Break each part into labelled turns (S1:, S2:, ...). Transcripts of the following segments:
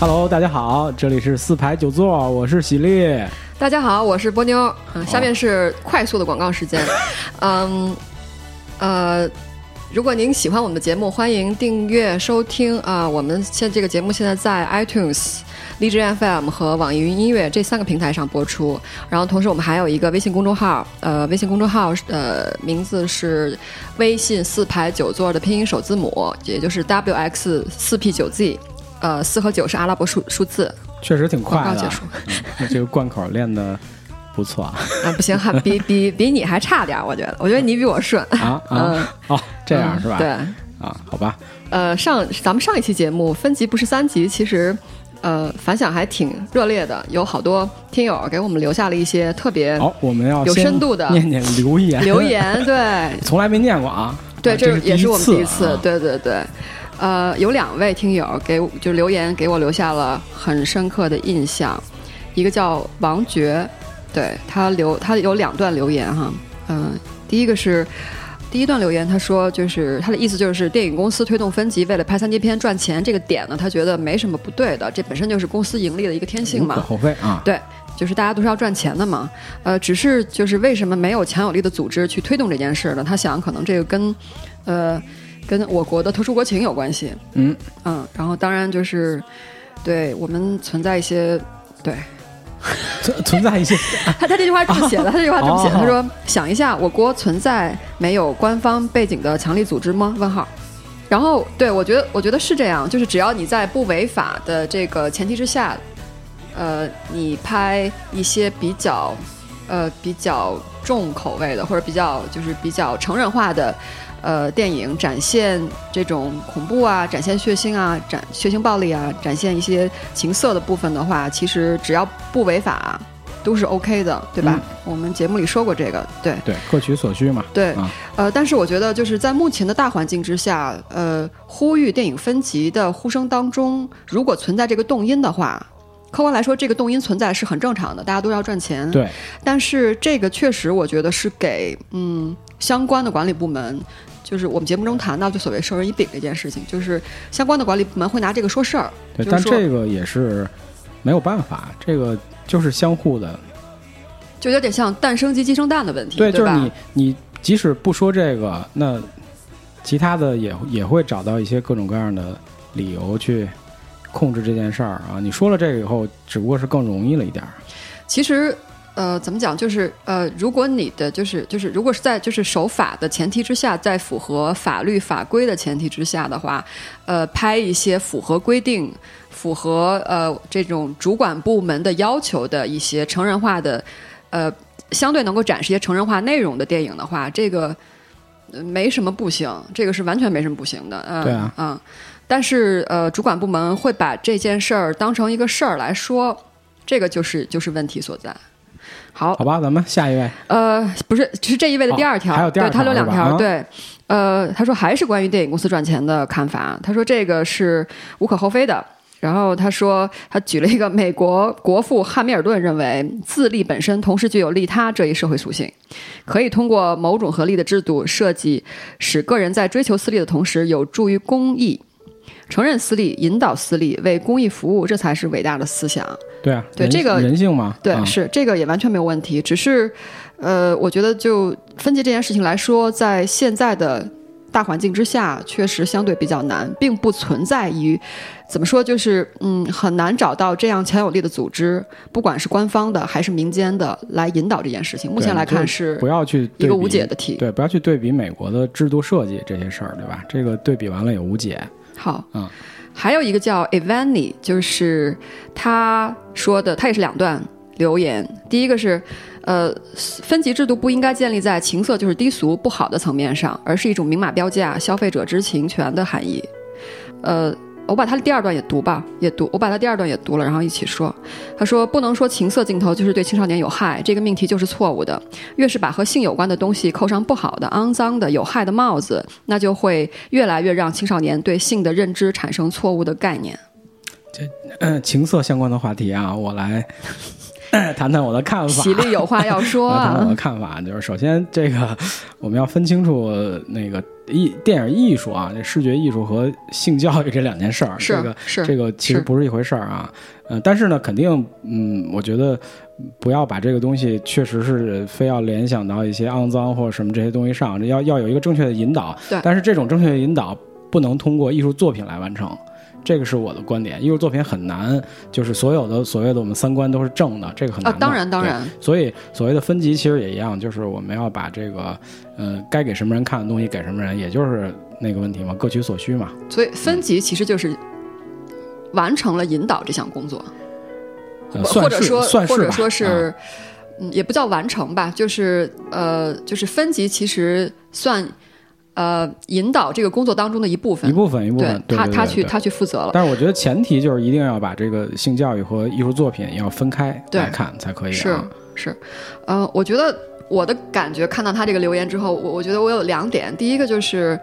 S1: Hello，大家好，这里是四排九座，我是喜力。
S2: 大家好，我是波妞。嗯，下面是快速的广告时间。嗯，呃，如果您喜欢我们的节目，欢迎订阅收听啊、我们现这个节目现在在 iTunes、荔枝 FM 和网易云音乐这三个平台上播出。然后，同时我们还有一个微信公众号，呃，微信公众号呃名字是微信四排九座的拼音首字母，也就是 WX 四 P 九 Z。呃，四和九是阿拉伯数数字，
S1: 确实挺快
S2: 广告
S1: 的
S2: 结束，
S1: 嗯这个贯口练的不错 啊
S2: 啊，不行，还比比比你还差点儿，我觉得，我觉得你比我顺。
S1: 啊
S2: 嗯
S1: 啊！哦，这样是吧？
S2: 对，
S1: 啊，好吧，
S2: 呃，上咱们上一期节目分级不是三级，其实呃反响还挺热烈的，有好多听友给我们留下了一些特别
S1: 好，我们要
S2: 嗯有
S1: 先
S2: 深度的
S1: 念念留言，
S2: 留言，对，
S1: 从来没念过啊。
S2: 对，
S1: 啊
S2: 这
S1: 是
S2: 也是我们第一
S1: 啊
S2: 次，对对对。呃，有两位听友给我就留言给我留下了很深刻的印象，一个叫王珏，对他留他有两段留言哈，嗯、第一个是第一段留言，他说就是他的意思就是电影公司推动分级，为了拍三级片赚钱这个点呢，他觉得没什么不对的，这本身就是公司盈利的一个天性
S1: 无
S2: 嘛
S1: 可。厚非啊。
S2: 对，就是大家都是要赚钱的嘛。呃，只是就是为什么没有强有力的组织去推动这件事呢？他想可能这个跟，呃，跟我国的特殊国情有关系。
S1: 嗯
S2: 嗯，然后当然就是，对我们存在一些。对
S1: 存存在一 些
S2: 他，他这句话是这么写的，他这句话这么写的，
S1: 哦
S2: 他说：“想一下，我国存在没有官方背景的强力组织吗？”问号。然后，对我觉得，我觉得是这样，就是只要你在不违法的这个前提之下，呃，你拍一些比较呃比较重口味的，或者比较就是比较成人化的呃电影，展现这种恐怖啊，展现血腥啊，展血腥暴力啊，展现一些情色的部分的话，其实只要不违法，都是 OK 的，对吧？
S1: 嗯
S2: 我们节目里说过这个，对。
S1: 对，各取所需嘛。
S2: 对
S1: 啊，
S2: 呃，但是我觉得就是在目前的大环境之下，呃，呼吁电影分级的呼声当中，如果存在这个动因的话，客观来说，这个动因存在是很正常的，大家都要赚钱。
S1: 对，
S2: 但是这个确实，我觉得是给嗯相关的管理部门，就是我们节目中谈到就所谓授人以柄这件事情，就是相关的管理部门会拿这个说事儿。
S1: 对，
S2: 就是
S1: 但
S2: 说
S1: 这个也是没有办法，这个就是相互的。
S2: 就有点像蛋生鸡，鸡生蛋的问题，
S1: 对，就是
S2: 吧？
S1: 你你即使不说这个，那其他的也也会找到一些各种各样的理由去控制这件事儿啊。你说了这个以后，只不过是更容易了一点儿。
S2: 其实，呃，怎么讲？就是呃，如果你的就是就是，如果是在就是守法的前提之下，在符合法律法规的前提之下的话，呃，拍一些符合规定、符合呃这种主管部门的要求的一些成人化的，呃，相对能够展示一些成人化内容的电影的话，这个。呃没什么不行，这个是完全没什么不行的，嗯，
S1: 对啊
S2: 嗯，但是呃，主管部门会把这件事儿当成一个事儿来说，这个就是就是问题所在。好
S1: 好，吧，咱们下一位，
S2: 呃，不是，是这一位的第二条，
S1: 哦还有第二
S2: 对，他
S1: 条
S2: 留两
S1: 是吧
S2: 条，
S1: 啊
S2: 对，呃，他说还是关于电影公司赚钱的看法，他说这个是无可厚非的。然后他说，他举了一个美国国父汉密尔顿认为，自利本身同时具有利他这一社会属性，可以通过某种合理的制度设计，使个人在追求私利的同时，有助于公益，承认私利，引导私利，为公益服务，这才是伟大的思想。
S1: 对啊，
S2: 对
S1: 人
S2: 这个
S1: 人性嘛，
S2: 对，
S1: 啊
S2: 是这个也完全没有问题，只是，呃，我觉得就分级这件事情来说，在现在的大环境之下，确实相对比较难，并不存在于怎么说，就是嗯，很难找到这样强有力的组织，不管是官方的还是民间的，来引导这件事情。目前来看是
S1: 不要去
S2: 一
S1: 对
S2: 个无
S1: 比
S2: 解的题。
S1: 对，不要去对比美国的制度设计这些事儿，对吧？这个对比完了也无解。
S2: 好，
S1: 嗯，
S2: 还有一个叫 Evany，就是他说的，他也是两段留言。第一个是，呃，分级制度不应该建立在情色就是低俗不好的层面上，而是一种明码标价、消费者知情权的含义。呃，我把他的第二段也读吧，也读，我把他第二段也读了，然后一起说。他说，不能说情色镜头就是对青少年有害，这个命题就是错误的。越是把和性有关的东西扣上不好的、肮脏的、有害的帽子，那就会越来越让青少年对性的认知 产生错误的概念。
S1: 嗯，情色相关的话题啊，我来 谈谈我的看法。啊
S2: 喜力有话要说
S1: 来谈谈我
S2: 啊
S1: 的，看法，就是首先这个我们要分清楚那个艺电影艺术啊，这视觉艺术和性教育这两件事儿，
S2: 是
S1: 这个
S2: 是
S1: 这个其实
S2: 是
S1: 不是一回事儿啊。呃，但是呢，肯定嗯，我觉得不要把这个东西确实是非要联想到一些肮脏或者什么这些东西上，要要有一个正确的引导。
S2: 对
S1: 但是这种正确的引导不能通过艺术作品来完成。这个是我的观点，艺术作品很难，就是所有的所谓的我们三观都是正的，这个很
S2: 啊
S1: 难，的。
S2: 当然当
S1: 对
S2: 然，
S1: 所以所谓的分级其实也一样，就是我们要把这个，呃，该给什么人看的东西给什么人，也就是那个问题嘛，各取所需嘛。
S2: 所以分级其实就是完成了引导这项工作，
S1: 呃、
S2: 或或
S1: 算
S2: 者
S1: 是
S2: 说
S1: 算是吧
S2: 或者说
S1: 啊
S2: 是，嗯，也不叫完成吧，就是呃，就是分级其实算呃引导这个工作当中的一部分，
S1: 啊一部分一部分，对
S2: 他
S1: 对
S2: 他
S1: 对
S2: 去
S1: 对
S2: 他去负责了，
S1: 但是我觉得前提就是一定要把这个性教育和艺术作品要分开
S2: 对
S1: 来看才可以、啊。
S2: 是是，呃，我觉得我的感觉看到他这个留言之后，我我觉得我有两点，第一个就是，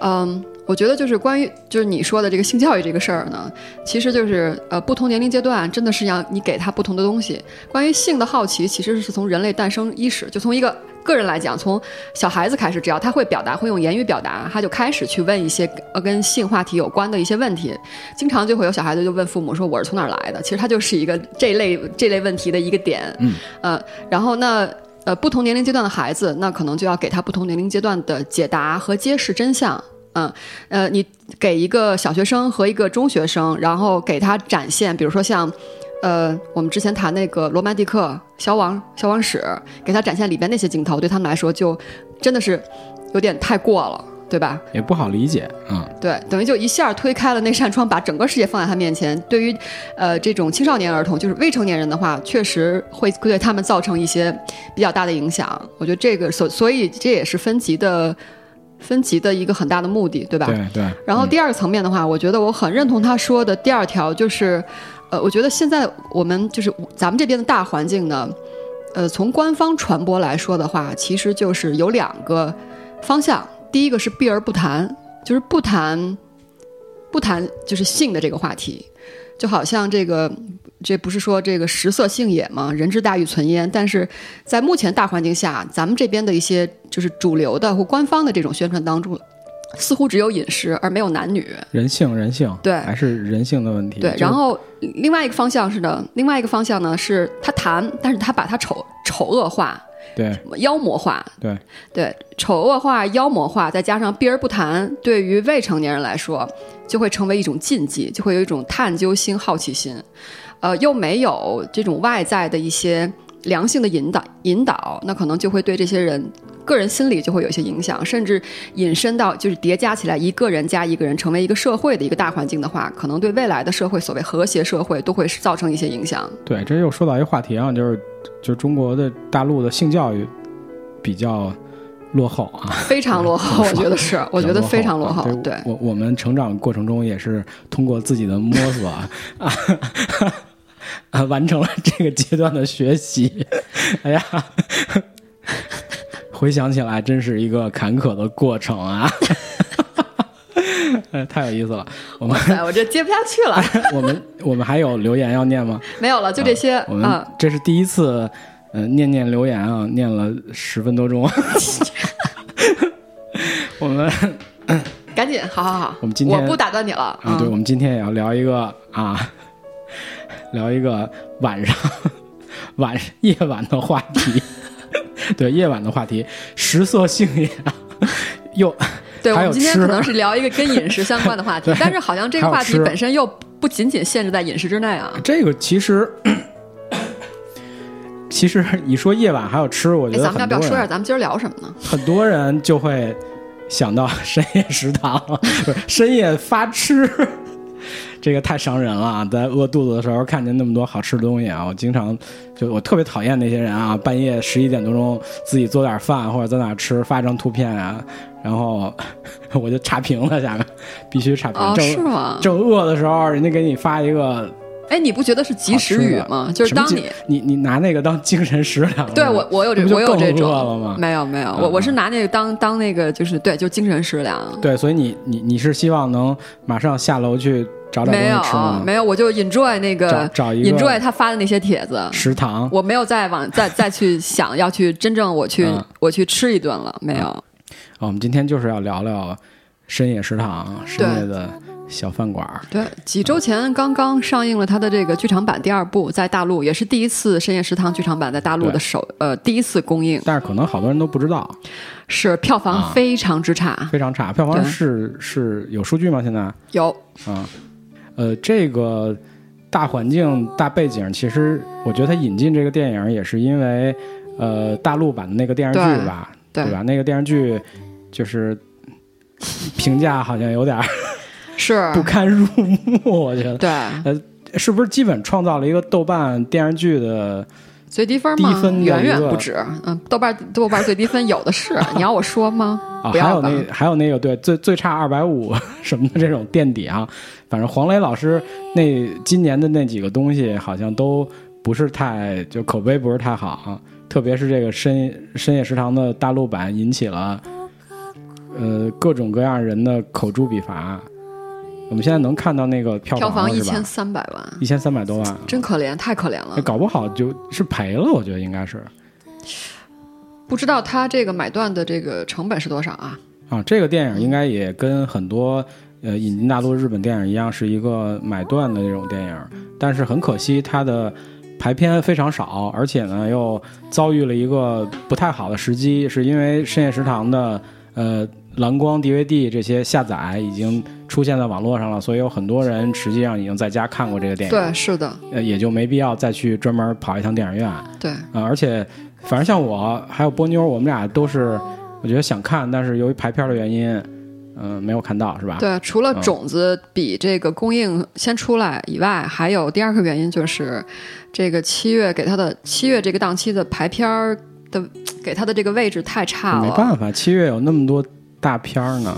S2: 嗯，我觉得就是关于就是你说的这个性教育这个事儿呢，其实就是呃不同年龄阶段真的是要你给他不同的东西。关于性的好奇，其实是从人类诞生伊始，就从一个。个人来讲，从小孩子开始，只要他会表达，会用言语表达，他就开始去问一些呃跟性话题有关的一些问题。经常就会有小孩子就问父母说我是从哪儿来的，其实他就是一个这类这类问题的一个点。
S1: 嗯，
S2: 呃，然后那呃不同年龄阶段的孩子，那可能就要给他不同年龄阶段的解答和揭示真相。嗯，呃，你给一个小学生和一个中学生，然后给他展现，比如说像，呃，我们之前谈那个罗曼蒂克消亡消亡史，给他展现里边那些镜头，对他们来说就真的是有点太过了，对吧？
S1: 也不好理解啊、
S2: 对，等于就一下推开了那扇窗，把整个世界放在他面前。对于，呃，这种青少年儿童，就是未成年人的话，确实会对他们造成一些比较大的影响。我觉得这个，所所以这也是分级的分级的一个很大的目的，对吧？
S1: 对对。
S2: 然后第二个层面的话，我觉得我很认同他说的第二条，就是，呃，我觉得现在我们就是咱们这边的大环境呢，呃，从官方传播来说的话，其实就是有两个方向，第一个是避而不谈，就是不谈，不谈就是性的这个话题，就好像这个。这不是说这个食色性也吗？人之大欲存焉。但是在目前大环境下，咱们这边的一些就是主流的或官方的这种宣传当中，似乎只有饮食而没有男女。
S1: 人性，人性，
S2: 对
S1: 还是人性的问题。
S2: 对
S1: 就，是
S2: 然后另外一个方向是呢，另外一个方向呢是他谈，但是他把它丑丑恶化、
S1: 对
S2: 妖魔化，
S1: 对，
S2: 对，丑恶化、妖魔化，再加上避而不谈，对于未成年人来说，就会成为一种禁忌，就会有一种探究心、好奇心，呃，又没有这种外在的一些良性的引导，引导，那可能就会对这些人个人心理就会有一些影响，甚至引申到就是叠加起来，一个人加一个人，成为一个社会的一个大环境的话，可能对未来的社会所谓和谐社会都会造成一些影响。
S1: 对，这又说到一个话题啊，就是就中国的大陆的性教育比较落后啊，
S2: 非常落 后，我觉得是，我觉得非常落后
S1: 啊。
S2: 对，
S1: 我我们成长过程中也是通过自己的摸索 啊，啊啊 完成了这个阶段的学习。 哎呀，回想起来真是一个坎坷的过程啊。 呃，太有意思了，我 们
S2: 哎，我这接不下去了。
S1: 我们我们还有留言要念吗？
S2: 没有了，就这些。
S1: 啊我们这是第一次，嗯、念念留言啊，念了十分多钟。 我们
S2: 嗯，赶紧，好好好，
S1: 我们今天
S2: 不打断你了。
S1: 啊，对，
S2: 嗯
S1: 我们今天也要聊一个啊， 聊一个晚上晚夜晚的话题， 对夜晚的话题，食色性也 啊，又
S2: 对，我
S1: 还
S2: 们
S1: 有
S2: 今天
S1: 吃
S2: 可能是聊一个跟饮食相关的话题
S1: 对，
S2: 但是好像这个
S1: 还有
S2: 话题
S1: 吃
S2: 本身又不仅仅限制在饮食之内啊。
S1: 这个其实。 其实你说夜晚还有吃，我
S2: 哎，
S1: 觉得
S2: 咱们要
S1: 很
S2: 不
S1: 多
S2: 要说
S1: 人
S2: 点咱们今儿聊什么呢？
S1: 很多人就会想到深夜食堂，不是深夜发吃， 这个太伤人了啊。在饿肚子的时候看见那么多好吃的东西啊，我经常就我特别讨厌那些人啊，半夜十一点多钟自己做点饭或者在哪儿吃，发一张图片啊，然后 我就差评了，下面必须差评。
S2: 哦，
S1: 正
S2: 是吗？
S1: 正饿的时候，人家给你发一个
S2: 哎，你不觉得是及时雨吗？就是当你
S1: 你你拿那个当精神食粮了，
S2: 对我我有这
S1: 那不就
S2: 我有这
S1: 更饿
S2: 种
S1: 了吗？
S2: 没有没有，
S1: 啊
S2: 我我是拿那个当当那个就是对，就精神食粮。
S1: 对，所以你你你是希望能马上下楼去找
S2: 没
S1: 点
S2: 有
S1: 东西吃吗？
S2: 没有，我就 enjoy 那
S1: 找
S2: 个
S1: 找一个
S2: enjoy 他发的那些帖子，
S1: 食堂，
S2: 我没有再往再再去想要去真正我去
S1: 嗯
S2: 我去吃一顿了，没有。
S1: 啊我们今天就是要聊聊深夜食堂、深夜的小饭馆儿。
S2: 对，几周前刚刚上映了他的这个剧场版第二部，在大陆也是第一次深夜食堂剧场版在大陆的
S1: 对
S2: 首呃第一次公映，
S1: 但是可能好多人都不知道，
S2: 是票房
S1: 啊
S2: 非常之差。
S1: 非常差。票房
S2: 对
S1: 是是有数据吗？现在啊、
S2: 有
S1: 呃，这个大环境、大背景，其实我觉得他引进这个电影也是因为，呃，大陆版的那个电视剧
S2: 对
S1: 吧，
S2: 对
S1: 吧？那个电视剧就是评价好像有点儿
S2: 是
S1: 不堪入目，我觉得
S2: 对
S1: 是不是基本创造了一个豆瓣电视剧的
S2: 最低分
S1: 低
S2: 吗？
S1: 分的
S2: 远
S1: 一
S2: 远
S1: 个
S2: 不止。嗯，豆瓣豆瓣最低分有 的是，你要我说吗？
S1: 啊，
S2: 不
S1: 还
S2: 要
S1: 有
S2: 吧。
S1: 那还有那个对最最差二百五 什么的这种垫底啊，反正黄磊老师那今年的那几个东西好像都不是太就口碑不是太好啊，特别是这个深深夜食堂的大陆版引起了呃各种各样人的口诛笔伐。我们现在能看到那个票
S2: 票
S1: 房
S2: 房
S1: 了
S2: 一
S1: 是吧
S2: 千三百万，
S1: 一千三百多万，
S2: 真可怜，太可怜了
S1: 那。搞不好就是赔了，我觉得应该是
S2: 不知道他这个买断的这个成本是多少啊？
S1: 啊。这个电影应该也跟很多呃引进大陆日本电影一样，是一个买断的这种电影，但是很可惜它的排片非常少，而且呢又遭遇了一个不太好的时机，是因为深夜食堂的呃蓝光 DVD 这些下载已经出现在网络上了，所以有很多人实际上已经在家看过这个电影，
S2: 对，是的，
S1: 呃也就没必要再去专门跑一趟电影院。
S2: 对，
S1: 啊，而且反正像我还有波妞，我们俩都是我觉得想看，但是由于排片的原因，嗯、没有看到，是吧？
S2: 对，除了
S1: 嗯
S2: 种子比这个供应先出来以外，还有第二个原因就是，这个七月给他的七月这个档期的排片儿的给他的这个位置太差
S1: 没
S2: 了。
S1: 办法，七月有那么多大片儿呢。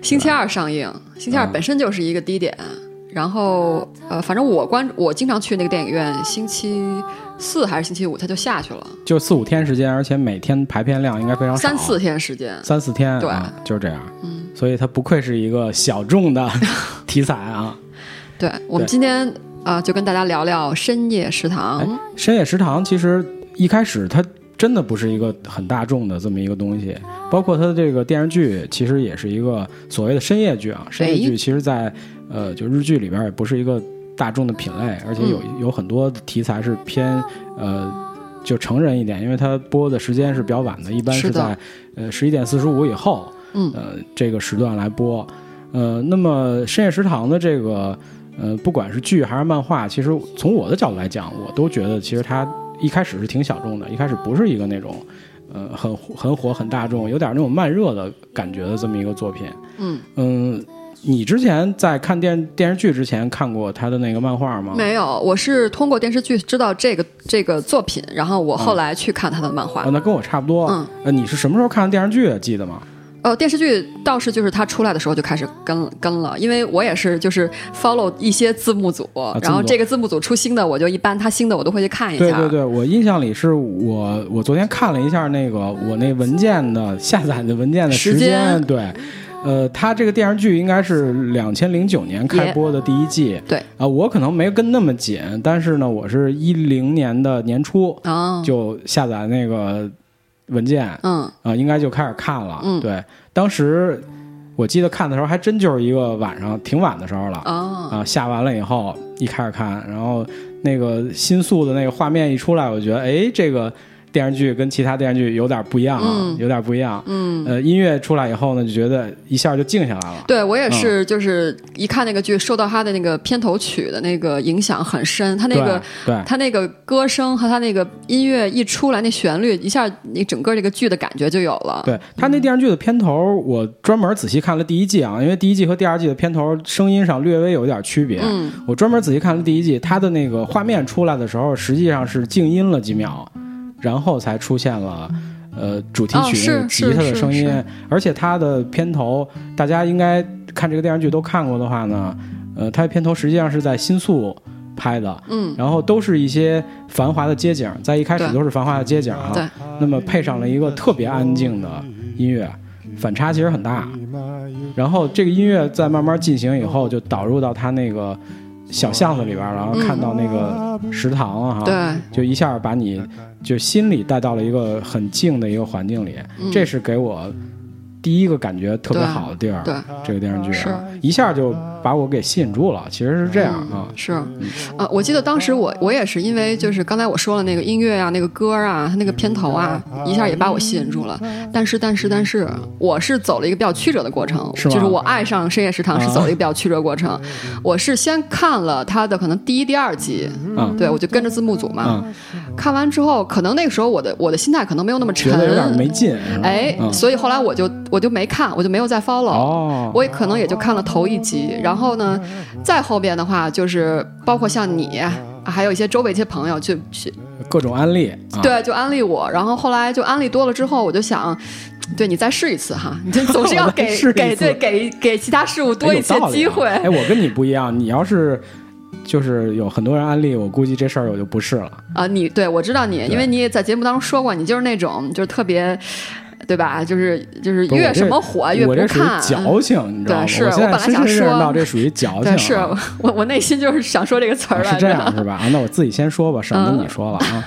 S2: 星期二上映，星期二
S1: 嗯
S2: 本身就是一个低点。然后，呃，反正我关我经常去那个电影院，星期四还是星期五它就下去了，
S1: 就四五天时间，而且每天排片量应该非常少，
S2: 三四天时间。
S1: 三四天，
S2: 对
S1: 啊，就是这样。嗯，所以它不愧是一个小众的 题材啊。
S2: 对我们
S1: 对
S2: 今天啊、呃就跟大家聊聊深夜食
S1: 哎
S2: 堂。
S1: 深夜食堂其实一开始它真的不是一个很大众的这么一个东西，包括它的这个电视剧，其实也是一个所谓的深夜剧啊。深夜剧其实在，呃，就日剧里边也不是一个大众的品类，而且有、有很多题材是偏呃。就成人一点，因为它播的时间是比较晚的，一般是
S2: 是的
S1: 在呃十一点四十五以后，
S2: 嗯
S1: 呃这个时段来播。呃，那么深夜食堂的这个呃，不管是剧还是漫画，其实从我的角度来讲，我都觉得其实它一开始是挺小众的，一开始不是一个那种呃很火很火很大众，有点那种慢热的感觉的这么一个作品。
S2: 嗯
S1: 嗯，你之前在看电电视剧之前看过他的那个漫画吗？
S2: 没有，我是通过电视剧知道这个这个作品，然后我后来去看他的漫画。
S1: 哦，那跟我差不多。
S2: 嗯，
S1: 呃，你是什么时候看的电视剧的？记得吗？
S2: 呃，电视剧倒是就是他出来的时候就开始跟跟了，因为我也是就是 follow 一些字幕组，
S1: 啊字幕组
S2: 然后这个字幕组出新的，我就一般他新的我都会去看一下。
S1: 对对对，我印象里是我我昨天看了一下那个我那文件的下载的文件的
S2: 时
S1: 时
S2: 间
S1: 对，呃，它这个电视剧应该是两千零九年开
S2: 也
S1: 播的第一季，
S2: 对
S1: 啊、我可能没跟那么紧，但是呢，我是一零年的年初
S2: 啊，
S1: 就下载那个文件啊、
S2: 嗯，
S1: 呃应该就开始看了，
S2: 嗯
S1: 对，当时我记得看的时候还真就是一个晚上挺晚的时候了，
S2: 啊，
S1: 啊，下完了以后一开始看，然后那个新宿的那个画面一出来，我觉得哎，这个电视剧跟其他电视剧有点不一样啊，
S2: 嗯
S1: 有点不一样。
S2: 嗯。
S1: 呃，音乐出来以后呢，就觉得一下就静下来了。
S2: 对我也是，就是一看那个剧，受到他的那个片头曲的那个影响很深。他那个
S1: 对对
S2: 他那个歌声和他那个音乐一出来，那旋律一下，那整个这个剧的感觉就有了。
S1: 对，他那电视剧的片头，我专门仔细看了第一季啊，因为第一季和第二季的片头声音上略微有点区别。
S2: 嗯，
S1: 我专门仔细看了第一季，它的那个画面出来的时候，实际上是静音了几秒，然后才出现了呃主题
S2: 哦
S1: 曲、
S2: 是
S1: 那个吉他的声
S2: 是
S1: 音
S2: 是是。
S1: 而且它的片头，大家应该看这个电视剧都看过的话呢，呃，它的片头实际上是在新宿拍的，
S2: 嗯，
S1: 然后都是一些繁华的街景，在一开始
S2: 对
S1: 都是繁华的街景啊，
S2: 对，
S1: 那么配上了一个特别安静的音乐，反差其实很大。然后这个音乐在慢慢进行以后，就导入到他那个小巷子里边儿，然后看到那个食堂啊，
S2: 嗯对，
S1: 就一下把你就心里带到了一个很静的一个环境里，
S2: 嗯
S1: 这是给我第一个感觉特别好的地儿。
S2: 对，
S1: 这个电视剧啊一下就把我给吸引住了，其实是这样啊，
S2: 是，啊、我记得当时我我也是因为就是刚才我说了那个音乐啊，那个歌啊，它那个片头啊，一下也把我吸引住了。
S1: 嗯
S2: 但是但是但是，我是走了一个比较曲折的过程，
S1: 是吗啊
S2: 就是我爱上深夜食堂是走了一个比较曲折的过程。我是先看了它的可能第一第二集，
S1: 嗯
S2: 对我就跟着字幕组嘛，看完之后，可能那个时候我的我的心态可能没有那么
S1: 觉
S2: 沉，
S1: 得有点没劲。是吧
S2: 哎，
S1: 嗯
S2: 所以后来我就我就没看，我就没有再 follow。
S1: 哦，
S2: 我也可能也就看了头一集，然后呢，再后边的话就是包括像你，还有一些周围一些朋友去去
S1: 各种安利，啊、
S2: 对，就安利我，然后后来就安利多了之后，我就想。对你再试一次哈，你 就总是要
S1: 我再
S2: 给
S1: 试一次
S2: 给对给给其他事物多
S1: 哎
S2: 一
S1: 有
S2: 些
S1: 道理
S2: 机
S1: 啊
S2: 会。
S1: 哎，我跟你不一样，你要是就是有很多人安利，我估计这事儿我就不是了。
S2: 啊，你对我知道你，因为你也在节目当中说过，你就是那种就是特别，对吧？就是就是
S1: 不是
S2: 越
S1: 我这
S2: 什么火啊越
S1: 我这
S2: 不
S1: 属于
S2: 看。嗯
S1: 矫情，你知道吗？
S2: 对是
S1: 我现在
S2: 我本来
S1: 深深
S2: 想
S1: 认识
S2: 说
S1: 到这属于矫情
S2: 对，
S1: 啊。
S2: 是我我内心就是嗯想说这个词
S1: 啊
S2: 儿来
S1: 是
S2: 着。
S1: 这样是吧？啊，那我自己先说吧，省得你说了啊。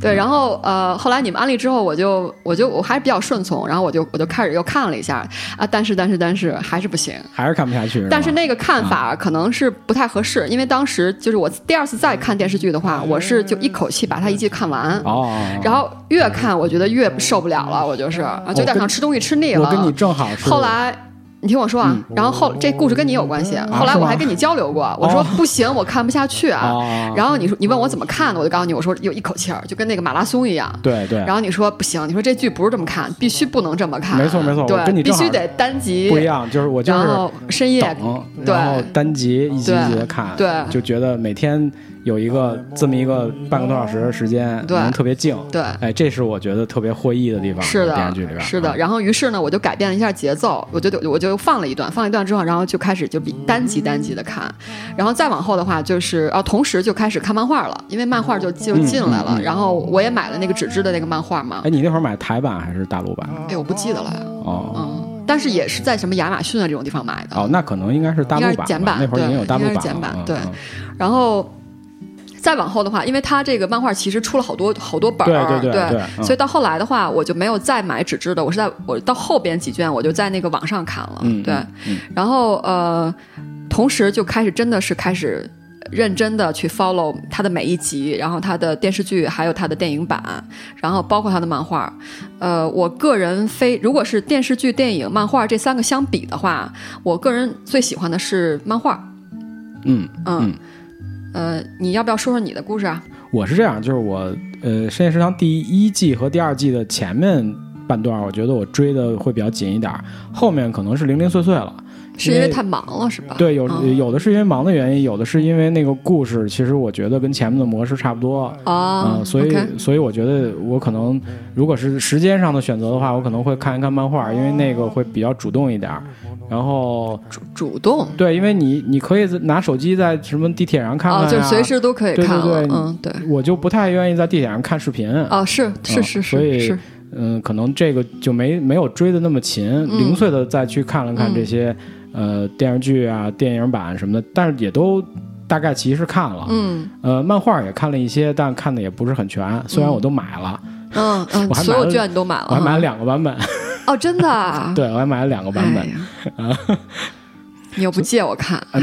S2: 对，然后呃，后来你们安利之后，我就我就我还是比较顺从，然后我就我就开始又看了一下啊，但是但是但是还是不行。
S1: 还是看不啊下去。
S2: 但是
S1: 吧
S2: 那个看法可能是不太合适，因为当时就是我第二次再看电视剧的话，我是就一口气把它一季看完，
S1: 哦哦，
S2: 然后越看我觉得越受不了了，我就是啊，就有点像吃东西吃腻
S1: 哦
S2: 了。
S1: 我跟你正好是
S2: 后来你听我说啊，然后后这故事跟你有关系。后来
S1: 哦是
S2: 我
S1: 吗
S2: 还跟你交流过，我说
S1: 哦
S2: 不行，我看不下去啊。
S1: 哦
S2: 然后你说你问我怎么看的，我就告诉你，我说有一口气儿，就跟那个马拉松一样。
S1: 对对，
S2: 然后你说不行，你说这剧不是这么看，必须不能这么看。
S1: 嗯没错没错我
S2: 对，
S1: 跟你
S2: 必
S1: 正好
S2: 须得单集，
S1: 不一样，就是我就是
S2: 然后深夜
S1: 等，
S2: 对
S1: 然后单集一集一集的看，
S2: 对对
S1: 就觉得每天有一个这么一个半个多小时的时间，
S2: 对
S1: 能特别静，
S2: 对
S1: 哎，这是我觉得特别获益的地方，
S2: 是
S1: 电视
S2: 的
S1: 剧里边，，啊嗯
S2: 是的。然后于是呢，我就改变了一下节奏，我就我就放了一段，放了一段之后，然后就开始就比单集单集的看，然后再往后的话就是啊，同时就开始看漫画了，因为漫画就就进来了。然后我也买了那个纸质的那个漫画嘛
S1: 嗯哎，，你那会儿买台版还是大陆版？
S2: 哎，我不记得了，
S1: 哦
S2: 嗯，但是也是在什么亚马逊啊这种地方买的。
S1: 哦，那可能应该是大陆
S2: 应
S1: 版
S2: 该是
S1: 吧，
S2: 简版
S1: 那会儿已经有大陆
S2: 对应该是
S1: 了
S2: 简版
S1: 嗯
S2: 对
S1: 嗯
S2: 然后再往后的话，因为它这个漫画其实出了好多好多本儿，
S1: 对对对对嗯
S2: 所以到后来的话，我就没有再买纸质的，我是在我到后边几卷我就在那个网上看了，
S1: 嗯
S2: 对，
S1: 嗯
S2: 然后呃，同时就开始真的是开始。认真的去 follow 它的每一集，然后它的电视剧，还有它的电影版，然后包括它的漫画。呃，我个人非如果是电视剧、电影、漫画这三个相比的话，我个人最喜欢的是漫画。
S1: 嗯。
S2: 嗯，呃，你要不要说说你的故事啊？
S1: 我是这样，就是我呃，《深夜食堂》第一季和第二季的前面半段，我觉得我追的会比较紧一点儿，后面可能是零零碎碎了。
S2: 是因为太忙了是吧？
S1: 对，有
S2: 嗯
S1: 有的是因为忙的原因，有的是因为那个故事，其实我觉得跟前面的模式差不多。啊、
S2: 哦，
S1: 所以
S2: OK
S1: 所以我觉得我可能，如果是时间上的选择的话，我可能会看一看漫画，因为那个会比较主动一点儿。然后，
S2: 主主动
S1: 对，因为你你可以拿手机在什么地铁上看看、
S2: 哦，
S1: 呀，
S2: 就是随时都可以
S1: 对对
S2: 看了，
S1: 对
S2: 嗯，对，
S1: 我就不太愿意在地铁上看视频。
S2: 哦，是是是
S1: 啊所以
S2: 是是，
S1: 嗯，可能这个就没没有追的那么勤，
S2: 嗯
S1: 零碎的再去看了看这些、呃电视剧啊、电影版什么的，但是也都大概其实看了。
S2: 嗯
S1: 呃，漫画也看了一些，但看的也不是很全。虽然我都买了，
S2: 嗯嗯，
S1: 我还买了
S2: 所有卷你都买了，
S1: 我还买了两个版本，
S2: 嗯哦，真的啊
S1: ，对我还买了啊两个版本
S2: 哎。呀， 你又不借我看，
S1: 啊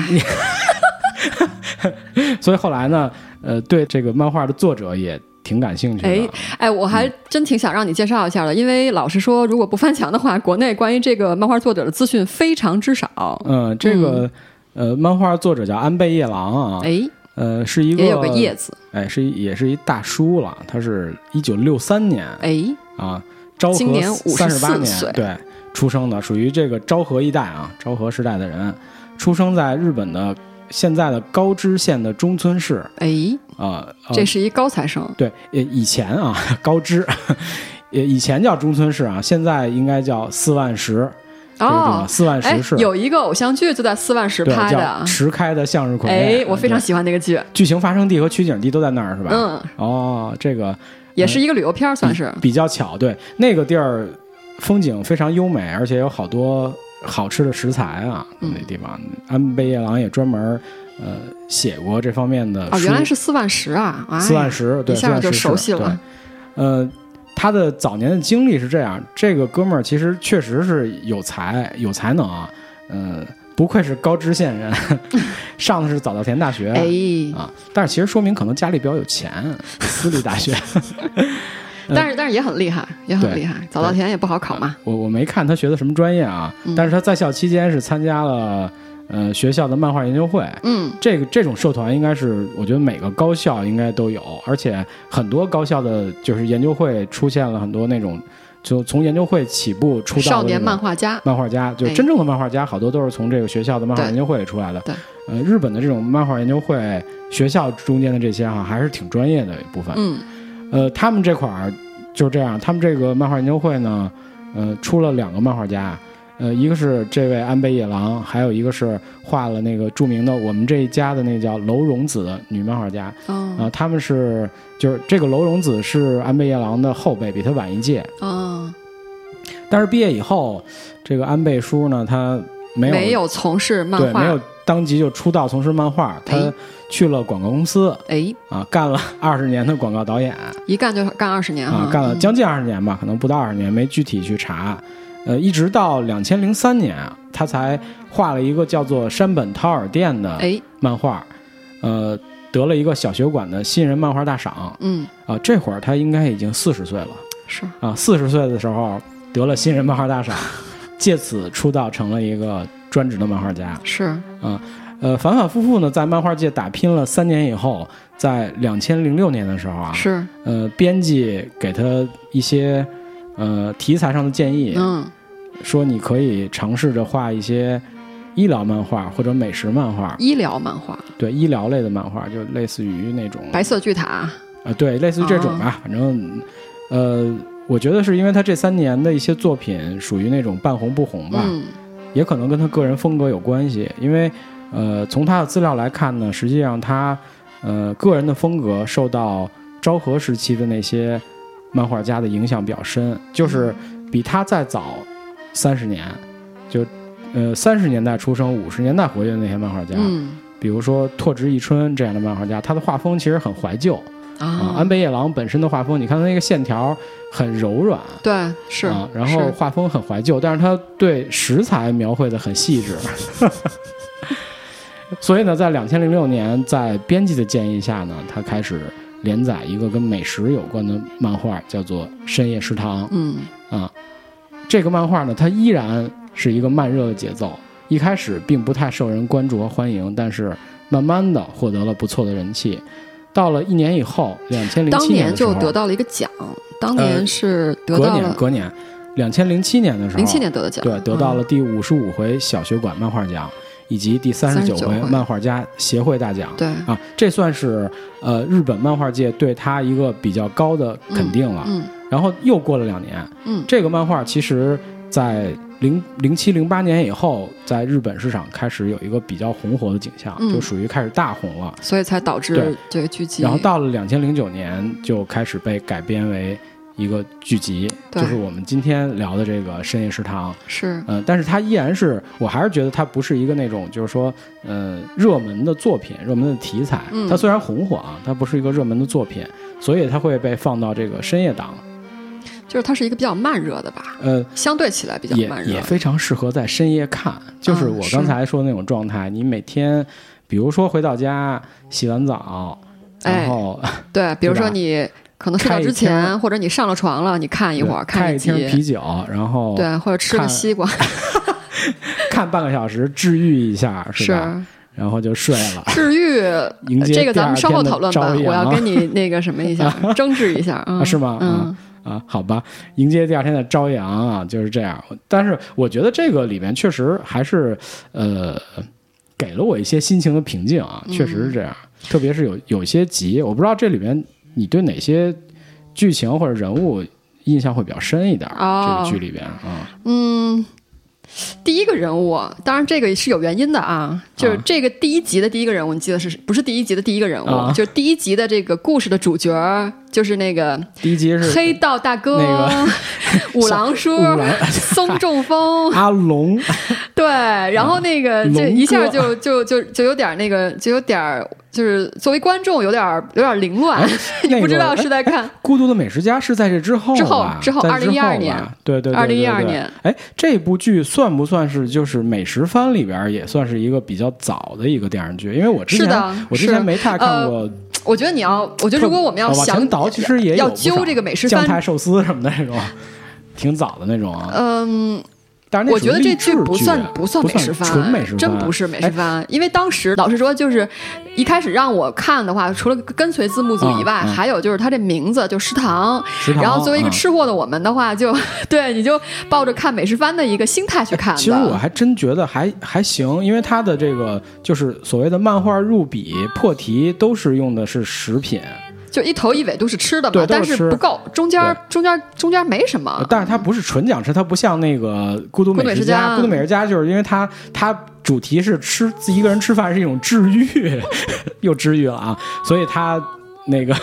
S1: 你 所以后来呢，呃，对这个漫画的作者也挺感兴趣的。
S2: 哎哎，我还
S1: 嗯
S2: 真挺想让你介绍一下的，因为老实说，如果不翻墙的话，国内关于这个漫画作者的资讯非常之少。
S1: 嗯，这个、呃，漫画作者叫安倍夜郎啊，
S2: 哎，
S1: 呃，是一个
S2: 也有个叶子，
S1: 哎，是一也是一大叔了，他是一九六三年
S2: 哎，
S1: 啊，昭和
S2: 今年
S1: 三十八
S2: 54
S1: 年
S2: 岁
S1: 对出生的，属于这个昭和一代啊，昭和时代的人，出生在日本的现在的高知县的中村市
S2: 哎，
S1: 啊，呃
S2: 这是一高材生，哦
S1: 对，呃以前啊 高知，也以前叫中村市啊，现在应该叫四万石。这个地
S2: 哦
S1: 方，四万
S2: 哎
S1: 十是，
S2: 有一个偶像剧就在四万十
S1: 对
S2: 拍
S1: 叫
S2: 的，啊
S1: 石开的向日葵。
S2: 哎，
S1: 嗯
S2: 我非常
S1: 对
S2: 喜欢那个剧，
S1: 剧情发生地和取景地都在那儿是吧？嗯
S2: 嗯，
S1: 哦，这个
S2: 也是一个旅游片儿，算是。
S1: 比较巧，对，那个地儿风景非常优美，而且有好多好吃的食材啊，
S2: 嗯
S1: 那地方安倍夜郎也专门呃写过这方面的
S2: 哦，
S1: 书
S2: 原来是四万十啊！哎
S1: 四万十，对，
S2: 一下就
S1: 4万10
S2: 熟悉了。
S1: 对呃，他的早年的经历是这样，这个哥们儿其实确实是有才，有才能啊，呃，不愧是高知县 人， 上的是早稻田大学。
S2: 哎，
S1: 啊，但是其实说明可能家里比较有钱， 私立大学。
S2: 但是但是也很厉害，也很
S1: 嗯对
S2: 厉害。早稻田也不好考嘛，
S1: 我我没看他学的什么专业啊，
S2: 嗯
S1: 但是他在校期间是参加了呃学校的漫画研究会，
S2: 嗯，
S1: 这个这种社团应该是我觉得每个高校应该都有，而且很多高校的就是研究会出现了很多那种就从研究会起步出道的
S2: 少年
S1: 那种
S2: 漫画家，
S1: 漫画家，就
S2: 哎
S1: 真正的漫画家，好多都是从这个学校的漫画
S2: 对
S1: 研究会里出来的。
S2: 对
S1: 呃，日本的这种漫画研究会学校中间的这些哈、还是挺专业的一部分。
S2: 嗯
S1: 呃，他们这块儿就是这样，他们这个漫画研究会呢，呃，出了两个漫画家，呃，一个是这位安倍夜郎，还有一个是画了那个著名的我们这一家的那叫楼荣子的女漫画家，啊、
S2: 哦
S1: 他们是就是这个楼荣子是安倍夜郎的后辈，比他晚一届，
S2: 哦，
S1: 但是毕业以后，这个安倍叔呢，他没有
S2: 没有从事漫
S1: 对没
S2: 画
S1: 有，当即就出道从事漫画，
S2: 哎
S1: 他去了广告公司
S2: 哎，
S1: 啊，干了二十年的广告导演。
S2: 一干就干二十年
S1: 啊
S2: 哈，，
S1: 干了
S2: 嗯
S1: 将近二十年吧，可能不到二十年，没具体去查。呃，一直到两千零三年，他才画了一个叫做山本掏耳店的
S2: 哎，
S1: 漫画，呃，得了一个小学馆的新人漫画大赏啊、
S2: 嗯，
S1: 这会儿他应该已经四十岁了
S2: 是
S1: 啊，四、十岁的时候得了新人漫画大赏，借此出道成了一个专职的漫画家。
S2: 是，
S1: 呃，反反复复呢，在漫画界打拼了三年以后，在两千零六年的时候啊，
S2: 是，
S1: 呃，编辑给他一些呃题材上的建议，
S2: 嗯，
S1: 说你可以尝试着画一些医疗漫画或者美食漫画，
S2: 医疗漫画，
S1: 对医疗类的漫画，就类似于那种
S2: 白色哦巨塔，
S1: 啊，对，类似于这种吧，反正呃。我觉得是因为他这三年的一些作品属于那种半红不红吧，
S2: 嗯，
S1: 也可能跟他个人风格有关系。因为，呃，从他的资料来看呢，实际上他，呃，个人的风格受到昭和时期的那些漫画家的影响比较深，就是比他再早三十年，就，呃，三十年代出生、五十年代活跃的那些漫画家，
S2: 嗯
S1: 比如说拓殖一春这样的漫画家，他的画风其实很怀旧啊。
S2: 啊
S1: 安，倍夜郎本身的画风，你看他那个线条很柔软，
S2: 对，是
S1: 啊，，然后
S2: 是
S1: 画风很怀旧，但是他对食材描绘的很细致。 所以呢，在两千零六年，在编辑的建议下呢，他开始连载一个跟美食有关的漫画，叫做《深夜食堂
S2: 嗯，》
S1: 啊。这个漫画呢，它依然是一个慢热的节奏，一开始并不太受人关注和欢迎，但是慢慢的获得了不错的人气。到了一年以后，两千零
S2: 当
S1: 七年
S2: 年
S1: 的时
S2: 就
S1: 候，
S2: 得到了一个奖，当
S1: 呃
S2: 年是得
S1: 隔
S2: 到
S1: 年
S2: 了
S1: 隔年，两千零七年的时候，
S2: 零七年得的奖，
S1: 对，得到
S2: 嗯
S1: 了第五十五回小学馆漫画奖，以及第三十九
S2: 39
S1: 回
S2: 回
S1: 漫画家协会大奖。
S2: 嗯对，
S1: 啊，这算是呃日本漫画界对他一个比较高的肯定了。
S2: 嗯
S1: 然后又过了两年，
S2: 嗯，
S1: 这个漫画其实在零零七零八年以后，在日本市场开始有一个比较红火的景象，
S2: 嗯
S1: 就属于开始大红了。
S2: 所以才导致
S1: 对
S2: 这个剧集，
S1: 然后到了两千零九年，就开始被改编为一个剧集，
S2: 对
S1: 就是我们今天聊的这个《深夜食堂》。
S2: 是
S1: 嗯，但是它依然是，我还是觉得它不是一个那种就是说，呃，热门的作品、热门的题材。
S2: 嗯
S1: 它虽然红火啊，它不是一个热门的作品，所以它会被放到这个深夜档。
S2: 就是它是一个比较慢热的吧，
S1: 呃，
S2: 相对起来比较
S1: 也
S2: 慢热
S1: 也，非常适合在深夜看，就是
S2: 嗯
S1: 我
S2: 是
S1: 刚才说的那种状态。你每天，比如说回到家洗完澡，
S2: 哎
S1: 然后
S2: 对，比如
S1: 对
S2: 说
S1: 吧
S2: 你可能睡觉
S1: 开一
S2: 之
S1: 天
S2: 前，或者你上了床了，你看一会 儿，
S1: 开
S2: 看
S1: 一
S2: 集
S1: 听，啤酒，然后
S2: 对，或者吃个
S1: 看
S2: 西瓜，
S1: 看半个小时，治愈一下，是
S2: 是
S1: 吧？然后就睡了。
S2: 治愈。
S1: 迎接
S2: 这个咱们
S1: 第
S2: 稍
S1: 二
S2: 后
S1: 天的
S2: 讨论吧，
S1: 朝
S2: 我要
S1: 阳啊
S2: 跟你那个什么 一下争执一下
S1: 啊是吗
S2: 嗯，
S1: 啊，好吧，迎接第二天的朝阳啊，就是这样。但是我觉得这个里面确实还是，呃，给了我一些心情的平静啊，确
S2: 嗯
S1: 实是这样。特别是有有些集，我不知道这里面你对哪些剧情或者人物印象会比较深一点儿。
S2: 哦
S1: 这个剧里边啊，
S2: 嗯，第一个人物，当然这个是有原因的啊，就是
S1: 啊
S2: 这个第一集的第一个人物，你记得是不是第一集的第一个人物？
S1: 啊
S2: 就是第一集的这个故事的主角儿，就是那个
S1: 第一集是
S2: 黑道大哥、
S1: 那个
S2: 五郎叔、
S1: 五郎
S2: 松中 风，
S1: 阿龙，
S2: 对，然后那个
S1: 啊龙
S2: 就一下
S1: 哥
S2: 就就就就有点那个，就有点就是作为观众有点有点凌 乱，
S1: 哎那
S2: 你不知
S1: 个哎
S2: 道是在看。
S1: 《孤独的美食家》是在这之后
S2: 之后
S1: 吧
S2: 之后
S1: 在
S2: 2012
S1: 吧
S2: 年，
S1: 对对对对对
S2: 2012年。
S1: 哎，这部剧算不算是就是美食番里边儿也算是一个比较早的一个电视剧？因为我之
S2: 是
S1: 前
S2: 的
S1: 我之
S2: 是
S1: 前没太看
S2: 呃
S1: 过，
S2: 我觉得你要，我觉得如果我们要
S1: 呃往
S2: 想
S1: 前倒，其实也有
S2: 要
S1: 不
S2: 揪
S1: 少
S2: 这个美食
S1: 酱
S2: 番，
S1: 太寿司什么的那种，挺早的那种啊。
S2: 嗯，
S1: 但是啊那
S2: 我觉得
S1: 属于
S2: 这
S1: 励志
S2: 剧
S1: 剧啊
S2: 不算不算
S1: 算
S2: 美食番，
S1: 纯美食番，
S2: 真不是美食
S1: 哎。
S2: 番。因为当时老实说，就是一开始让我看的话，除了跟随字幕组以外，
S1: 嗯嗯
S2: 还有就是它这名字就食堂，
S1: 食堂
S2: 然后作为一个
S1: 嗯
S2: 吃货的我们的话，就对你就抱着看美食番的一个心态去看的。
S1: 其实我还真觉得还还行，因为它的这个就是所谓的漫画入笔、破题都是用的是食品，
S2: 就一头一尾都是吃的嘛
S1: 对，
S2: 但
S1: 都是
S2: 是
S1: 吃呃
S2: 不够，中间中间中间没什么。
S1: 但是它不是纯讲吃，它不像那个《孤独美食家》，《孤
S2: 孤独美食
S1: 独美食家》
S2: 家
S1: 就是因为它它主题是吃自己一个人吃饭是一种治愈， 又治愈了啊，所以它那个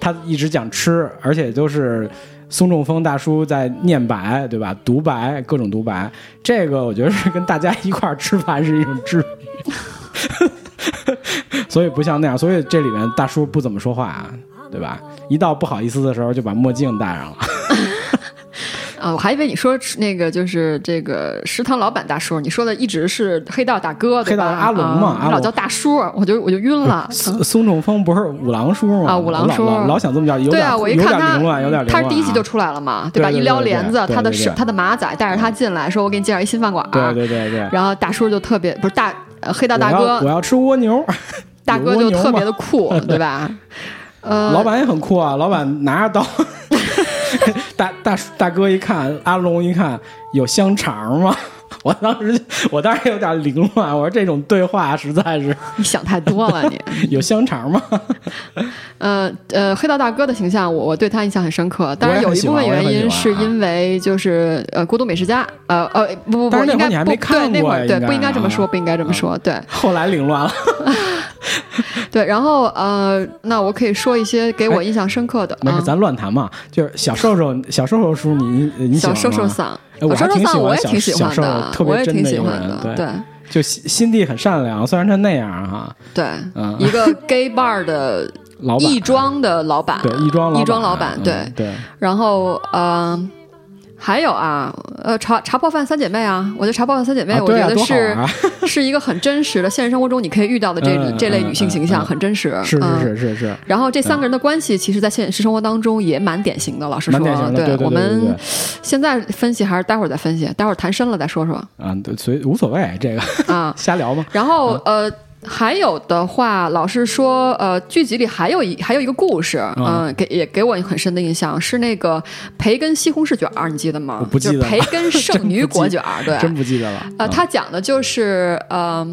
S1: 它一直讲吃，而且都是。松中峰大叔在念白，对吧？独白，各种独白，这个我觉得是跟大家一块儿吃饭是一种治愈， 所以不像那样。所以这里面大叔不怎么说话，啊对吧？一到不好意思的时候就把墨镜戴上了。
S2: 啊，我还以为你说吃那个就是这个食堂老板大叔，你说的一直是黑道大哥，对
S1: 黑道
S2: 吧
S1: 阿龙嘛
S2: 啊
S1: 阿龙
S2: 老叫大叔，我就我就晕 了。
S1: 松松中峰不是五郎叔吗？
S2: 啊五郎叔
S1: 我老老老想这么叫，有
S2: 对
S1: 点、
S2: 啊，我一
S1: 有
S2: 看
S1: 点
S2: 他
S1: 凌乱，有点凌乱、啊。
S2: 他是第一集就出来了嘛，吧？
S1: 对对对
S2: 一撩帘子
S1: 对，对
S2: 他的
S1: 对
S2: 是他的马仔带着他进来，说我给你介绍一新饭馆。
S1: 对对对对。
S2: 啊然后大叔就特别不是大呃黑道
S1: 我
S2: 大
S1: 要我
S2: 哥，
S1: 要吃蜗牛，
S2: 大哥就特别
S1: 的。
S2: 的酷， 对吧？呃，
S1: 老板也很酷啊，老板拿着刀， 大大叔大哥一看，阿龙一看有香肠吗？ 我当时我当时有点凌乱，我说这种对话实在是
S2: 你想太多了你。
S1: 有香肠吗？
S2: 呃呃，黑道大哥的形象，我我对他印象很深刻。当然，
S1: 我也
S2: 有
S1: 很
S2: 一
S1: 喜
S2: 部
S1: 欢
S2: 分原因是
S1: 我也很喜欢啊
S2: 因为就是呃，《孤独美食家》呃呃不不
S1: 但
S2: 不，
S1: 是那
S2: 应
S1: 会儿你
S2: 该
S1: 还
S2: 不
S1: 没看
S2: 对那
S1: 过
S2: 会
S1: 呀
S2: 儿对
S1: 应该
S2: 不应该这么说，
S1: 啊
S2: 不应该这么说，对
S1: 后来凌乱了，
S2: 对。然后呃，那我可以说一些给我印象深刻的
S1: 没
S2: 啊
S1: 事，，哎咱乱谈嘛。就是小瘦瘦，小瘦瘦叔你，你喜
S2: 小
S1: 欢
S2: 瘦瘦
S1: 吗
S2: 桑，
S1: 哎我还
S2: 小瘦瘦
S1: 挺喜
S2: 桑
S1: 欢
S2: 我也
S1: 小
S2: 挺喜
S1: 小
S2: 欢
S1: 瘦
S2: 的，
S1: 特别
S2: 我也
S1: 真
S2: 挺
S1: 的
S2: 喜
S1: 一个
S2: 欢
S1: 人
S2: 的，
S1: 对
S2: 对
S1: 就心心地很善良，虽然他那样啊哈，
S2: 对，
S1: 嗯
S2: 一个 gay bar 的
S1: 老板
S2: 亦庄的老板，
S1: 对亦庄老
S2: 亦庄老板
S1: 板，
S2: 对
S1: 嗯对，
S2: 然后呃，还有啊，呃，茶茶泡饭三姐妹啊，我觉得茶泡饭三姐妹，
S1: 啊
S2: 我
S1: 对啊
S2: 觉得
S1: 多好
S2: 是、
S1: 啊
S2: 是一个很真实的现实生活中你可以遇到的这、
S1: 嗯
S2: 这类
S1: 嗯
S2: 女性形象，
S1: 嗯嗯
S2: 很真实。
S1: 是
S2: 嗯
S1: 是是嗯是是，
S2: 然后这三个人的关系，其实，在现实生活当中也蛮典型的。老实说，
S1: 蛮典型的，对对
S2: 我
S1: 对对对
S2: 们现在分析还是待会儿再分析，待会儿谈深了再说说
S1: 啊，对所以无所谓 这个
S2: 啊。
S1: 瞎聊嘛。
S2: 然后
S1: 嗯
S2: 呃，还有的话，老实说，呃，剧集里还有一还有一个故事，嗯、给也给我很深的印象，是那个培根西红柿卷儿，你记得吗？
S1: 我不记得
S2: 就是培根剩女果卷儿，对，
S1: 真不记得了
S2: 呃，他讲的就是呃，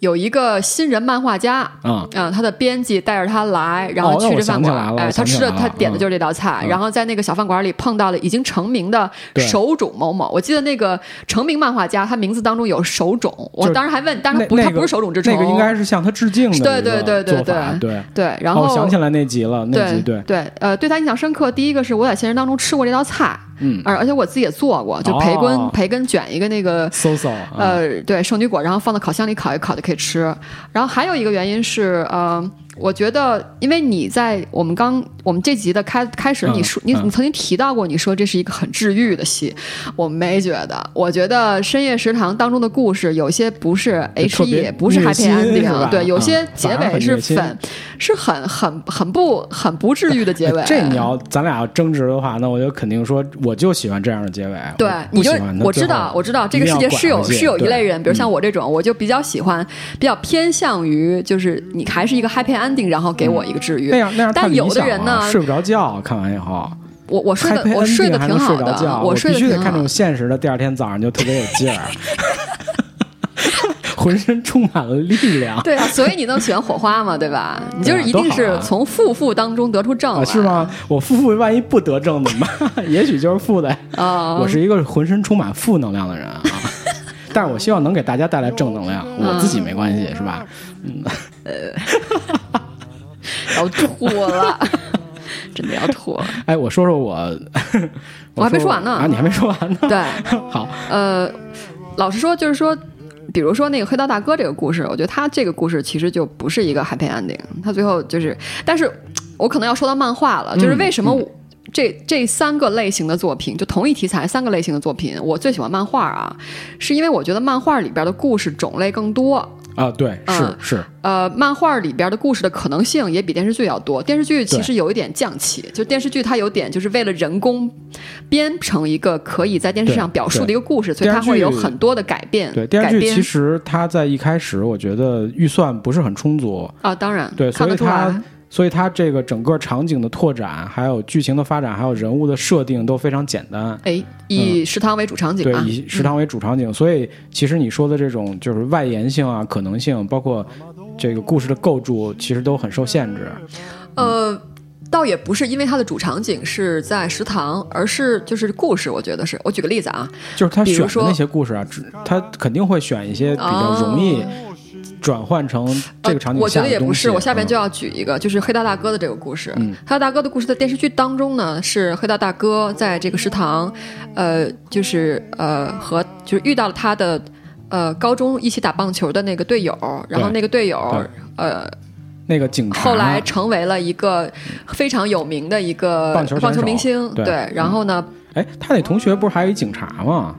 S2: 有一个新人漫画家。
S1: 啊，
S2: 嗯，他的编辑带着他来，然后
S1: 哦那
S2: 去
S1: 我
S2: 这饭
S1: 想起
S2: 馆，
S1: 来了
S2: 哎，
S1: 我
S2: 他
S1: 想起
S2: 吃的
S1: 来
S2: 他
S1: 了
S2: 点的
S1: 嗯
S2: 就是这道菜，
S1: 嗯
S2: 然后在那个小饭馆里碰到了已经成名的
S1: 对
S2: 手冢某某。我记得那个成名漫画家，他名字当中有手冢，我
S1: 就是
S2: 当时还问，但
S1: 那
S2: 是不，
S1: 那
S2: 他
S1: 个
S2: 不是手冢治虫，
S1: 那个应该是向他致敬的一
S2: 对
S1: 个
S2: 对对对
S1: 做法
S2: 对
S1: 对。
S2: 对，然
S1: 哦
S2: 后、
S1: 我想起来那集了，那集
S2: 对
S1: 对，
S2: 呃，对他印象深刻。第一个是我在现实当中吃过这道菜，
S1: 嗯，
S2: 而而且我自己也做过，就培根、
S1: 哦
S2: 培根卷一个那个。
S1: 搜搜啊，
S2: 呃，对，圣女果，然后放到烤箱里烤一烤就可以吃。然后还有一个原因是，呃，我觉得，因为你在我们刚我们这集的开开始，
S1: 嗯
S2: 你说、你
S1: 嗯
S2: 你曾经提到过，你说这是一个很治愈的戏，我没觉得。我觉得深夜食堂当中的故事有些不是
S1: 就特
S2: H
S1: 别
S2: E，不是
S1: 虐
S2: happy
S1: 心是
S2: ending，
S1: 吧
S2: 对，有
S1: 嗯
S2: 些结
S1: 反而
S2: 尾
S1: 很
S2: 是
S1: 虐心
S2: 粉，是很很很不很不治愈的结尾。
S1: 哎这你要咱俩要争执的话，那我就肯定说我就喜欢这样的结尾，
S2: 对
S1: 我，不
S2: 你就
S1: 喜欢他
S2: 我
S1: 最
S2: 知
S1: 后
S2: 道，我知道这
S1: 一
S2: 个
S1: 定
S2: 世
S1: 要
S2: 界
S1: 拐
S2: 是有
S1: 回去
S2: 是有一
S1: 对
S2: 类人，比如
S1: 嗯
S2: 像我这种，我就比较喜欢，比较偏向于就是你还是一个 happy ending，然后给我一个治愈
S1: 那。样那样太
S2: 但
S1: 理
S2: 有的
S1: 想
S2: 人
S1: 了
S2: 呢
S1: 睡不着觉，看完以后，
S2: 我我睡的
S1: Happy
S2: 我睡
S1: ending
S2: 得
S1: 还
S2: 挺
S1: 能
S2: 好
S1: 睡着觉
S2: 的，
S1: 我
S2: 睡得
S1: 必须得
S2: 挺
S1: 看这
S2: 好
S1: 种。现实的，第二天早上就特别有劲儿， 浑身充满了力量。
S2: 对啊，所以你能选火花嘛，对吧？你就是一
S1: 多
S2: 定
S1: 好
S2: 是
S1: 啊
S2: 从负负当中得出正来、
S1: 啊，是？吗？我负万一不得正怎么办？ 也许就是负的呀。
S2: 啊、
S1: 我是一个浑身充满负能量的人啊， 但是我希望能给大家带来正能量。我自己没关系，是吧？
S2: 要吐 了，真的要吐了。
S1: 哎，我说说我，
S2: 我还没说完呢
S1: 啊，你还没说完呢。
S2: 对，
S1: 好，
S2: 呃，老实说，就是说，比如说那个黑道大哥这个故事，我觉得他这个故事其实就不是一个 happy ending，他最后就是，但是我可能要说到漫画了，就是为什么我这、这三个类型的作品，就同一题材三个类型的作品，我最喜欢漫画啊，是因为我觉得漫画里边的故事种类更多。
S1: 啊，对，是
S2: 嗯
S1: 是，
S2: 呃，漫画里边的故事的可能性也比电视剧要多。电视剧其实有一点降气，就电视剧它有点就是为了人工编成一个可以在电视上表述的一个故事，所以它会有很多的改变。
S1: 对电视
S2: 改
S1: 剧
S2: 编
S1: 其实它在一开始，我觉得预算不是很充足，
S2: 啊，当然
S1: 对，所
S2: 看得
S1: 以
S2: 出来
S1: 它。所以它这个整个场景的拓展，还有剧情的发展，还有人物的设定都非常简单。
S2: 哎，以食堂为主场景
S1: 嗯对，
S2: 啊，
S1: 以食堂为主场景，所以其实你说的这种就是外延性啊、可能性，包括这个故事的构筑，其实都很受限制。
S2: 呃，倒也不是因为它的主场景是在食堂，而是就是故事，我觉得是。我举个例子啊，
S1: 就是他
S2: 比如
S1: 选的
S2: 说
S1: 那些故事啊，只他肯定会选一些比较容易转换成这个场景
S2: 哦呃我觉
S1: 下
S2: 得
S1: 的
S2: 也
S1: 东
S2: 不
S1: 西。
S2: 是，我下边就
S1: 嗯
S2: 要举一个，就是黑道大哥的这个故事。黑道大哥的故事在电视剧当中呢，是黑道大哥在这个食堂，呃，就是呃和就是遇到了他的呃高中一起打棒球的那个队友，然后
S1: 对
S2: 那个队友
S1: 对
S2: 呃
S1: 那个警察，
S2: 后来成为了一个非常有名的一个
S1: 棒球选手
S2: 明星，
S1: 对
S2: 然后呢，
S1: 哎，他那同学不是还有一警察吗？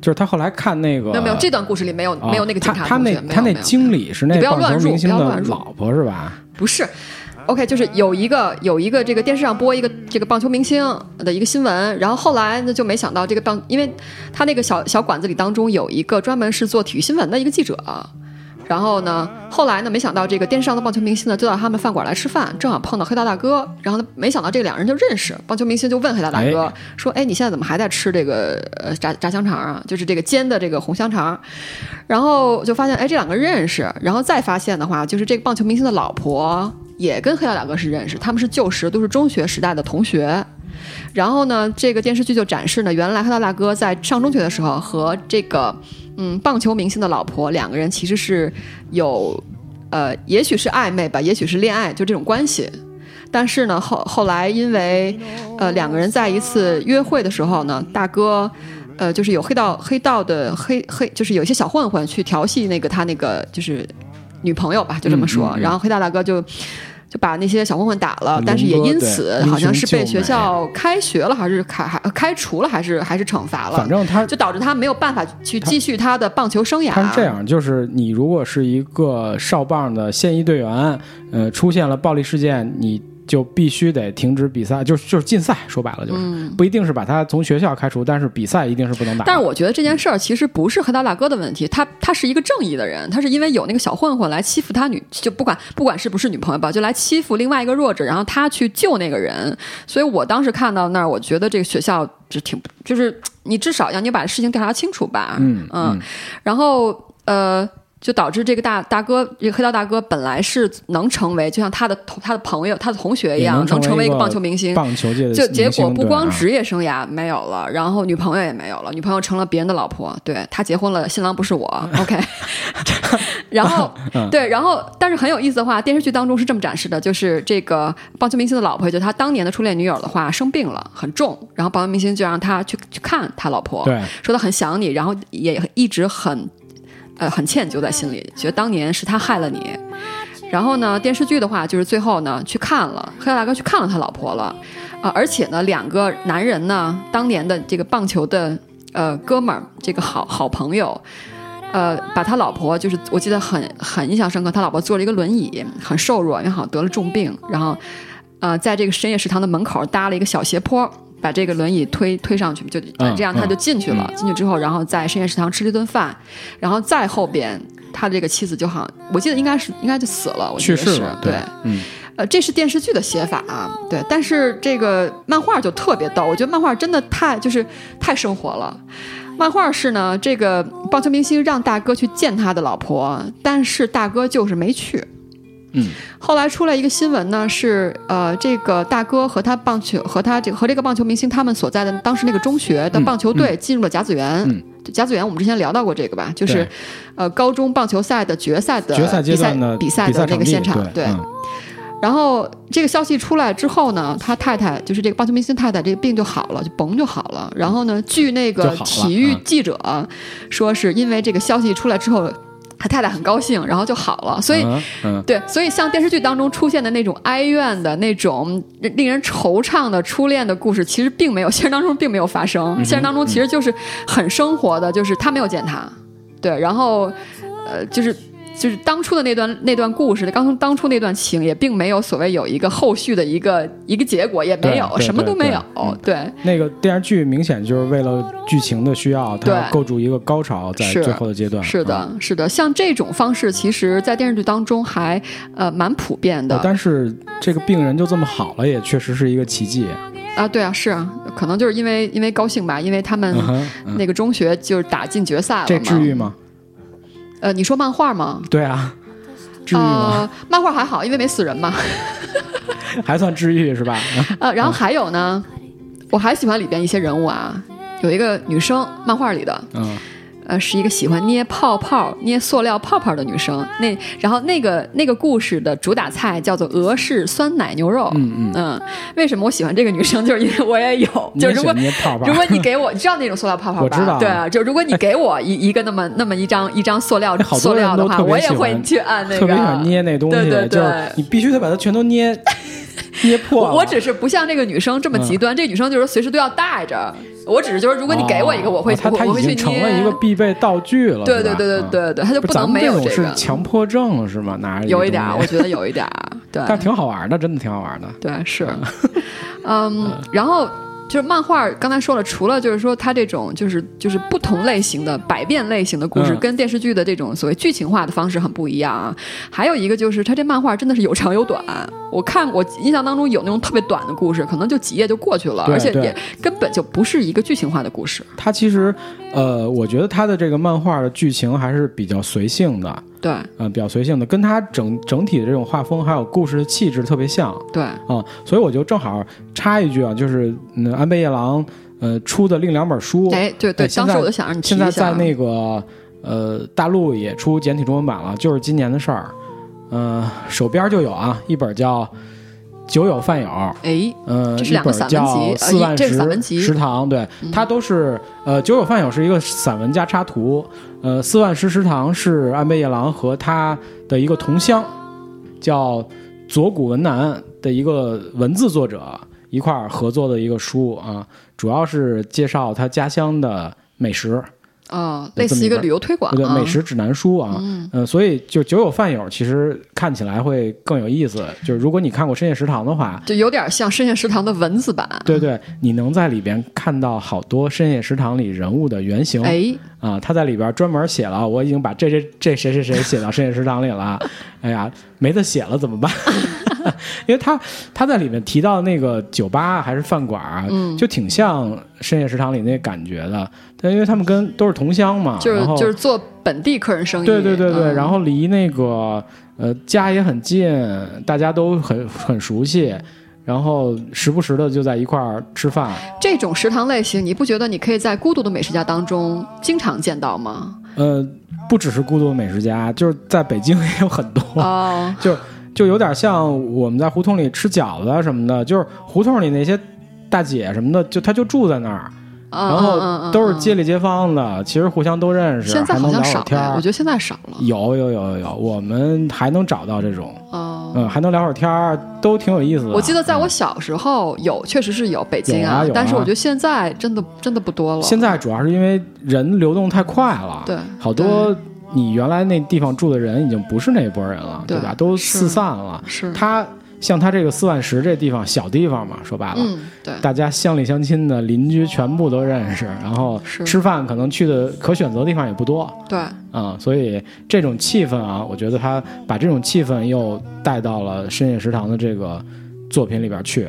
S1: 就是他后来看那个
S2: 没有没有这段故事里没有、
S1: 啊
S2: 没有那个警察
S1: 他他
S2: 同学
S1: 那
S2: 没有
S1: 他那
S2: 没有
S1: 经理是那
S2: 你不要
S1: 棒
S2: 乱
S1: 球
S2: 入
S1: 明星
S2: 不要
S1: 的
S2: 乱入
S1: 老婆是吧？
S2: 不是，OK，就是有一个有一个这个电视上播一个这个棒球明星的一个新闻，然后后来呢就没想到这个棒，因为他那个小小馆子里当中有一个专门是做体育新闻的一个记者。啊然后呢，后来呢，没想到这个电视上的棒球明星呢，就到他们饭馆来吃饭，正好碰到黑道大哥。然后呢，没想到这两人就认识，棒球明星就问黑道大哥、
S1: 哎
S2: 说：“哎，你现在怎么还在吃这个呃炸炸香肠啊？就是这个煎的这个红香肠。”啊然后就发现，哎，这两个认识，然后再发现的话，就是这个棒球明星的老婆也跟黑道大哥是认识，他们是旧识，都是中学时代的同学。然后呢，这个电视剧就展示呢，原来黑道大哥在上中学的时候和这个嗯棒球明星的老婆两个人其实是有呃，也许是暧昧吧，也许是恋爱，就这种关系。但是呢，后后来因为呃两个人在一次约会的时候呢，大哥。呃，就是有黑道黑道的黑黑，就是有一些小混混去调戏那个他那个就是女朋友吧，就这么说。然后黑道大哥就就把那些小混混打了，
S1: 嗯
S2: 但是也
S1: 龙哥
S2: 因
S1: 对
S2: 此
S1: 英雄
S2: 好像是
S1: 救
S2: 被
S1: 美
S2: 学校哦开学了，还是开还开除了，还是还是惩罚了
S1: 反，正他
S2: 就导致他没有办法去继续他的棒球生涯。
S1: 他是这样，就是你如果是一个少棒的现役队员，呃，出现了暴力事件，你就必须得停止比赛，就是就是禁赛。说白了就是、不一定是把他从学校开除，但是比赛一定是不能打。
S2: 嗯但是我觉得这件事儿其实不是黑道大哥的问题，他他是一个正义的人，他是因为有那个小混混来欺负他女，就不管不管是不是女朋友吧，就来欺负另外一个弱者，然后他去救那个人。所以我当时看到那儿，我觉得这个学校这挺就是你至少要你把事情调查清楚吧，
S1: 嗯嗯
S2: 然后呃。就导致这个大大哥，这个黑道大哥本来是能成为，就像他的同他的朋友、他的同学一
S1: 也
S2: 样，能成
S1: 成
S2: 为
S1: 一
S2: 一个棒球明星，
S1: 棒球界的
S2: 就结
S1: 明星
S2: 果不
S1: 对
S2: 光
S1: 啊
S2: 职业生涯没有了，然后女朋友也没有了，女朋友成了别人的老婆。对他结婚了，新郎 不是我。OK，然后
S1: 嗯
S2: 对，然后但是很有意思的话，电视剧当中是这么展示的，就是这个棒球明星的老婆，就他当年的初恋女友的话生病了，很重，然后棒球明星就让他去去看他老婆，
S1: 对
S2: 说他很想你，然后也一直很呃很歉疚在心里，觉得当年是他害了你。然后呢，电视剧的话就是最后呢去看了，黑道大哥去看了他老婆了，啊、而且呢，两个男人呢，当年的这个棒球的呃哥们儿，这个好好朋友。呃，把他老婆就是我记得很很印象深刻，他老婆坐了一个轮椅，很瘦弱，因为好像得了重病，然后呃，在这个深夜食堂的门口搭了一个小斜坡，把这个轮椅推推上去，就
S1: 嗯
S2: 这样他就进去了。进去之后，然后在深夜食堂吃了一顿饭，然后再后边他这个妻子就好像我记得应该是应该就死了，我记得
S1: 去世
S2: 是
S1: 了
S2: 对
S1: 对嗯
S2: 呃，这是电视剧的写法啊，对，但是这个漫画就特别逗，我觉得漫画真的太就是太生活了。漫画是呢，这个棒球明星让大哥去见他的老婆，但是大哥就是没去。
S1: 嗯，
S2: 后来出来一个新闻呢，是呃，这个大哥和他棒球和他这个和这个棒球明星他们所在的当时那个中学的
S1: 嗯
S2: 棒球队进入了甲子园。
S1: 嗯
S2: 就甲子园我们之前聊到过这个吧，就是
S1: 对
S2: 呃高中棒球赛的决赛的
S1: 决赛阶段的
S2: 比赛
S1: 比
S2: 的
S1: 赛
S2: 那
S1: 场
S2: 个
S1: 地
S2: 现场，
S1: 对，嗯
S2: 然后这个消息出来之后呢，他太太就是这个棒球明星太太，这个病就好了，就甭就好了。然后呢，据那
S1: 就
S2: 个
S1: 好了
S2: 体育
S1: 嗯
S2: 记者说，是因为这个消息出来之后，他太太很高兴，然后就好了。所以，
S1: 嗯嗯
S2: 对，所以像电视剧当中出现的那种哀怨的那种令人惆怅的初恋的故事，其实并没有， 现实当中并没有发
S1: 嗯
S2: 生。现实当中其实就是很生活的，就是他没有见他，对，然后呃，就是就是当初的那段那段故事，刚当初那段情也并没有所谓有一个后续的一个一个结果，也没有
S1: 对对嗯
S2: 什么都没有，对。
S1: 那个电视剧明显就是为了剧情的需要，它
S2: 对
S1: 要构筑一个高潮，在
S2: 是
S1: 最后的阶段。嗯
S2: 是的，是的，像这种方式，其实，在电视剧当中还呃蛮普遍
S1: 嗯，
S2: 的。
S1: 但是这个病人就这么好了，也确实是一个奇迹。
S2: 啊，对啊，是啊，可能就是因为因为高兴吧，因为他们
S1: 嗯哼，
S2: 那个中学就是打进决赛了嘛。
S1: 这治愈吗？
S2: 呃，你说漫画吗？
S1: 对啊，治愈吗？
S2: 呃，漫画还好，因为没死人嘛。
S1: 嗯还算治愈是吧？
S2: 呃，然后还有呢，我还喜欢里边一些人物啊，有一个女生，漫画里的，
S1: 嗯，
S2: 呃，是一个喜欢捏泡泡、捏塑料泡泡的女生。那然后那个那个故事的主打菜叫做俄式酸奶牛肉。
S1: 嗯嗯
S2: 为什么我喜欢这个女生？就是因为我也有，
S1: 你
S2: 就
S1: 也
S2: 是
S1: 喜
S2: 如果
S1: 欢捏泡泡
S2: 如。果你给我，你知道那种塑料泡泡吧？
S1: 我知道啊
S2: 对啊，就如果你给我一 一个那么那么一张一张塑料
S1: 哎好
S2: 塑
S1: 多人
S2: 料的
S1: 都
S2: 话，
S1: 特别
S2: 我也
S1: 喜欢
S2: 会去按那个，
S1: 特别想捏 那东西，
S2: 对对对
S1: 就是你必须得把它全都 捏捏破
S2: 我
S1: 了。嗯
S2: 我只是不像这个女生这么极端，这个女生就是随时都要带着。我只是就是，如果你给我一个，
S1: 哦
S2: 我会、
S1: 哦它它
S2: 我会
S1: 已
S2: 去
S1: 经成了
S2: 捏
S1: 一个必备道具了。
S2: 对
S1: 是吧
S2: 对对对
S1: 嗯
S2: 对对，她就
S1: 不是
S2: 能
S1: 咱们
S2: 没有
S1: 这
S2: 这
S1: 种
S2: 个
S1: 是。强迫症是吗？拿着
S2: 有
S1: 一
S2: 一点啊儿，我
S1: 得，
S2: 觉 得有一点儿，对
S1: 但挺好玩的，真的挺好玩的。
S2: 对是，嗯，然后就是漫画，刚才说了，除了就是说它这种就是就是不同类型的百变类型的故事，
S1: 嗯
S2: 跟电视剧的这种所谓剧情化的方式很不一样啊。还有一个就是它这漫画真的是有长有短，我看我印象当中有那种特别短的故事，可能就几页就过去了，
S1: 对
S2: 而且
S1: 对
S2: 也根本就不是一个剧情化的故事。
S1: 它其实，呃，我觉得它的这个漫画的剧情还是比较随性的，
S2: 对
S1: 呃，比较随性的，跟它整整体的这种画风还有故事的气质特别像
S2: 对，
S1: 啊、所以我就正好插一句啊，就是嗯，安倍夜郎呃出的另两本书，
S2: 哎对对，
S1: 现
S2: 当
S1: 在
S2: 时我就想让你提
S1: 现
S2: 一
S1: 在
S2: 下，
S1: 在那个呃大陆也出简体中文版了，就是今年的事儿。呃，手边就有啊，一本叫《酒友饭友》，
S2: 哎
S1: 呃，
S2: 这是
S1: 一
S2: 两个
S1: 本
S2: 散文
S1: 叫
S2: 集呃
S1: 四
S2: 一
S1: 万
S2: 这是
S1: 石
S2: 散文集嗯
S1: 食堂，对，它都是呃，九友饭友是一个散文加插图，呃，四万石食堂是安倍夜郎和他的一个同乡，叫佐古文男的一个文字作者一块儿合作的一个书啊，主要是介绍他家乡的美食，
S2: 哦，
S1: 有
S2: 类
S1: 这么
S2: 似
S1: 一
S2: 一个
S1: 本
S2: 旅游推广、啊，
S1: 对美食指南书啊，嗯、所以就酒友饭友其实看起来会更有意思，就是如果你看过深夜食堂的话，
S2: 就有点像深夜食堂的文字版。
S1: 对对，你能在里边看到好多深夜食堂里人物的原型。
S2: 哎，
S1: 啊，他在里边专门写了，我已经把这这这谁谁谁写到深夜食堂里 了。哎呀，没得写了怎么办？ 因为他他在里面提到那个酒吧啊还是饭馆啊，
S2: 嗯
S1: 就挺像深夜食堂里那感觉的。但因为他们跟都是同乡嘛，
S2: 就是
S1: 啊然后
S2: 就是做本地客人生意。
S1: 对对对对，
S2: 嗯
S1: 然后离那个呃家也很近，大家都很很熟悉，然后时不时的就在一块儿吃饭。
S2: 这种食堂类型，你不觉得你可以在孤独的美食家当中经常见到吗？
S1: 呃，不只是孤独的美食家，就是在北京也有很多，
S2: 哦，
S1: 就就有点像我们在胡同里吃饺子啊什么的，就是胡同里那些大姐什么的，就她就住在那儿，
S2: 然
S1: 然后都是街。
S2: 嗯嗯嗯嗯
S1: 里街坊的，其实互相都认识，
S2: 现在
S1: 还
S2: 好
S1: 能聊
S2: 像少
S1: 会儿天
S2: 了，我
S1: 儿
S2: 觉。得现在少了。
S1: 有有有有有，我们还能找到这种，
S2: 哦，
S1: 嗯，还能聊会儿天儿，都挺有意思的。
S2: 我记得在我小时候有，确实是有北京
S1: 嗯有啊有啊
S2: 但是我觉得现在真的真的不多了。
S1: 现在主要是因为人流动太快了，
S2: 对
S1: 好多你原来那地方住的人已经不是那波人了，对
S2: 对
S1: 吧？都
S2: 是
S1: 四散了。
S2: 是
S1: 他像他这个四万石这地方小地方嘛，说白了，
S2: 嗯，对，
S1: 大家乡里乡亲的邻居全部都认识，然后
S2: 是
S1: 吃饭可能去的可选择地方也不多
S2: 对，
S1: 啊、所以这种气氛啊，我觉得他把这种气氛又带到了深夜食堂的这个作品里边去。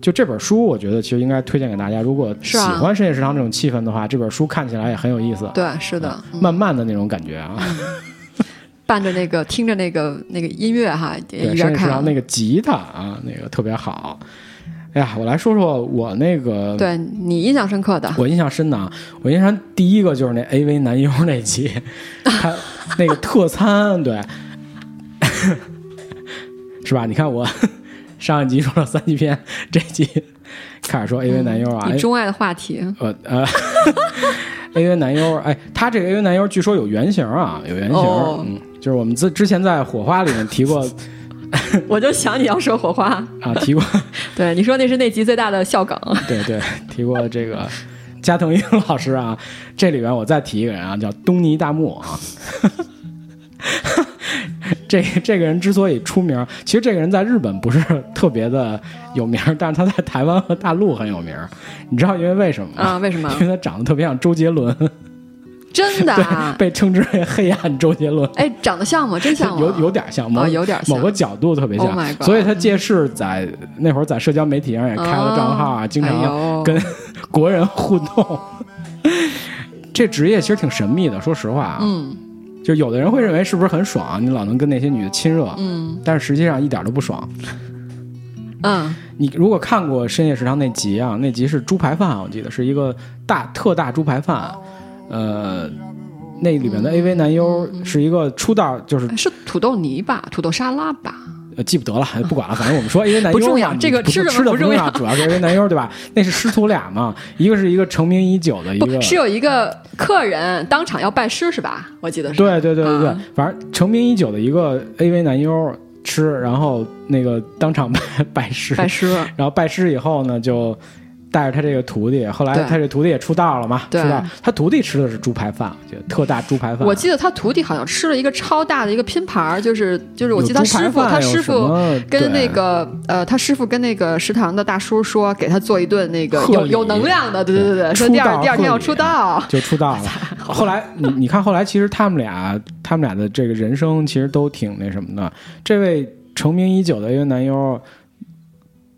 S1: 就这本书，我觉得其实应该推荐给大家。如果喜
S2: 是啊
S1: 欢深夜食堂这种气氛的话，这本书看起来也很有意思，
S2: 对，是的，嗯
S1: 慢慢的那种感觉啊。
S2: 伴着那个听着那个那个音乐哈，
S1: 对，
S2: 一
S1: 甚
S2: 边
S1: 至
S2: 看
S1: 上那个吉他啊，那个特别好。哎呀，我来说说我那个，
S2: 对你印象深刻的，
S1: 我印象深的啊，我印象第一个就是那 AV 男优那 集，他那个特餐，对， 是吧？你看我 上一集说了三级片，这集开始说 AV 男优啊，
S2: 嗯你
S1: 哎
S2: 钟爱的话题，
S1: 呃呃 ，AV 男优，哎，他这个 AV 男优据说有原型啊，有原型，
S2: 哦
S1: 嗯，就是我们之之前在火花里面提 过
S2: 我就想你要说火花，
S1: 啊，提过。
S2: 对，你说那是那集最大的笑梗，
S1: 对对，提过这个加藤鹰老师啊，这里边我再提一个人啊，叫东尼大木啊。 这这个人之所以出名，其实这个人在日本不是特别的有名，但是他在台湾和大陆很有名。你知道因为为什么吗？
S2: 啊为什么
S1: 因为他长得特别像周杰伦，
S2: 真的啊，
S1: 被称之为黑暗周杰伦。
S2: 哎，长得像吗？真像吗？
S1: 有有点像，某、
S2: 啊有点像
S1: 某个角度特别
S2: Oh
S1: 像
S2: my god
S1: 所以他借势在那会儿在社交媒体上也开了账号啊，
S2: 哦
S1: 经
S2: 哎
S1: 常
S2: 呦
S1: 跟国人互动。 这职业其实挺神秘的，说实话啊，
S2: 嗯
S1: 就有的人会认为是不是很爽，你老能跟那些女的亲热，
S2: 嗯
S1: 但是实际上一点都不爽。
S2: 嗯，
S1: 你如果看过《深夜食堂》那集啊，那集是猪排饭，我记得是一个大特大猪排饭，呃，那里
S2: 嗯
S1: 面的 AV 男优是一个出道就是
S2: 哎是土豆泥吧，土豆沙拉吧，
S1: 呃，记不得了， 不管了，反正我们说因为男优
S2: 不重
S1: 嘛
S2: 要
S1: 你
S2: 这个
S1: 不
S2: 吃
S1: 吃
S2: 的
S1: 的
S2: 不重
S1: 重
S2: 要
S1: 主要是因为男优对吧？那是师徒俩嘛，一个是一个成名已久的一个
S2: 不，是有一个客人当场要拜师是吧？我记得是，
S1: 对对对对对，
S2: 啊
S1: 反正成名已久的一个 AV 男优吃，然后那个当场 拜拜师，
S2: 拜师，
S1: 然后拜师以后呢，就带着他这个徒弟，后来
S2: 对
S1: 他这徒弟也出道了嘛，
S2: 对
S1: 出道，他徒弟吃的是猪排饭，我觉得特大猪排饭，
S2: 我记得他徒弟好像吃了一个超大的一个拼盘儿，就是就是我记得他师傅，
S1: 有猪排饭
S2: 他
S1: 有
S2: 师
S1: 什
S2: 傅
S1: 么
S2: 跟那
S1: 对
S2: 个呃，他师傅跟那个食堂的大叔说，给他做一顿那个
S1: 贺
S2: 有
S1: 礼
S2: 有能量的，对
S1: 对
S2: 对对对，说第
S1: 出
S2: 二
S1: 道
S2: 第二天
S1: 贺
S2: 要
S1: 礼
S2: 出道，
S1: 就出 道了。后来你你看，后来其实他们俩他们俩的这个人生其实都挺那什么的。这位成名已久的一个男优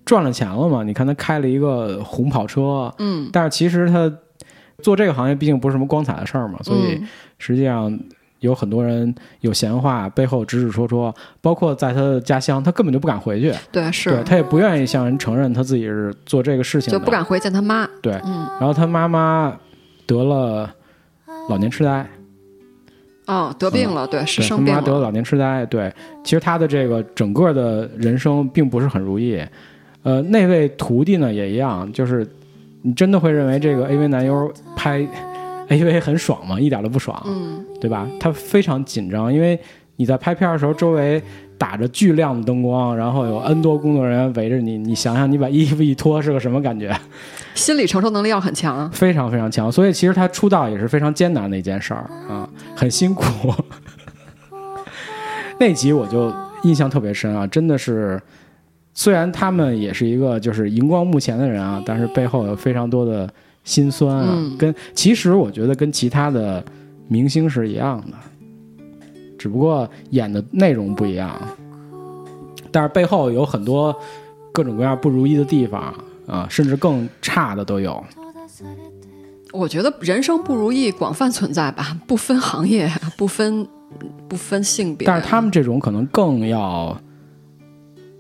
S1: 赚了钱了嘛？你看他开了一个红跑车，
S2: 嗯，
S1: 但是其实他做这个行业毕竟不是什么光彩的事儿嘛，所以
S2: 嗯
S1: 实际上。有很多人有闲话，背后指指戳戳，包括在他的家乡，他根本就不敢回去，
S2: 对
S1: 对
S2: 是
S1: 他也不愿意向人承认他自己是做这个事情的，
S2: 就不敢回见他妈，
S1: 对，
S2: 嗯
S1: 然后他妈妈得了老年痴呆，
S2: 哦，得病了，对是
S1: 嗯对，他
S2: 生病
S1: 妈得了
S2: 了，
S1: 老年痴呆，对，其实他的这个整个的人生并不是很如意。呃，那位徒弟呢也一样，就是你真的会认为这
S2: 嗯
S1: 个 AV 男优拍 AV 很爽吗？一点都不爽，
S2: 嗯
S1: 对吧？他非常紧张，因为你在拍片的时候，周围打着巨亮的灯光，然后有 N 多工作人员围着你，你想想，你把衣服一脱是个什么感觉？
S2: 心理承受能力要很强，
S1: 非常非常强，所以其实他出道也是非常艰难的一件事儿啊，很辛苦。 那集我就印象特别深啊，真的是，虽然他们也是一个就是荧光幕前的人啊，但是背后有非常多的辛酸啊，
S2: 嗯
S1: 跟其实我觉得跟其他的明星是一样的，只不过演的内容不一样，但是背后有很多各种各样不如意的地方啊，甚至更差的都有。
S2: 我觉得人生不如意广泛存在吧，不分行业，不分不分性别，
S1: 但是他们这种可能更要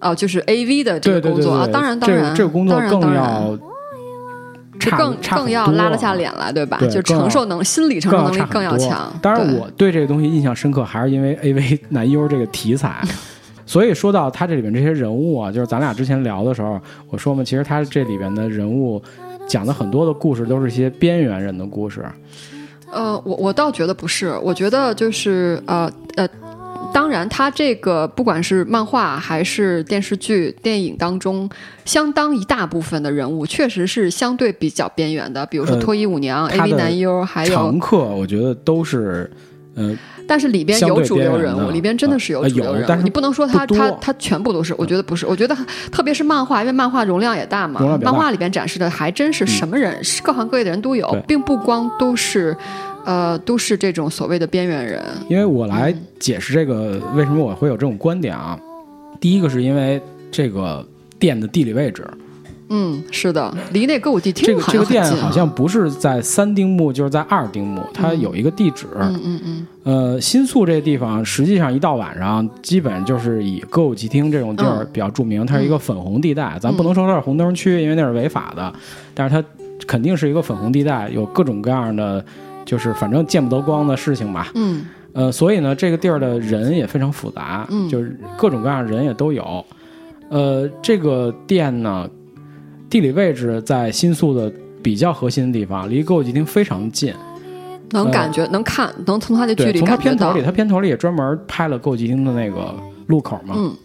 S2: 哦，就是 A V 的这
S1: 对
S2: 个
S1: 对
S2: 工
S1: 对
S2: 作啊，
S1: 对，
S2: 当然当
S1: 这个
S2: 然，
S1: 这个工作
S2: 当然
S1: 更
S2: 当然
S1: 要
S2: 就
S1: 差
S2: 更
S1: 差很
S2: 更要
S1: 多
S2: 拉得下脸来，对吧？
S1: 对
S2: 就
S1: 更要
S2: 承受能心理承受能力更
S1: 差
S2: 要
S1: 很多
S2: 强。
S1: 当然，
S2: 对
S1: 我对这个东西印象深刻，还是因为 AV 男优这个题 材。所以说到他这里面这些人物啊，就是咱俩之前聊的时候，我说嘛，其实他这里边的人物讲的很多的故事都是一些边缘人的故事。
S2: 呃，我我倒觉得不是，我觉得就是呃呃，当然，它这个不管是漫画还是电视剧、电影当中，相当一大部分的人物确实是相对比较边缘的，比如说
S1: 呃
S2: 脱衣舞娘、
S1: 他
S2: AV
S1: 的
S2: 男优，还有
S1: 常客我觉得都是呃，
S2: 但是里边
S1: 相
S2: 有
S1: 对
S2: 主
S1: 边
S2: 流
S1: 缘
S2: 人物，
S1: 的
S2: 里边真的是有
S1: 呃
S2: 主流
S1: 有
S2: 人物，
S1: 但是
S2: 你不能说
S1: 不
S2: 他他
S1: 多嗯
S2: 他全部都是，我觉得不是，我觉得特别是漫画，因为漫画容量也大嘛
S1: 容量，比较大嗯
S2: 漫画里边展示的还真是什么人，是各行各业的人都有
S1: 对，
S2: 并不光都是，呃，都是这种所谓的边缘人，
S1: 因为我来解释这个为什么我会有这种观点啊。第一个是因为这个店的地理位置，
S2: 嗯，是的，离那歌舞伎
S1: 这
S2: 厅
S1: 个
S2: 好
S1: 这
S2: 像
S1: 个
S2: 很近
S1: 店
S2: 啊，
S1: 好像不是在三丁目，就是在二丁目，它有一个地址。
S2: 嗯嗯嗯，
S1: 呃，新宿这地方，实际上一到晚上，基本就是以歌舞伎町这种地儿
S2: 嗯
S1: 比较著名，它是一个粉红地带。咱不能说它是红灯区，因为那是违法的，但是它肯定是一个粉红地带，有各种各样的，就是反正见不得光的事情吧。
S2: 嗯
S1: 呃，所以呢，这个地儿的人也非常复杂，
S2: 嗯
S1: 就是各种各样的人也都有。呃，这个店呢，地理位置在新宿的比较核心的地方，离歌舞伎町非常近。
S2: 能
S1: 呃
S2: 感觉能看，能从他的距
S1: 对，
S2: 离
S1: 从它
S2: 感觉
S1: 片头
S2: 到
S1: 里，，它片头里也专门拍了歌舞伎町的那个路口嘛。
S2: 嗯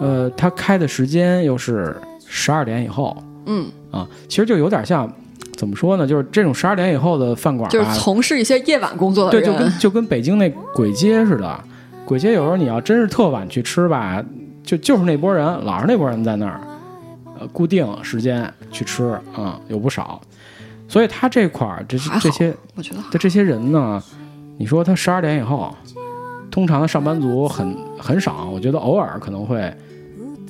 S1: 呃，它开的时间又是十二点以后
S2: 嗯，
S1: 啊，其实就有点像，怎么说呢？就是这种十二点以后的饭馆、啊，
S2: 就是从事一些夜晚工作的
S1: 对，
S2: 人，
S1: 就跟就跟北京那鬼街似的，鬼街有时候你要真是特晚去吃吧，就就是那波人，老是那波人在那儿，呃，固定时间去吃啊、嗯有不少。所以他这块儿这
S2: 还好
S1: 这些
S2: 我觉得
S1: 的这些人呢，你说他十二点以后，通常的上班族很很少，我觉得偶尔可能会，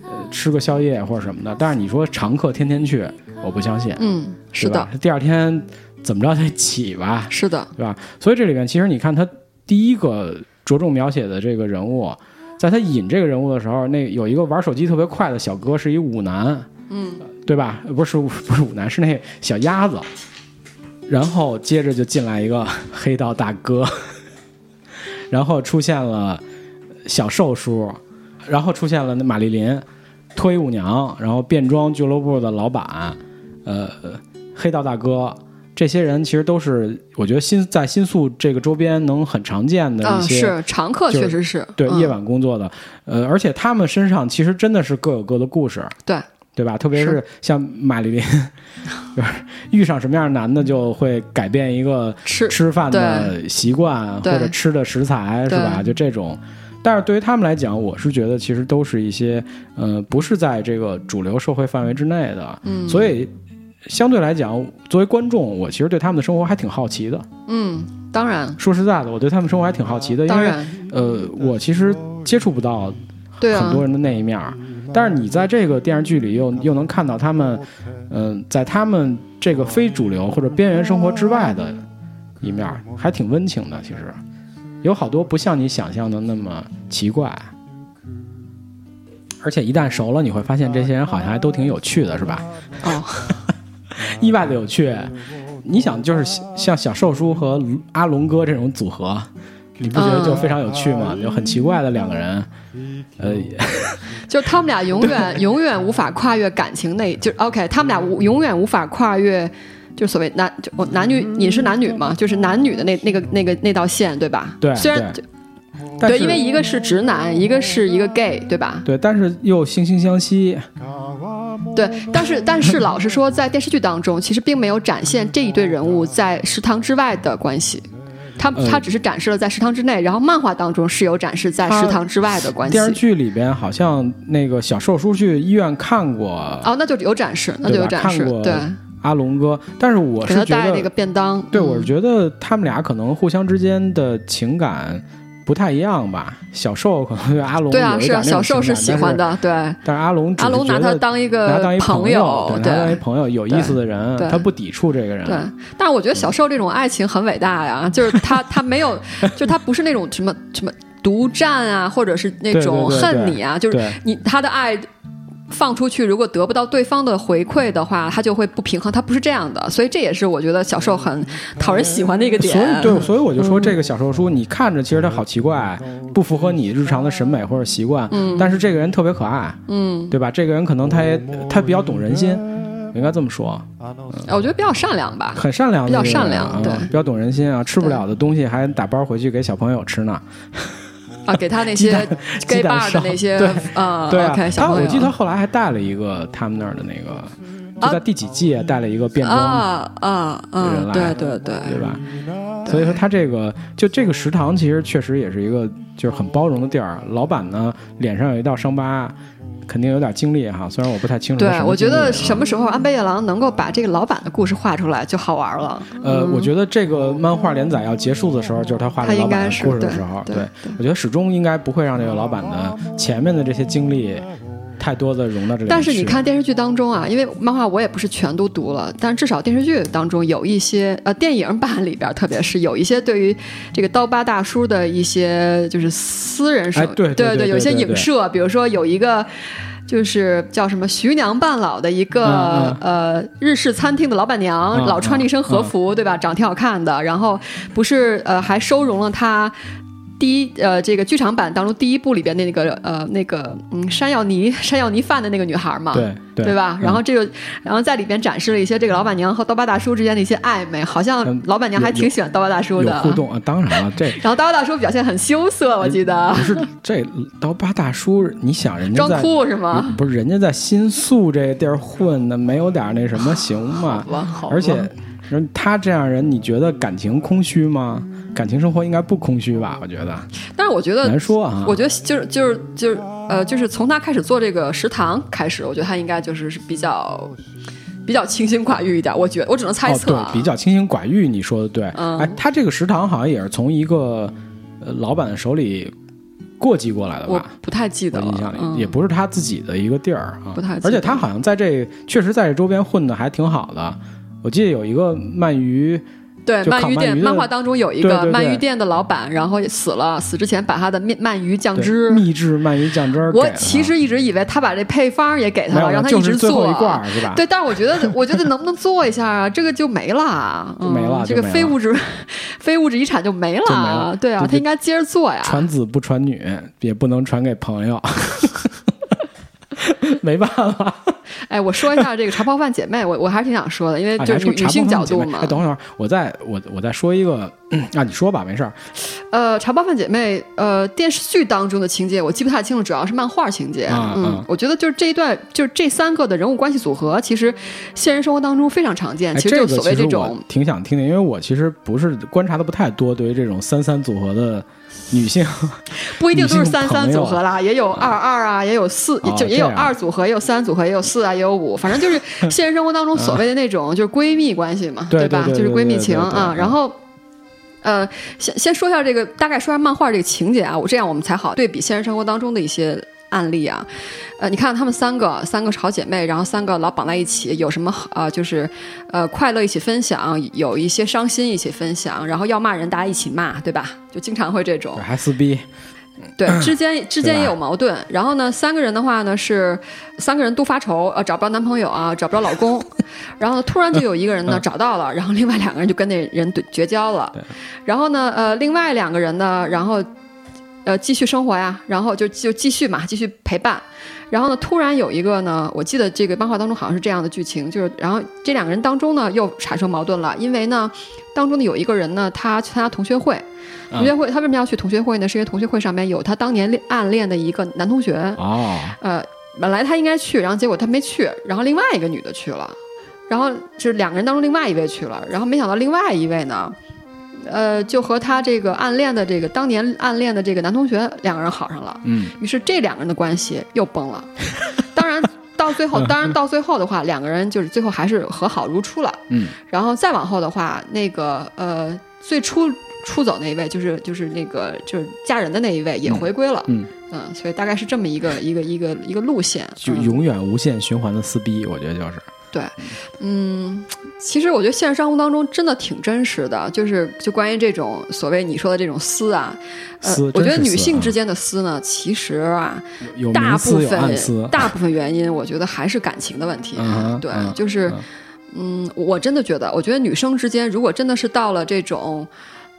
S1: 呃，吃个宵夜或者什么的。但是你说常客天天去，我不相信，
S2: 嗯，是
S1: 对吧
S2: 的，，
S1: 第二天怎么着得起吧，
S2: 是的，
S1: 对吧？所以这里面其实你看他第一个着重描写的这个人物，啊在他引这个人物的时候，那有一个玩手机特别快的小哥是一舞男，
S2: 嗯，
S1: 对吧？呃不是舞不是舞男，是那小鸭子。然后接着就进来一个黑道大哥， 然后出现了小寿叔，然后出现了那玛丽琳，脱衣舞娘，然后变装俱乐部的老板，呃，黑道大哥，这些人其实都是我觉得新在新宿这个周边能很常见的
S2: 啊，
S1: 一些、
S2: 是常客，
S1: 就是
S2: 确实是，
S1: 对、
S2: 嗯
S1: 夜晚工作的，呃，而且他们身上其实真的是各有各的故事，
S2: 对
S1: 对吧？特别
S2: 是
S1: 是像玛 丽琳，就是遇上什么样的男的就会改变一个
S2: 吃，
S1: 吃饭的习惯
S2: 对
S1: 或者吃的食材是吧？就
S2: 对
S1: 这种。但是对于他们来讲，我是觉得其实都是一些，呃，不是在这个主流社会范围之内的，
S2: 嗯，
S1: 所以相对来讲，作为观众，我其实对他们的生活还挺好奇的。
S2: 嗯，当然，
S1: 说实在的，我对他们生活还挺好奇的，因
S2: 当
S1: 为
S2: 然，
S1: 呃，我其实接触不到
S2: 对
S1: 很
S2: 啊
S1: 多，人的那一面儿。但是你在这个电视剧里又又能看到他们，嗯、在他们这个非主流或者边缘生活之外的一面儿，还挺温情的。其实有好多不像你想象的那么奇怪，而且一旦熟了，你会发现这些人好像还都挺有趣的，是吧？
S2: 哦，
S1: 意外的有趣。你想，就是像小寿叔和阿龙哥这种组合，你不觉得就
S2: 嗯
S1: 非常有趣吗？就很奇怪的两个人，呃，
S2: 就是他们俩永 远永远无法跨越感情那，就是 OK，他们俩
S1: 嗯
S2: 无永远无法跨越，就所谓男就我男女
S1: 嗯
S2: 也是男女嘛，就是男女的那那个那个那道线，对吧？
S1: 对
S2: 虽然
S1: 对但
S2: 对，
S1: 是嗯
S2: 因为一个是直男，一个是一个 gay，对吧？
S1: 对，但是又惺惺相惜，
S2: 对，但是但是老实说，在电视剧当中，其实并没有展现这一对人物在食堂之外的关系。他
S1: 呃
S2: 他只是展示了在食堂之内，然后漫画当中是有展示在
S1: 他
S2: 食堂之外的关系
S1: 电。视剧里边好像那个小寿叔去医院看过
S2: 哦，那就有展示，那就有展示
S1: 啊看，过
S2: 对，
S1: 阿龙哥，但是我
S2: 给
S1: 是
S2: 他
S1: 觉
S2: 带那个
S1: 得，
S2: 便当。
S1: 对
S2: 嗯
S1: 我是觉得他们俩可能互相之间的情感不太一样吧。小寿可能对阿龙
S2: 对啊，
S1: 有一
S2: 是
S1: 点
S2: 啊，
S1: 那种
S2: 小受
S1: 情
S2: 是
S1: 感
S2: 喜欢，的，对。
S1: 但是但是阿龙只
S2: 阿
S1: 是
S2: 龙
S1: 觉
S2: 拿他
S1: 得
S2: 当一
S1: 拿他当
S2: 个
S1: 一
S2: 朋
S1: 友，对，拿他当一
S2: 对。
S1: 朋友，有意思的人
S2: 对，
S1: 他不抵触这个人
S2: 对，，但是我觉得小受这种爱情很伟大呀，就是他他没有，就是他不是那种什么什么独占啊，或者是那
S1: 对对
S2: 种
S1: 对对
S2: 恨你啊，就是
S1: 对
S2: 你他的爱放出去，如果得不到对方的回馈的话，他就会不平衡，他不是这样的，所以这也是我觉得小受很讨人喜欢的一个点。
S1: 所以，对，所以我就
S2: 嗯
S1: 说这个小寿叔，你看着其实他好奇怪，不符合你日常的审美或者习惯，但是这个人特别可爱，
S2: 嗯，
S1: 对吧？这个人可能他也他比较懂人心，我应该这么说，
S2: 哦我觉得比较善良吧，
S1: 很善良的
S2: 啊比较
S1: 一个人，
S2: 善良
S1: 啊
S2: 对
S1: 比较懂人心啊，吃不了的东西还打包回去给小朋友吃呢。
S2: 啊，给他那些 gay
S1: 鸡蛋
S2: bar 的
S1: 烧
S2: 那些
S1: 对
S2: 啊
S1: 对啊
S2: ，OK，，小
S1: 他
S2: 朋
S1: 我记得他
S2: 友
S1: 后来还带了一个他们那儿的那个，就在第几季啊带了一个变装
S2: 啊啊啊
S1: 人，来
S2: 对对对，
S1: 对吧？所以说他这个就这个食堂其实确实也是一个就是很包容的地儿。老板呢脸上有一道伤疤，肯定有点经历哈。虽然我不太清楚他
S2: 对
S1: 什么经历啊，，
S2: 我觉得什么时候安倍夜郎能够把这个老板的故事画出来就好玩了。
S1: 呃，我觉得这个漫画连载要结束的时候，就是他画
S2: 嗯他
S1: 这老
S2: 应该
S1: 板
S2: 是
S1: 的故事的
S2: 对
S1: 时候。
S2: 对
S1: 我觉得始终应该不会让这个老板的前面的这些经历太多的融到这里面去。
S2: 但是你看电视剧当中啊，因为漫画我也不是全都读了，但至少电视剧当中有一些，呃，电影版里边儿特别是有一些对于这个刀疤大叔的一些就是私人生，
S1: 哎对对
S2: 对
S1: 对对
S2: 有一些
S1: 对对
S2: 影射，比如说有一个。就是叫什么徐娘半老的一个、
S1: 嗯
S2: 呃日式餐厅的老板娘，
S1: 嗯
S2: 老穿着一身和服，对吧？长挺好看的，然后不是呃还收容了她第一呃，这个剧场版当中第一部里边的那个呃那个嗯山药泥 山药泥饭的那个女孩嘛，
S1: 对对嗯
S2: 吧？然后这个然后在里边展示了一些这个老板娘和刀疤大叔之间的一些暧昧，好像
S1: 嗯
S2: 老板娘还
S1: 有
S2: 挺喜欢刀疤大叔
S1: 有
S2: 的
S1: 互。动啊，当然 了，这
S2: 然后刀疤大叔表现很羞涩，我记得
S1: 不是这刀疤大叔，你想人家
S2: 装
S1: 在
S2: 酷是吗？
S1: 不是人家在新宿这地儿混的，没有点那什么行吗？
S2: 好吧好吧啊
S1: 而且，然后他这样人，你觉得感情空虚吗？感情生活应该不空虚吧？我觉得
S2: 但是我觉得
S1: 难说啊。
S2: 我觉得就是就是就是呃，就是从他开始做这个食堂开始，我觉得他应该就是是比较比较清心寡欲一点。我觉我只能猜测
S1: 哦
S2: 啊，
S1: 对，比较清心寡欲，你说的对。
S2: 嗯
S1: 哎，他这个食堂好像也是从一个呃老板手里过继过来的
S2: 我
S1: 吧？
S2: 不太记得
S1: 我
S2: 了
S1: 印象里、，
S2: 嗯
S1: 也不是他自己的一个地儿啊，
S2: 不太记得
S1: 而且他好像在这确实在这周边混的还挺好的。我记得有一个鳗鱼，
S2: 对，
S1: 就
S2: 鳗
S1: 烤
S2: 鱼
S1: 鳗
S2: 店
S1: 鱼的
S2: 漫画当中有一
S1: 对
S2: 个
S1: 对对
S2: 鳗鱼店的老板，然后死了，死之前把他的面鳗鱼酱
S1: 对
S2: 汁，
S1: 秘制鳗鱼酱汁儿给
S2: 我
S1: 了他，
S2: 其实一直以为他把这配方也给他
S1: 没有
S2: 了，让他
S1: 就
S2: 一
S1: 是
S2: 直
S1: 最
S2: 做啊
S1: 后一。罐儿是吧？
S2: 对，但是我觉 得，我觉得能不能做一下啊？这个就没了，
S1: 就没了
S2: 嗯、
S1: 就
S2: 这个
S1: 没
S2: 非
S1: 了
S2: 物质、 非物质遗产就没了
S1: 就
S2: 啊。
S1: 没了
S2: 对啊，
S1: 就
S2: 他应该接着做呀。
S1: 传子不传女，也不能传给朋友， 没办法。
S2: 哎，我说一下这个茶泡饭姐妹，我我还是挺想说的，因为
S1: 啊
S2: 就
S1: 还
S2: 是
S1: 是
S2: 女
S1: 茶
S2: 性
S1: 泡
S2: 角
S1: 饭姐
S2: 度
S1: 妹
S2: 嘛
S1: 哎，。等会儿，我再我我再说一个、嗯啊，你说吧，没事儿。
S2: 呃，《茶包饭姐妹》呃电视剧当中的情节我记不太清了，主要是漫画情节。
S1: 啊
S2: 嗯
S1: 啊，
S2: 我觉得就是这一段，就是这三个的人物关系组合，其实现实生活当中非常常见。
S1: 哎，
S2: 其实
S1: 这
S2: 就
S1: 个
S2: 所谓
S1: 其
S2: 这
S1: 实
S2: 种
S1: 我，挺想听听，因为我其实不是观察的不太多，对于这种三三组合的女性，
S2: 哦不一定都是
S1: 女性
S2: 三三
S1: 朋友
S2: 组 合啦，也有二二啊，也有四，
S1: 哦
S2: 就也有
S1: 这样
S2: 二组合，也有三组合，也有四啊，也有五，反正就是现实生活当中所谓的那种就是闺蜜关系嘛，
S1: 对
S2: 吧？
S1: 对
S2: 就
S1: 对
S2: 是
S1: 对
S2: 闺蜜
S1: 对对
S2: 情
S1: 对
S2: 啊，
S1: 对
S2: 然后。呃，先先说一下这个，大概说一下漫画这个情节啊，我这样我们才好对比现实生活当中的一些案例啊。呃，你看她们三个，三个是好姐妹，然后三个老绑在一起，有什么好呃，就是呃快乐一起分享，有一些伤心一起分享，然后要骂人大家一起骂，对吧？就经常会这种。
S1: 还撕逼，
S2: 嗯对，之间之间也有矛盾。然后呢，三个人的话呢是三个人都发愁，呃，找不着男朋友啊，找不着老 公。然后呢，突然就有一个人呢找到了，然后另外两个人就跟那人嗯对绝交了。然后呢，呃，另外两个人呢，然后呃继续生活呀，然后就就继续嘛，继续陪伴。然后呢，突然有一个呢，我记得这个漫画当中好像是这样的剧情，就是然后这两个人当中呢又产生矛盾了，因为呢，当中呢有一个人呢，他去参加同学会，同学会他为什么要去同学会呢？是因为同学会上面有他当年恋暗恋的一个男同学，
S1: 哦，
S2: 呃，本来他应该去，然后结果他没去，然后另外一个女的去了，然后就是两个人当中另外一位去了，然后没想到另外一位呢。呃，就和他这个暗恋的这个当年暗恋的这个男同学两个人好上了，
S1: 嗯，
S2: 于是这两个人的关系又崩了。当然到最后，当然到最后的话，两个人就是最后还是和好如初了。
S1: 嗯，
S2: 然后再往后的话，那个呃，最初出走那一位，就是就是那个就是嫁人的那一位也回归了。
S1: 嗯
S2: 嗯所以大概是这么一个一个一个一个路线。
S1: 就
S2: 嗯
S1: 永远无限循环的撕逼，我觉得就是，
S2: 其实我觉得现实生活当中真的挺真实的，就是就关于这种所谓你说的这种撕啊，呃
S1: 撕，
S2: 我觉
S1: 真
S2: 得
S1: 是
S2: 女
S1: 撕
S2: 性
S1: 啊
S2: 之间的撕呢，其实啊，
S1: 有
S2: 大
S1: 明
S2: 部
S1: 撕有暗
S2: 分
S1: 撕，
S2: 大部分原因，我觉得还是感情的问题。啊
S1: 嗯哼
S2: 对，
S1: 嗯
S2: 就是
S1: 嗯，
S2: 嗯，我真的觉得，我觉得女生之间如果真的是到了这种，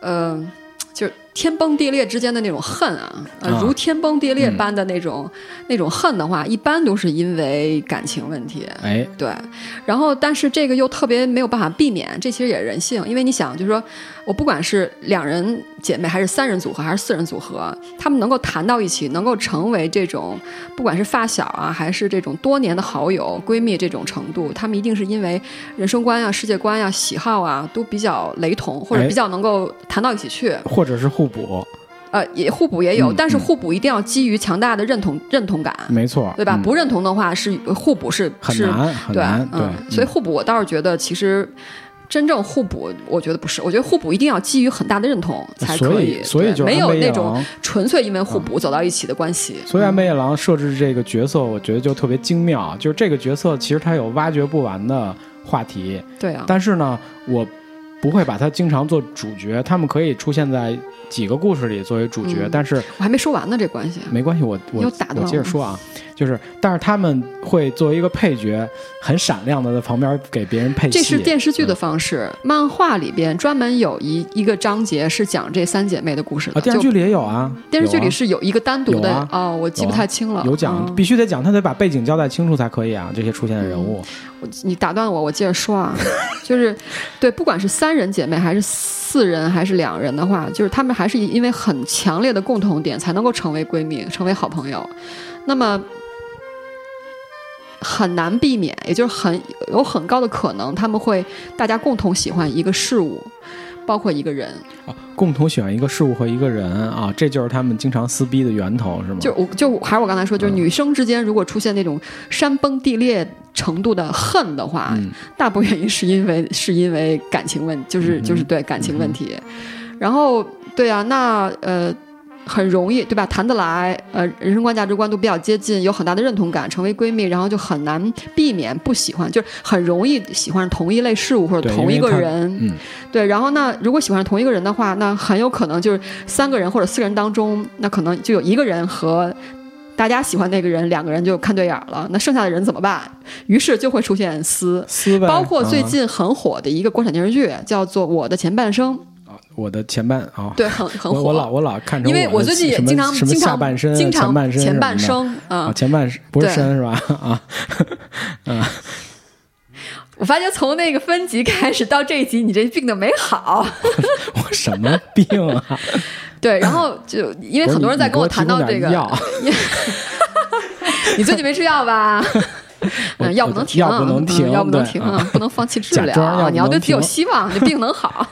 S2: 嗯、就是天崩地裂之间的那种恨啊，呃
S1: 啊
S2: 如天崩地裂般的那种、那种恨的话，一般都是因为感情问题。
S1: 哎，
S2: 对，然后但是这个又特别没有办法避免，这其实也是人性，因为你想，就是说我不管是两人姐妹，还是三人组合，还是四人组合，他们能够谈到一起，能够成为这种不管是发小啊，还是这种多年的好友、闺蜜这种程度，他们一定是因为人生观啊、世界观啊、喜好啊都比较雷同，或者
S1: 哎
S2: 比较能够谈到一起去。
S1: 或者是互补，
S2: 呃，也互补也有，
S1: 嗯
S2: 但是
S1: 嗯
S2: 互补一定要基于强大的认同认同感，
S1: 没错，
S2: 对吧？
S1: 嗯
S2: 不认同的话是互补是
S1: 很
S2: 是
S1: 难很
S2: 对
S1: 难，，对
S2: 嗯，，所以互补我倒是觉得其实。真正互补，我觉得不是。我觉得互补一定要基于很大的认同才可
S1: 呃所以所以
S2: 对
S1: 就是
S2: 没有
S1: 安倍
S2: 那
S1: 夜
S2: 种
S1: 郎
S2: 纯粹因为互补走到一起的关系。
S1: 啊嗯所以安倍夜郎设置这个角色，我觉得就特别精妙。啊就是这个角色其实他有挖掘不完的话题，
S2: 对啊，
S1: 但是呢，我不会把他经常做主角，他们可以出现在几个故事里作为主角，
S2: 嗯
S1: 但是
S2: 我还没说完呢，这关系。
S1: 没关系，我我
S2: 又打断
S1: 我
S2: 我
S1: 接着说啊，就是但是他们会作为一个配角，很闪亮的在旁边给别人配戏，
S2: 这是电视剧
S1: 嗯
S2: 的方式，漫画里边专门有一一个章节是讲这三姐妹的故事的。
S1: 啊，电视
S2: 就
S1: 剧里也有啊，
S2: 电视剧
S1: 有
S2: 里
S1: 啊
S2: 是有一个单独的
S1: 有啊
S2: 哦，我记不
S1: 有啊
S2: 太清了。
S1: 有讲，
S2: 嗯
S1: 必须得讲，他得把背景交代清楚才可以啊。这些出现的人
S2: 嗯
S1: 物，
S2: 我你打断我，我接着说啊， 就是对，不管是三人姐妹还是四人还是两人的话，就是她们还是因为很强烈的共同点才能够成为闺蜜，成为好朋友。那么很难避免，也就是很有很高的可能，他们会大家共同喜欢一个事物，包括一个人。
S1: 啊共同喜欢一个事物和一个人啊，这就是他们经常撕逼的源头，是吗？
S2: 就我就还是我刚才说，就是女生之间如果出现那种山崩地裂程度的恨的话，
S1: 嗯
S2: 大部分原因是因为 是因为感情问，就
S1: 嗯
S2: 是、
S1: 哼嗯
S2: 就是对感情问题。然后对啊，那呃很容易对吧？谈得来，呃人生观价值观都比较接近，有很大的认同感，成为闺蜜，然后就很难避免不喜欢，就是很容易喜欢上同一类事物或者
S1: 对
S2: 同一
S1: 因
S2: 个
S1: 为他
S2: 人。
S1: 嗯，
S2: 对，然后那如果喜欢上同一个人的话，那很有可能就是三个人或者四个人当中，那可能就有一个人和大家喜欢那个人，两个人就看对眼儿了。那剩下的人怎么办？于是就会出现撕。
S1: 撕呗。
S2: 包括最
S1: 啊、
S2: 近很火的一个国产电视
S1: 嗯
S2: 剧，叫做《我的前半生》，
S1: 我的前半啊，
S2: 对，很很
S1: 我
S2: 火。
S1: 我老我老看成
S2: 因为
S1: 我
S2: 最近也
S1: 什么
S2: 经常
S1: 什么
S2: 经常
S1: 下半身、
S2: 经
S1: 前半
S2: 常
S1: 身、
S2: 前半生
S1: 啊，
S2: 啊，
S1: 前半身不是
S2: 对
S1: 身是吧？ 啊，
S2: 我发觉从那个分级开始到这一集，你这病的没好。
S1: 我什么病啊？
S2: 对，然后就 因为很多人在跟我谈到这
S1: 不是你
S2: 个
S1: 你给我提供点，药，
S2: 你最近没吃 药吧？
S1: 我
S2: 嗯，药不能停，
S1: 药不能停
S2: 嗯药不能
S1: 对
S2: 停
S1: 啊
S2: 啊，不能放弃治
S1: 假
S2: 疗
S1: 装药不
S2: 啊！
S1: 能
S2: 你要对自己有
S1: 停
S2: 希望，你病能好。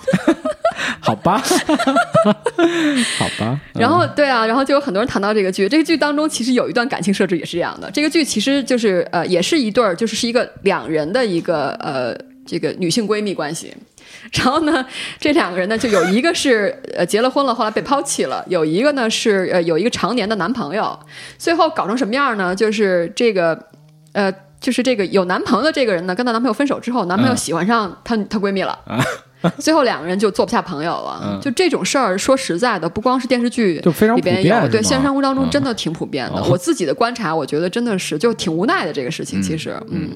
S1: 好吧， 好吧。
S2: 然后对啊，然后就有很多人谈到这个剧，这个剧当中其实有一段感情设置也是这样的。这个剧其实就是呃，也是一对儿，就是是一个两人的一个呃这个女性闺蜜关系。然后呢，这两个人呢，就有一个是呃结了婚了，后来被抛弃了；有一个呢是呃有一个常年的男朋友，最后搞成什么样呢？就是这个呃。就是这个有男朋友的这个人呢，跟她男朋友分手之后，男朋友
S1: 嗯
S2: 喜欢上她她、闺蜜了，最后两个人就做不下朋友了。
S1: 嗯
S2: 就这种事儿，说实在的，不光是电视剧
S1: 就非常
S2: 里
S1: 普
S2: 边
S1: 遍
S2: 有，对，
S1: 是吗啊嗯
S2: 现实生活当中真的挺普遍的。
S1: 哦
S2: 我自己的观察，我觉得真的是就挺无奈的这个事情，其实，嗯，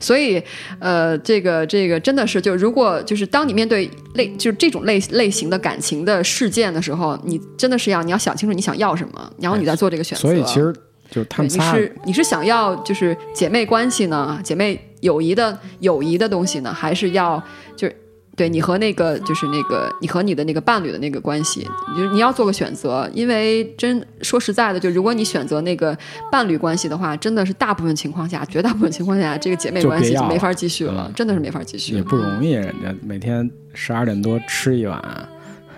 S2: 所以，呃，这个这个真的是，就如果就是当你面对类就是这种类类型的感情的事件的时候，你真的是要你要想清楚你想要什么，然后你再做这个选择。
S1: 所以其实就是他
S2: 对，
S1: 们
S2: 你
S1: 仨
S2: 是你是想要就是姐妹关系呢，姐妹友谊的友谊的东西呢，还是要就是对你和那个就是那个你和你的那个伴侣的那个关系，你就是你要做个选择，因为真说实在的，就如果你选择那个伴侣关系的话，真的是大部分情况下，绝大部分情况下，这个姐妹
S1: 就
S2: 关系
S1: 别
S2: 就
S1: 要
S2: 没
S1: 了
S2: 法继续了，
S1: 嗯
S2: 真的是没法继续
S1: 也
S2: 了。
S1: 不容易，人家每天十二点多吃一碗，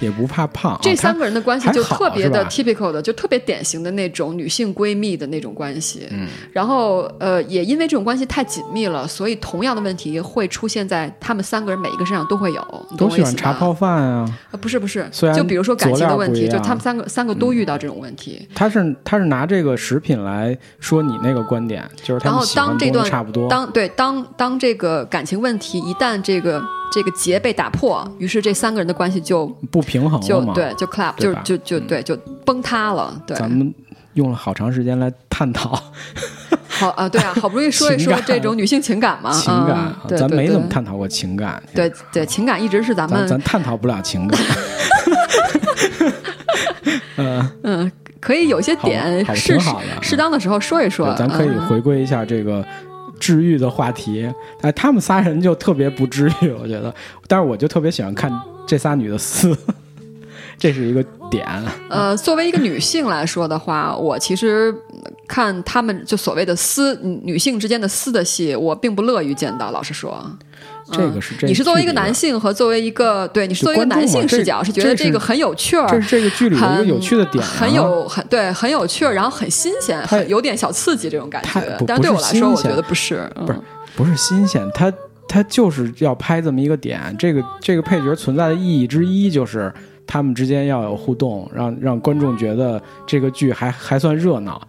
S1: 也不怕胖。
S2: 这
S1: 啊
S2: 三个人的关系就特别的
S1: 还好
S2: typical 的，就特别典型的那种女性闺蜜的那种关系。嗯，然后呃，也因为这种关系太紧密了，所以同样的问题会出现在她们三个人每一个身上都会有。你
S1: 都
S2: 懂我
S1: 喜
S2: 意
S1: 欢
S2: 思
S1: 茶
S2: 吧？
S1: 泡饭啊。
S2: 呃不是不是
S1: 虽，然
S2: 就比如说感情的问
S1: 佐料
S2: 题，
S1: 不一
S2: 就
S1: 样嗯
S2: 她们三个三个都遇到这种问题。
S1: 他是他是拿这个食品来说你那个观点，就是他
S2: 然
S1: 们
S2: 后
S1: 喜欢
S2: 当
S1: 的
S2: 这
S1: 东
S2: 段
S1: 西差不多。
S2: 当对当当这个感情问题一旦这个这个结被打破，于是这三个人的关系就
S1: 不平衡了
S2: 就
S1: 嘛？
S2: 对就 clap
S1: 对
S2: 就
S1: 吧嗯
S2: 就就对就崩塌了。对，
S1: 咱们用了好长时间来探讨
S2: 好啊，对啊，好不容易说一
S1: 情
S2: 说
S1: 感
S2: 这种女性情感嘛，
S1: 情感，
S2: 嗯
S1: 啊
S2: 对
S1: 咱
S2: 对
S1: 没
S2: 对
S1: 怎么探讨过情感。
S2: 对对，情感一直是咱
S1: 咱
S2: 们
S1: 咱探讨不了情感，嗯，
S2: 嗯，可以有些
S1: 好
S2: 点
S1: 好
S2: 适
S1: 挺好的
S2: 适当的时候说一说
S1: 对，咱可以
S2: 嗯
S1: 回归一下这个治愈的话题。哎，他们仨人就特别不治愈，我觉得，但是我就特别喜欢看这仨女的撕， 这是一个点。
S2: 呃，作为一个女性来说的话，我其实看他们就所谓的撕女性之间的撕的戏，我并不乐于见到。老实说，嗯
S1: 这个是这
S2: 你是作为一个男
S1: 性，
S2: 性和作为一个对，你
S1: 啊就
S2: 是作为
S1: 观众
S2: 一个男
S1: 嘛
S2: 性
S1: 这
S2: 视角，是觉得
S1: 这是
S2: 这个很有趣
S1: 这
S2: 儿
S1: 是。这个剧里的一个
S2: 很
S1: 有趣的点、啊，
S2: 很。有很对，很有趣儿，然后很新鲜，
S1: 它
S2: 很有点小刺激这种感
S1: 它
S2: 觉
S1: 不。
S2: 但
S1: 不
S2: 对
S1: 是
S2: 我来说，
S1: 新
S2: 我
S1: 鲜
S2: 觉得不是，嗯
S1: 不是不是新鲜，他他就是要拍这么一个点。这个这个配角存在的意义之一就是他们之间要有互动，让让观众觉得这个剧还还算热闹。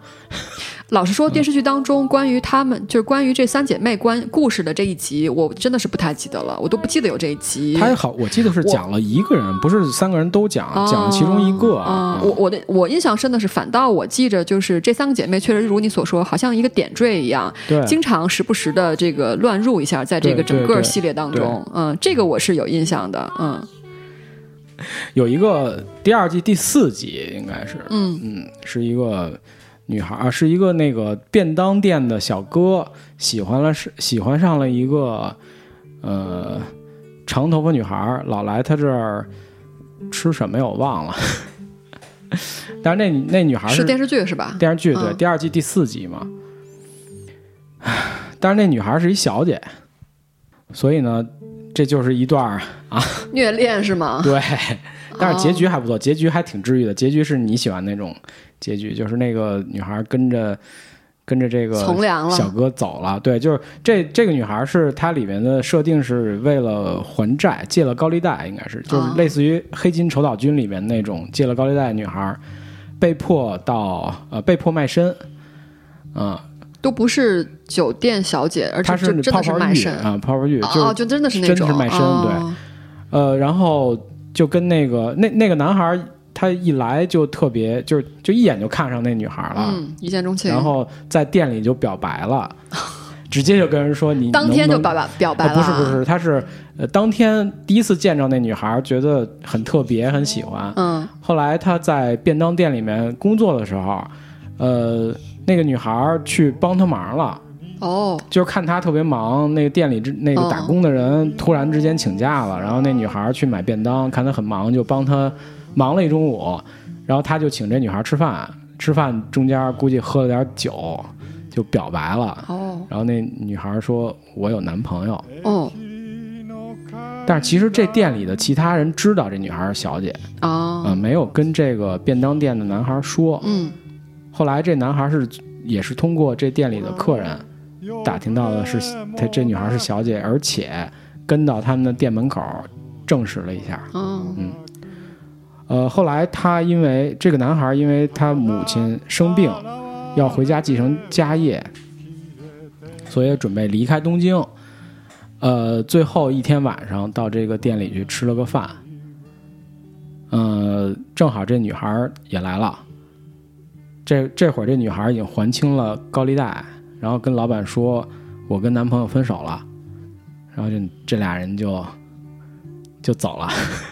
S2: 老实
S1: 嗯
S2: 说，电视剧当中关于她们，就是关于这三姐妹关故事的这一集，我真的是不太记得了，我都不记得有这一集。
S1: 他好，我记得是
S2: 我
S1: 讲了一个人，不是三个人都讲，
S2: 哦
S1: 讲了其中一个。
S2: 哦
S1: 啊
S2: 我我的我印象深的是，反倒我记着就是这三个姐妹确实如你所说，好像一个点缀一样，
S1: 对，
S2: 经常时不时的这个乱入一下，在这
S1: 对
S2: 个整
S1: 对
S2: 个
S1: 对
S2: 系列当中，嗯，这个我是有印象的，嗯
S1: 有一个第二季第四集应该是，
S2: 嗯
S1: 嗯，是一个女孩啊，是一个那个便当店的小哥喜欢了是喜欢上了一个呃长头发女孩，老来他这儿吃什么呀？我忘了。 但是那女那女孩
S2: 是电视剧是吧？
S1: 电视剧对、
S2: 嗯
S1: 第二季第四集嘛。唉但是那女孩是一小姐，所以呢，这就是一段儿
S2: 虐恋是吗？
S1: 对，但是结
S2: 哦
S1: 局还不错，结局还挺治愈的。结局是你喜欢那种结局，就是那个女孩跟着跟着这个
S2: 从良了
S1: 小哥走了。对，就是这这个女孩是她里面的设定是为了还债，借了高利贷，应该是就是
S2: 哦
S1: 类似于《黑金丑岛君》里面那种借了高利贷的女孩，被迫到呃被迫卖身，啊、
S2: 都不是酒店小姐，而
S1: 她
S2: 且就真
S1: 泡
S2: 的是
S1: 泡
S2: 卖
S1: 浴
S2: 身。
S1: 啊，泡泡浴就是
S2: 哦，就真的是那
S1: 真
S2: 种，
S1: 是卖身
S2: 哦
S1: 呃，然后就跟那个那那个男孩儿，他一来就特别，就是就一眼就看上那女孩儿了，
S2: 嗯，一见钟情，
S1: 啊然后在店里就表白 了，直接就跟人说你
S2: 当
S1: 能
S2: 天
S1: 不
S2: 就
S1: 能
S2: 表白表白
S1: 啊
S2: 了，
S1: 不是不是，他是呃当天第一次见着那女孩儿，觉得很特别，很喜欢。
S2: 嗯，
S1: 后来他在便当店里面工作的时候，呃，那个女孩儿去帮他忙了。
S2: 哦，
S1: 就是看他特别忙，那个店里之那个打
S2: 嗯
S1: 工的人突然之间请假了，然后那女孩去买便当，看他很忙，就帮他忙了一中午，然后他就请这女孩吃饭，吃饭中间估计喝了点酒，就表白了。
S2: 哦，
S1: 然后那女孩说：“我有男朋友。
S2: 哦，”
S1: 但是其实这店里的其他人知道这女孩是小姐啊、
S2: 啊，
S1: 没有跟这个便当店的男孩说。
S2: 嗯，
S1: 后来这男孩是也是通过这店里的客人打听到的是他这女孩是小姐，而且跟到他们的店门口证实了一下。
S2: 嗯，
S1: 呃，后来他因为这个男孩因为他母亲生病，要回家继承家业，所以准备离开东京。呃，最后一天晚上到这个店里去吃了个饭，呃，正好这女孩儿也来了。这这会儿这女孩儿已经还清了高利贷，然后跟老板说：“我跟男朋友分手了。”然后这这俩人就就走了，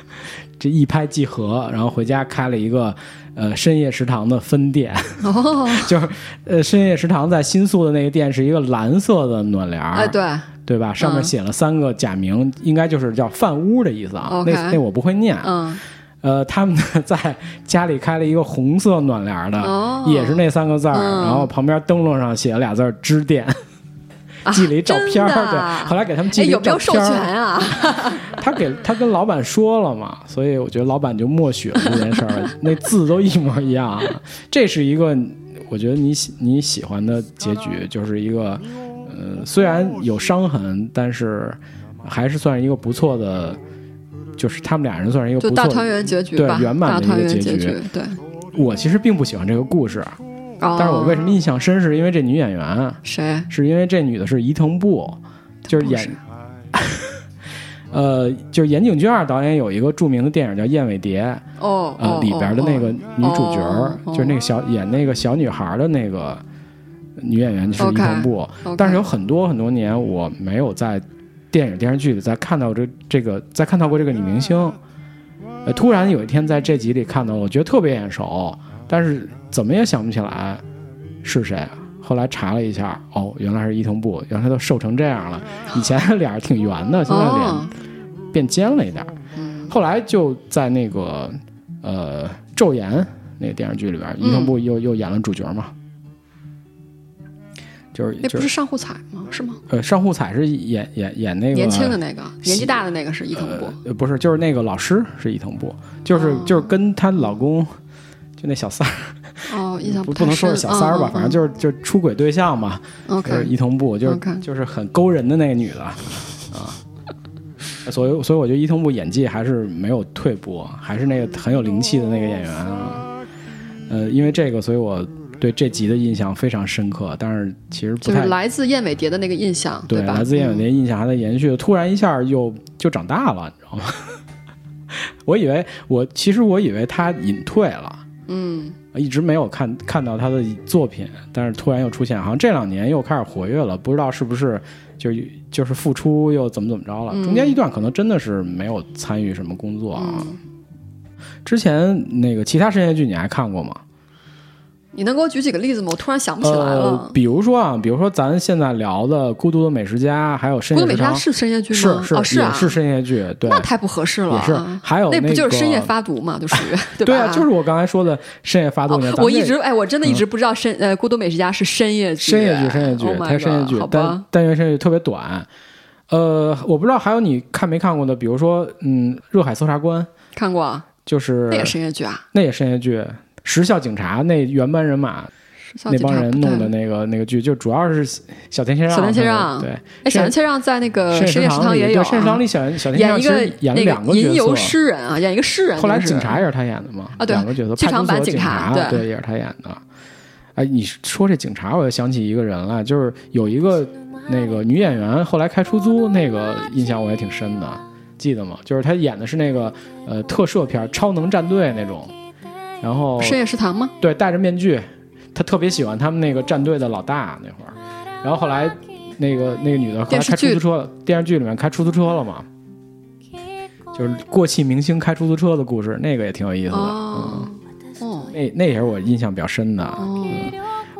S1: 这一拍即合，然后回家开了一个呃深夜食堂的分店，
S2: 哦，
S1: 就是呃深夜食堂在新宿的那个店是一个蓝色的暖帘儿，
S2: 哎，对，
S1: 对吧？上面
S2: 嗯
S1: 写了三个假名，应该就是叫饭屋的意思啊。
S2: OK
S1: 那那我不会念。
S2: 嗯，
S1: 呃，他们呢在家里开了一个红色暖帘的，
S2: 哦，
S1: 也是那三个字儿，
S2: 嗯
S1: 然后旁边灯笼上写了俩字儿“支店”，寄了一照片儿。
S2: 真的啊
S1: 对，后来给他们寄
S2: 哎，
S1: 了一
S2: 有没
S1: 照
S2: 有授
S1: 片
S2: 权
S1: 儿。
S2: 啊？
S1: 他给他跟老板说了嘛，所以我觉得老板就默许了这件事 儿，那字都一模一样。这是一个我觉得你喜你喜欢的结局，就是一个呃，虽然有伤痕，但是还是算是一个不错的，就是他们俩人算是一个
S2: 就
S1: 不
S2: 大
S1: 错
S2: 团
S1: 的。
S2: 圆结局
S1: 对
S2: 吧，
S1: 圆满
S2: 大
S1: 的一个
S2: 团圆
S1: 结
S2: 结
S1: 局，
S2: 对。
S1: 我其实并不喜欢这个故事，啊
S2: 哦但
S1: 但是我为什么印象深，是因为这女演员。
S2: 哦谁？
S1: 是因为这女的是伊藤步，就是
S2: 不
S1: 演呃，就是岩井俊二导演有一个著名的电影叫《燕尾蝶》，
S2: 哦
S1: 呃，
S2: 哦
S1: 里边的那个女主角儿
S2: 哦哦
S1: 就是那个小演那个小女孩的那个女演员就是伊
S2: OK
S1: 藤步。
S2: 哦
S1: 但是有
S2: OK
S1: 很多很多年我没有在电影电视剧里再看到这这个再看到过这个女明星，
S2: 嗯
S1: 呃，突然有一天在这集里看到了，我觉得特别眼熟，但是怎么也想不起来是谁。啊后来查了一下，哦，原来是伊藤步，原来都瘦成这样了。以前脸儿挺圆的，现在
S2: 嗯哦
S1: 脸，变尖了一点儿。
S2: 嗯
S1: 后来就在那个呃《昼颜》那个电视剧里边，伊
S2: 嗯
S1: 藤步又又演了主角嘛，就是
S2: 那
S1: 就
S2: 不是上户彩吗？是吗？
S1: 呃上户彩是演演演那个
S2: 年轻的那个，年纪大的那个是伊藤博。
S1: 呃，不是，就是那个老师是伊藤步，就是、
S2: 哦
S1: 就是跟她老公，就那小三儿，
S2: 哦，印象
S1: 不
S2: 太
S1: 不能说是
S2: 深
S1: 小三儿吧，反正就是就是出轨对象嘛，
S2: 嗯嗯
S1: 就是
S2: 嗯 OK。
S1: 伊藤步，就是
S2: OK
S1: 就是很勾人的那个女的啊。所以，所以我觉得伊藤步演技还是没有退步，还是那个很有灵气的那个演员啊。呃，因为这个，所以我对这集的印象非常深刻，但是其实不
S2: 就
S1: 太
S2: 是来自燕尾蝶的那个印象，
S1: 对，
S2: 吧？嗯
S1: 来自燕尾蝶印象还在延续，突然一下又就长大了，你知道吗？ 我以为我其实我以为他隐退了，
S2: 嗯，
S1: 一直没有看看到他的作品，但是突然又出现，好像这两年又开始活跃了，不知道是不是就就是复出又怎么怎么着了。中
S2: 嗯
S1: 间一段可能真的是没有参与什么工作啊。之前那个其他深夜剧你还看过吗？
S2: 你能给我举几个例子吗？我突然想不起来
S1: 呃
S2: 了，。
S1: 比如说啊，比如说咱现在聊的《孤独的美食家》，还有《深
S2: 不
S1: 夜
S2: 过
S1: 食
S2: 美莎
S1: 堂》
S2: 是深夜剧
S1: 呃是
S2: 吗？
S1: 是、
S2: 哦，啊
S1: 也，是深夜剧，对，
S2: 那太不合适了
S1: 也是
S2: 啊。
S1: 还有
S2: 那不就是
S1: 个
S2: 深夜发毒嘛，就 属于对
S1: 对
S2: 吧？
S1: 啊，就是我刚才说的深夜发
S2: 哦
S1: 动。
S2: 我一直哎，我真的一直不知道深呃《孤独美食家》是深夜
S1: 嗯
S2: 剧，
S1: 深夜剧，深夜剧
S2: Oh，my
S1: 它是深夜
S2: god，
S1: 剧
S2: 好，吧
S1: 但？但原深夜剧特别短。呃，我不知道还有你看没看过的，比如说，嗯，《热海搜查官》
S2: 看过啊，
S1: 就是
S2: 那也深夜剧啊，
S1: 那也深夜剧，《时效警察》那原班人马那帮人弄的
S2: 那。
S1: 那个那个剧，就主要是小田切让
S2: 小
S1: 他们，
S2: 田切让
S1: 对，
S2: 哎，小田切让在那个深
S1: 深
S2: 夜食堂
S1: 里
S2: 也
S1: 对
S2: 有啊，
S1: 深夜食堂里小小田切
S2: 演
S1: 让
S2: 一
S1: 其
S2: 个
S1: 实演了
S2: 那
S1: 两
S2: 个
S1: 角
S2: 吟游
S1: 色，
S2: 诗人啊，演一个诗人。
S1: 后来
S2: 就是
S1: 警察也是他演的嘛，
S2: 啊对
S1: 两个角色，
S2: 剧场
S1: 派出所
S2: 版警
S1: 警
S2: 察对
S1: 对，也是他演的。哎，你说这警察，我又想起一个人来，就是有一个那个女演员，后来开出租那个印象我也挺深的，记得吗？就是她演的是那个呃特摄片《超能战队》那种，然后
S2: 深夜食堂吗？
S1: 对戴着面具，她特别喜欢他们那个战队的老大那会儿，然后后来那个那个女的后来
S2: 电视
S1: 开出
S2: 剧
S1: 租车了，电视剧里面开出租车了嘛，就是过气明星开出租车的故事，那个也挺有意思的。
S2: 哦，哦，
S1: 那那也是我印象比较深的。
S2: 哦，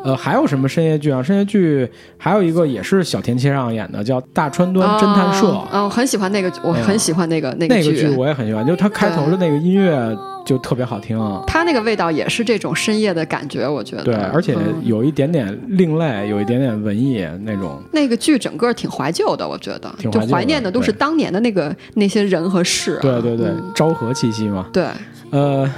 S1: 呃，还有什么深夜剧啊？深夜剧还有一个也是小田切让演的，叫《大川端侦探社》。
S2: 啊，哦我很喜欢那个，我
S1: 嗯
S2: 很喜欢那个那
S1: 那
S2: 个
S1: 个剧
S2: 剧。
S1: 我也很喜欢，就它开头的那个音乐就特别好听。啊
S2: 他那个味道也是这种深夜的感觉，我觉得。
S1: 对，而且
S2: 嗯
S1: 有一点点另类，有一点点文艺那种。
S2: 那个剧整个挺怀旧的，我觉得，
S1: 挺
S2: 就
S1: 怀旧的
S2: 怀念的都是
S1: 对
S2: 当年的那个那些人和事啊。
S1: 对对对，昭和气息嘛。
S2: 对，
S1: 呃，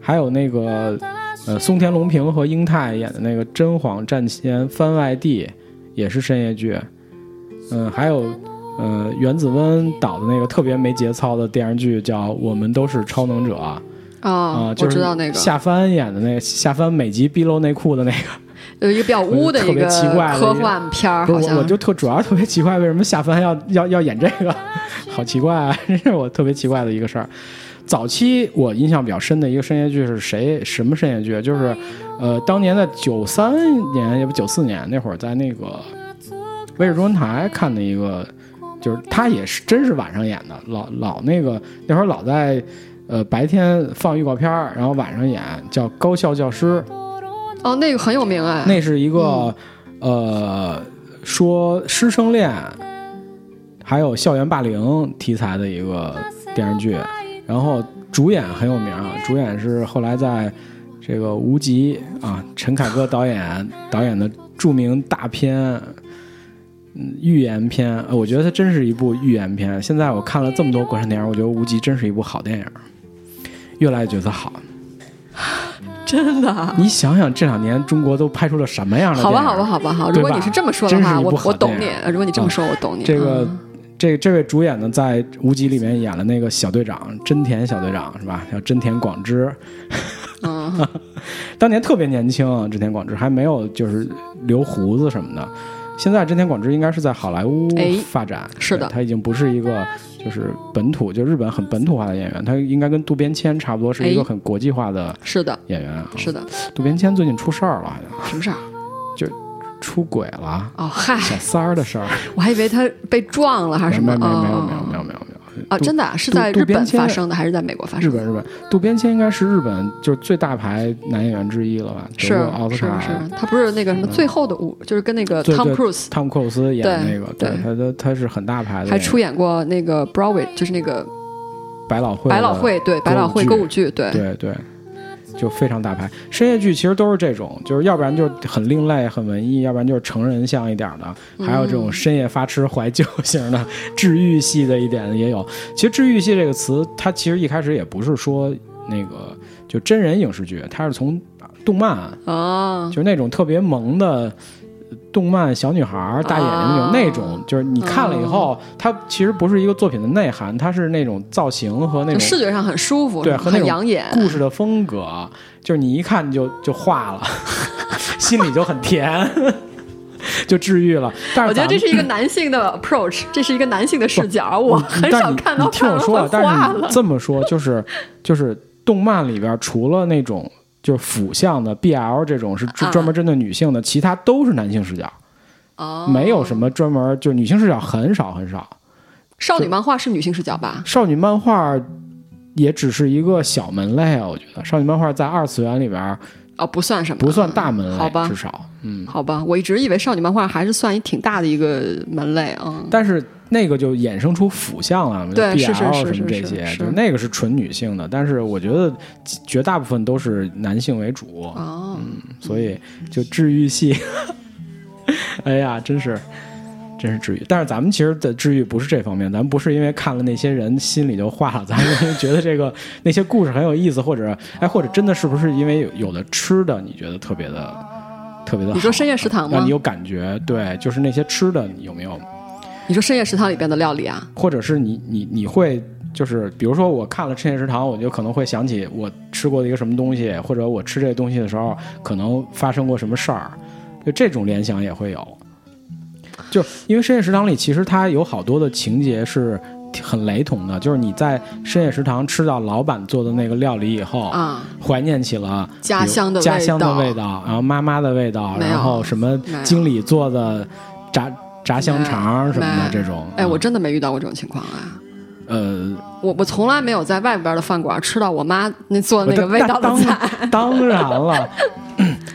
S1: 还有那个呃，松田龙平和英泰演的那个《真谎战前番外地》，也是深夜剧。嗯、还有呃，原子温导的那个特别没节操的电视剧叫《我们都是超能者》啊、
S2: 哦，
S1: 就
S2: 我
S1: 是
S2: 知道那个，
S1: 夏帆演的那个夏帆每集逼漏内裤的那个。
S2: 有一个比较污的
S1: 特
S2: 一
S1: 别
S2: 个
S1: 奇怪的一个
S2: 科幻片儿，
S1: 不
S2: 好
S1: 是我，我
S2: 像。
S1: 就特主要特别奇怪，为什么夏帆要 要要演这个？好奇怪、 啊，这是我特别奇怪的一个事儿。早期我印象比较深的一个深夜剧是谁？什么深夜剧？就是，
S2: 哦
S1: 呃，当年在九三年，也不九四年那会儿，在那个卫视中文台看的一个，就是他也是真是晚上演的，老老那个那会儿老在，呃，白天放预告片儿，然后晚上演，叫《高校教师》。
S2: 哦，那个很有名哎。
S1: 那是一个、呃，说师生恋，还有校园霸凌题材的一个电视剧，然后主演很有名啊，主演是后来在这个无极啊，陈凯歌导演导演的著名大片。嗯，预言片，呃我觉得它真是一部预言片。现在我看了这么多国产电影，我觉得《无极》真是一部好电影，越来越觉得好。
S2: 真的啊。
S1: 你想想，这两年中国都拍出了什么样的
S2: 好
S1: 电影？
S2: 吧，好吧，好吧，好。
S1: 对
S2: 如
S1: 吧
S2: 果你是这么说的
S1: 真
S2: 话，
S1: 是一部
S2: 我
S1: 好
S2: 我懂你
S1: 电影。啊
S2: 如果你这么说，我懂你。
S1: 这个
S2: 嗯
S1: 这这位主演呢，在《无极》里面演了那个小队长真田小队长是吧？叫真田广之，
S2: 嗯，
S1: 当年特别年轻啊，真田广之还没有就是留胡子什么的。现在真田广之应该是在好莱坞
S2: 哎
S1: 发展，
S2: 是
S1: 对
S2: 的
S1: 他已经不是一个就是本土就日本很本土化的演员，他应该跟渡边谦差不多，是一个
S2: 哎
S1: 很国际化的
S2: 是的，
S1: 演员啊。
S2: 是的。
S1: 渡边谦最近出事儿了，好像
S2: 什么事儿？
S1: 出轨了，
S2: 哦，嗨，
S1: 小三儿的事儿。
S2: 我还以为他被撞了还是什
S1: 没
S2: 么。
S1: 有没有没有
S2: 哦
S1: 没有没有没有没有，
S2: 啊，
S1: 渡
S2: 真的啊是
S1: 渡
S2: 在
S1: 渡
S2: 日
S1: 边
S2: 本
S1: 签
S2: 发生的，还是在美国发
S1: 日
S2: 生的？
S1: 本日本渡边谦应该是日本就是最大牌男演员之一了吧？
S2: 是
S1: 得过奥斯
S2: 是
S1: 卡
S2: 是，啊他不是那个什么最后的舞，就是跟那个
S1: 对
S2: Tom
S1: 对
S2: Cruise
S1: 汤姆克鲁斯演
S2: 对
S1: 那个，
S2: 对
S1: 他他他是很大牌的演员，
S2: 还出演过那个 Broadway，就是那个
S1: 百老汇的
S2: 百老汇，对百老汇歌
S1: 歌
S2: 舞
S1: 舞
S2: 剧，对
S1: 对对，就非常大牌。深夜剧其实都是这种，就是要不然就很另类、很文艺，要不然就是成人像一点儿的，还有这
S2: 嗯
S1: 种深夜发痴、怀旧型的、治愈系的一点的也有。其实“治愈系”这个词，它其实一开始也不是说那个就真人影视剧，它是从动漫，
S2: 啊，
S1: 就是那种特别萌的。动漫小女孩儿大眼睛那种，那
S2: 啊嗯
S1: 种就是你看了以后，它其实不是一个作品的内涵，它是那种造型和那
S2: 就
S1: 种
S2: 视觉上很舒服，
S1: 对和那
S2: 很
S1: 种
S2: 养眼，
S1: 故事的风格，就是你一看就就化了， 心里就很甜， 就治愈了。但
S2: 我
S1: 是
S2: 觉
S1: 咱
S2: 得
S1: 们
S2: 这是一个男性的 approach，这是一个男性的视角，我很
S1: 嗯但
S2: 少
S1: 你
S2: 看
S1: 你
S2: 到
S1: 听
S2: 看
S1: 我
S2: 了
S1: 说
S2: 会
S1: 啊，但
S2: 化
S1: 是你
S2: 了。
S1: 这么说就是就是动漫里边除了那种就是腐向的 BL 这种是专
S2: 啊
S1: 专门针对女性的，其他都是男性视角，
S2: 哦，
S1: 没有什么专门就女性视角很少很少。
S2: 少女漫画是女性视角吧？
S1: 少女漫画也只是一个小门类啊，我觉得少女漫画在二次元里边
S2: 哦，不算什么，
S1: 不算大门
S2: 好吧
S1: 类，至少嗯。
S2: 好吧，我一直以为少女漫画还是算一挺大的一个门类啊。
S1: 但是那个就衍生出腐向了，
S2: 对
S1: 就是 BL
S2: 是是
S1: 什么
S2: 是
S1: 这些，
S2: 是是
S1: 就那个是纯女性的。但是我觉得绝大部分都是男性为主，
S2: 哦，
S1: 所以就治愈系， 哎呀，真是。真是治愈，但是咱们其实的治愈不是这方面，咱们不是因为看了那些人心里就化了，咱们因为觉得这个那些故事很有意思，或者哎，或者真的是不是因为有有的吃的你觉得特别的特别的好，
S2: 你说深夜食堂
S1: 让
S2: 吗
S1: 你？有感觉？对，就是那些吃的你有没有
S2: 你说深夜食堂里边的料理啊？
S1: 或者是你你你会就是比如说我看了《深夜食堂》，我就可能会想起我吃过的一个什么东西，或者我吃这东西的时候可能发生过什么事儿，就这种联想也会有。就因为《深夜食堂》里其实它有好多的情节是很雷同的，就是你在《深夜食堂》吃到老板做的那个料理以后。
S2: 啊，
S1: 怀念起了
S2: 家乡的
S1: 比如哦家乡的
S2: 味
S1: 味道，然后妈妈的味道，
S2: 没有
S1: 然后什么
S2: 没有
S1: 经理做的炸炸香肠什么
S2: 没
S1: 的
S2: 有
S1: 这种。
S2: 哎，
S1: 嗯
S2: 我真的没遇到过这种情况啊。
S1: 呃
S2: 我我从来没有在外边的饭馆吃到我妈那做的那个味道的菜，
S1: 当啊当然 了，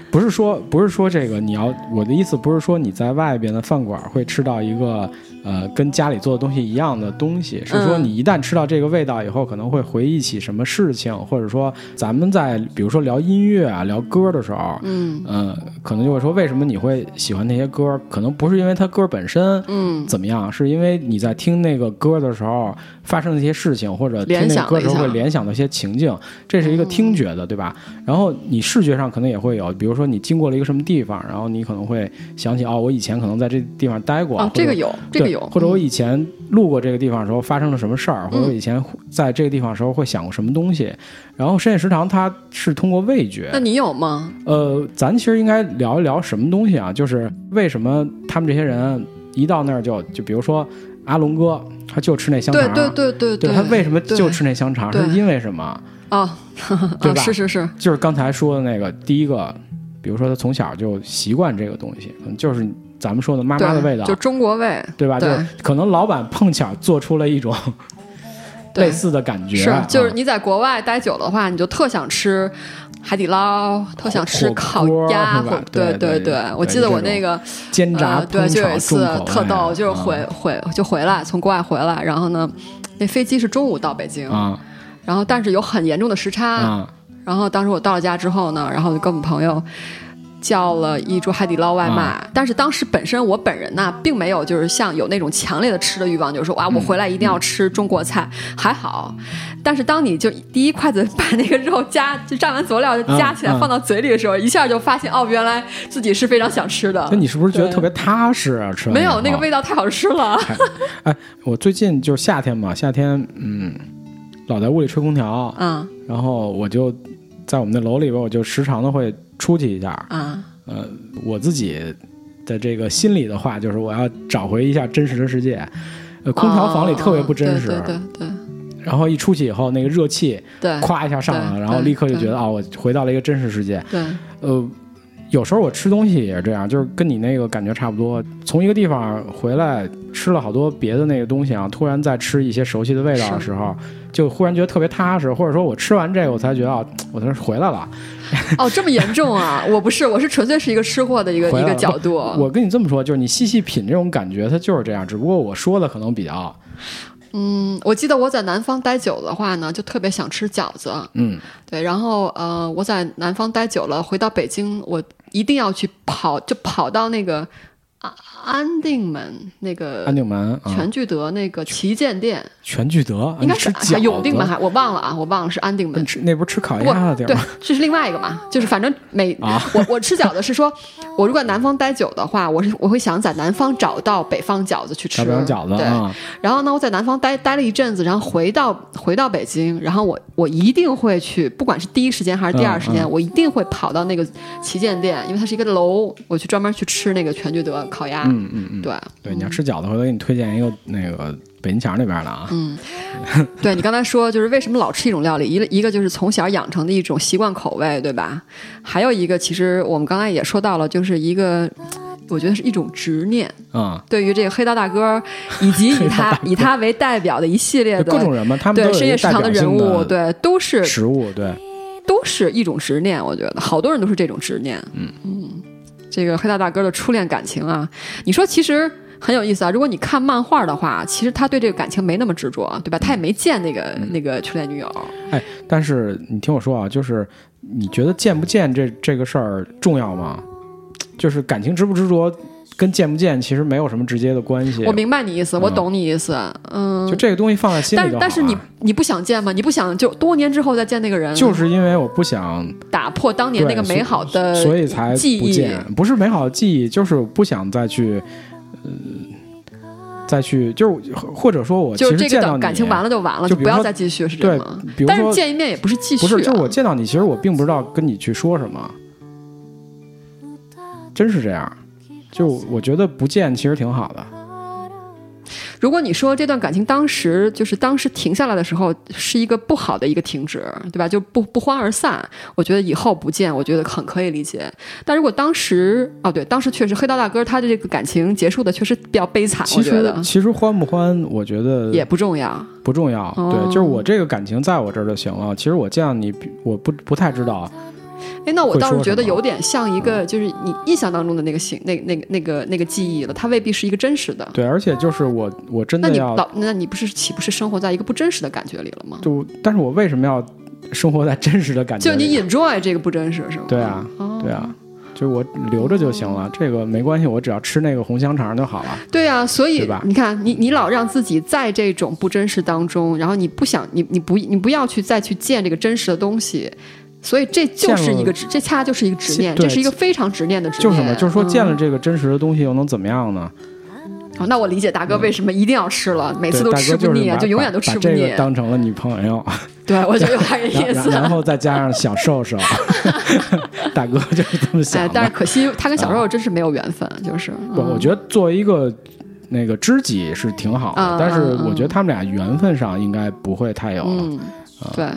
S1: 不是说不是说这个你要我的意思不是说你在外边的饭馆会吃到一个呃跟家里做的东西一样的东西，是说
S2: 嗯
S1: 你一旦吃到这个味道以后，可能会回忆起什么事情，或者说咱们在比如说聊音乐啊、聊歌的时候，
S2: 嗯
S1: 呃，可能就会说为什么你会喜欢那些歌，可能不是因为它歌本身。
S2: 嗯，
S1: 怎么样？是因为你在听那个歌的时候发生的一些事情，或者听
S2: 联
S1: 那
S2: 想
S1: 个
S2: 了
S1: 歌的时候
S2: 一下哦
S1: 会联想到一些情境，这是一个听觉的，对吧？然后你视觉上可能也会有，比如说你经过了一个什么地方，然后你可能会想起哦，我以前可能在这地方待过，
S2: 哦
S1: 或，者
S2: 这个有，这个
S1: 对
S2: 有，嗯
S1: 或者我以前路过这个地方的时候发生了什么事儿，或者我以前在这个地方的时候会想过什么东西。然后深夜食堂它是通过味觉，
S2: 那你有吗？
S1: 呃，咱其实应该聊一聊什么东西啊？就是为什么他们这些人一到那儿就就比如说阿龙哥，他就吃那香肠
S2: 对
S1: 儿，
S2: 对对对
S1: 啊对他为什么就
S2: 对
S1: 吃那香肠？
S2: 对
S1: 是因为什么？
S2: 哦，
S1: 对
S2: 啊
S1: 吧
S2: 是是是，
S1: 就是刚才说的那个第一个，比如说他从小就习惯这个东西，可能就是咱们说的妈妈的
S2: 对，
S1: 味道，
S2: 就中国味，
S1: 对吧？
S2: 对
S1: 就是可能老板碰巧做出了一种
S2: 对
S1: 类似的感觉，
S2: 是
S1: 啊
S2: 就是你在国外待久了的话，你就特想吃海底捞，特想吃烤
S1: 火锅
S2: 鸭，
S1: 是吧
S2: 火
S1: 对
S2: 对
S1: 对
S2: 对
S1: 对，
S2: 我记
S1: 就
S2: 得
S1: 这
S2: 我
S1: 种
S2: 那个
S1: 煎炸、
S2: 呃、对，
S1: 烹
S2: 就有
S1: 炒重
S2: 一次
S1: 口
S2: 特
S1: 味
S2: 逗，就是
S1: 啊
S2: 回回就回来，从国外回来，然后呢，那飞机是中午到北京，
S1: 啊
S2: 然后但是有很严重的时差，
S1: 啊
S2: 然后当时我到了家之后呢，然后就跟我们朋友。叫了一桌海底捞外卖，
S1: 啊
S2: 但是当时本身我本人呐、并没有就是像有那种强烈的吃的欲望，就是说
S1: 嗯
S2: 啊哇，我回来一定要吃中国菜，还好。但是当你就第一筷子把那个肉夹，就蘸完佐料就夹起
S1: 嗯
S2: 来、
S1: 嗯
S2: 放到嘴里的时候，一下就发现哦，原来自己是非常想吃的。
S1: 那你是不是觉得
S2: 对
S1: 特别踏实啊？吃完
S2: 没
S1: 以
S2: 有那个
S1: 后
S2: 味道太好吃了。
S1: 我最近就是夏天嘛，夏天嗯，老在屋里吹空调，
S2: 啊
S1: 然后我就在我们那楼里边，我就时常的会出去一下。
S2: 啊
S1: 呃，我自己的这个心里的话，就是我要找回一下真实的世界。呃，空调房里特别不真实，
S2: 哦对对
S1: 然后一出去以后，那个热气
S2: 对对
S1: 咵一下上来了，
S2: 对
S1: 然后
S2: 对
S1: 立刻就哦
S2: 对
S1: 觉得啊、我回到了一个真实世界。
S2: 对
S1: 呃，有时候我吃东西也是这样，就是跟你那个感觉差不多。从一个地方回来，吃了好多别的那个东西啊，突然再吃一些熟悉的味道的
S2: 是
S1: 时候，就忽然觉得特别踏实，或者说我吃完这个，我才觉得啊，我才回来了。
S2: 哦，这么严重啊！我不是，我是纯粹是一个吃货的一个
S1: 回
S2: 一
S1: 来
S2: 个
S1: 了
S2: 角度。
S1: 我跟你这么说，就是你细细品这种感觉，它就是这样。只不过我说的可能比较，
S2: 嗯，我记得我在南方待久的话呢，就特别想吃饺子。
S1: 嗯，
S2: 对，然后呃，我在南方待久了，回到北京，我一定要去跑，就跑到那个安安定门那个
S1: 安定门啊，
S2: 呃全聚德那个旗舰店，
S1: 全聚德啊
S2: 应该
S1: 你吃
S2: 是
S1: 饺
S2: 还
S1: 子嗯
S2: 永定门还我忘了啊，我忘了是安定门
S1: 那。吃那不是吃烤
S2: 不过
S1: 鸭的地儿
S2: 对
S1: 吗？，
S2: 这是另外一 个嘛，就是反正每、
S1: 啊
S2: 我我吃饺子是说，我如果南方待久的话，我是我会想在南方找到北方饺子去吃。
S1: 小饼饺子
S2: 对，
S1: 啊，
S2: 然后呢，我在南方待待了一阵子，然后回到回到北京，然后我我一定会去，不管是第一时间还是第二时间，
S1: 嗯
S2: 我一定会跑到那个旗舰店，因为它是一个楼，我去专门去吃那个全聚德烤鸭。
S1: 嗯嗯嗯，
S2: 对，
S1: 对，你要吃饺子，回头给你推荐一个那个北京桥那边的啊，
S2: 嗯对你刚才说，就是为什么老吃一种料理，一个一个就是从小养成的一种习惯口味，对吧？还有一个，其实我们刚才也说到了，就是一个，我觉得是一种执念，
S1: 啊，
S2: 对于这个黑道大哥以及 以他以他为代表的一系列
S1: 就
S2: 的
S1: 各种人嘛，他们
S2: 对
S1: 都有
S2: 深
S1: 一
S2: 夜
S1: 个
S2: 食
S1: 代
S2: 堂的
S1: 表
S2: 人
S1: 性
S2: 物，
S1: 的
S2: 对，都是
S1: 食物，对，
S2: 都是一种执念，我觉得好多人都是这种执念。嗯这个黑大大哥的初恋感情啊，你说其实很有意思啊。如果你看漫画的话，其实他对这个感情没那么执着，对吧？
S1: 嗯
S2: 他也没见那个、那个初恋女友。
S1: 哎，但是你听我说啊，就是你觉得见不见这这个事儿重要吗？就是感情执不执着，跟见不见其实没有什么直接的关系。
S2: 我明白你意思，
S1: 嗯
S2: 我懂你意思。嗯，
S1: 就这个东西放在心里
S2: 但
S1: 就好了
S2: 是但是你你不想见吗？你不想就多年之后再见那个人，
S1: 就是因为我不想，
S2: 打破当年那个
S1: 对
S2: 美好的
S1: 所以才
S2: 呃记
S1: 不
S2: 忆。
S1: 见，不是美好的记忆，就是我不想再去，呃，再去，就是或者说我其
S2: 就是
S1: 实
S2: 这
S1: 见
S2: 个
S1: 到
S2: 等
S1: 你
S2: 感情完了就完了，
S1: 就
S2: 就
S1: 比如
S2: 不要
S1: 说
S2: 再继续，是这
S1: 对
S2: 样吗？，
S1: 比如
S2: 但是
S1: 说
S2: 见一面也不是继
S1: 不
S2: 续、啊，
S1: 是，就是我见到你，其实我并不知道跟你去说什么，真是这样。就我觉得不见其实挺好的，
S2: 啊如果你说这段感情当时就是当时停下来的时候是一个不好的一个停止，对吧？就不不欢而散，我觉得以后不见，我觉得很可以理解。但如果当时哦，对，当时确实黑道大哥他的这个感情结束的确实比较悲惨，
S1: 其
S2: 我觉
S1: 实
S2: 得
S1: 其实欢不欢，我觉得
S2: 也不重要。
S1: 不重要。
S2: 哦
S1: 对，就是我这个感情在我这儿就行了。其实我见到你，我不不太知道。啊
S2: 哎，那我
S1: 会
S2: 倒是
S1: 说
S2: 觉得
S1: 什么
S2: 有点像一个就是你印象当中的那个形那那个那个那个记忆了，它未必是一个真实的。
S1: 对，而且就是我我真
S2: 那
S1: 的
S2: 你
S1: 要
S2: 老那你不是岂不是生活在一个不真实的感觉里了吗？
S1: 就，但是我为什么要生活在真实的感觉
S2: 就
S1: 里？
S2: 你 enjoy 这个不真实是吗？
S1: 对啊
S2: 哦，
S1: 对啊，就我留着就行了，这个没关系，我只要吃那个红香肠就好了。
S2: 对呀、所以
S1: 对吧
S2: 你看，你你老让自己在这种不真实当中，然后你不想，你你不你不要去再去见这个真实的东西，所以这就是一个执，这恰恰就是一个执念，
S1: 对
S2: 这是一个非常执念的执念。
S1: 就是什么？就是说见了
S2: 嗯
S1: 这个真实的东西又能怎么样呢？
S2: 哦那我理解大哥为什么一定要吃了，
S1: 嗯
S2: 每
S1: 对，
S2: 次都
S1: 大哥
S2: 吃不
S1: 就是
S2: 腻啊，
S1: 把
S2: 就永远都
S1: 把
S2: 吃
S1: 把
S2: 不
S1: 这
S2: 腻
S1: 个。当成了女 朋友，
S2: 对，我觉得有点意
S1: 然然
S2: 思
S1: 然。后再加上小瘦 瘦，大哥就是这么想
S2: 哎，
S1: 的。
S2: 但是可惜他跟小时候真是没有缘分，就是。
S1: 不，我觉得作为一个那个知己是挺好的，
S2: 嗯
S1: 但是
S2: 嗯嗯
S1: 我觉得他们俩缘分上应该不会太有了。
S2: 嗯，
S1: 哦
S2: 对，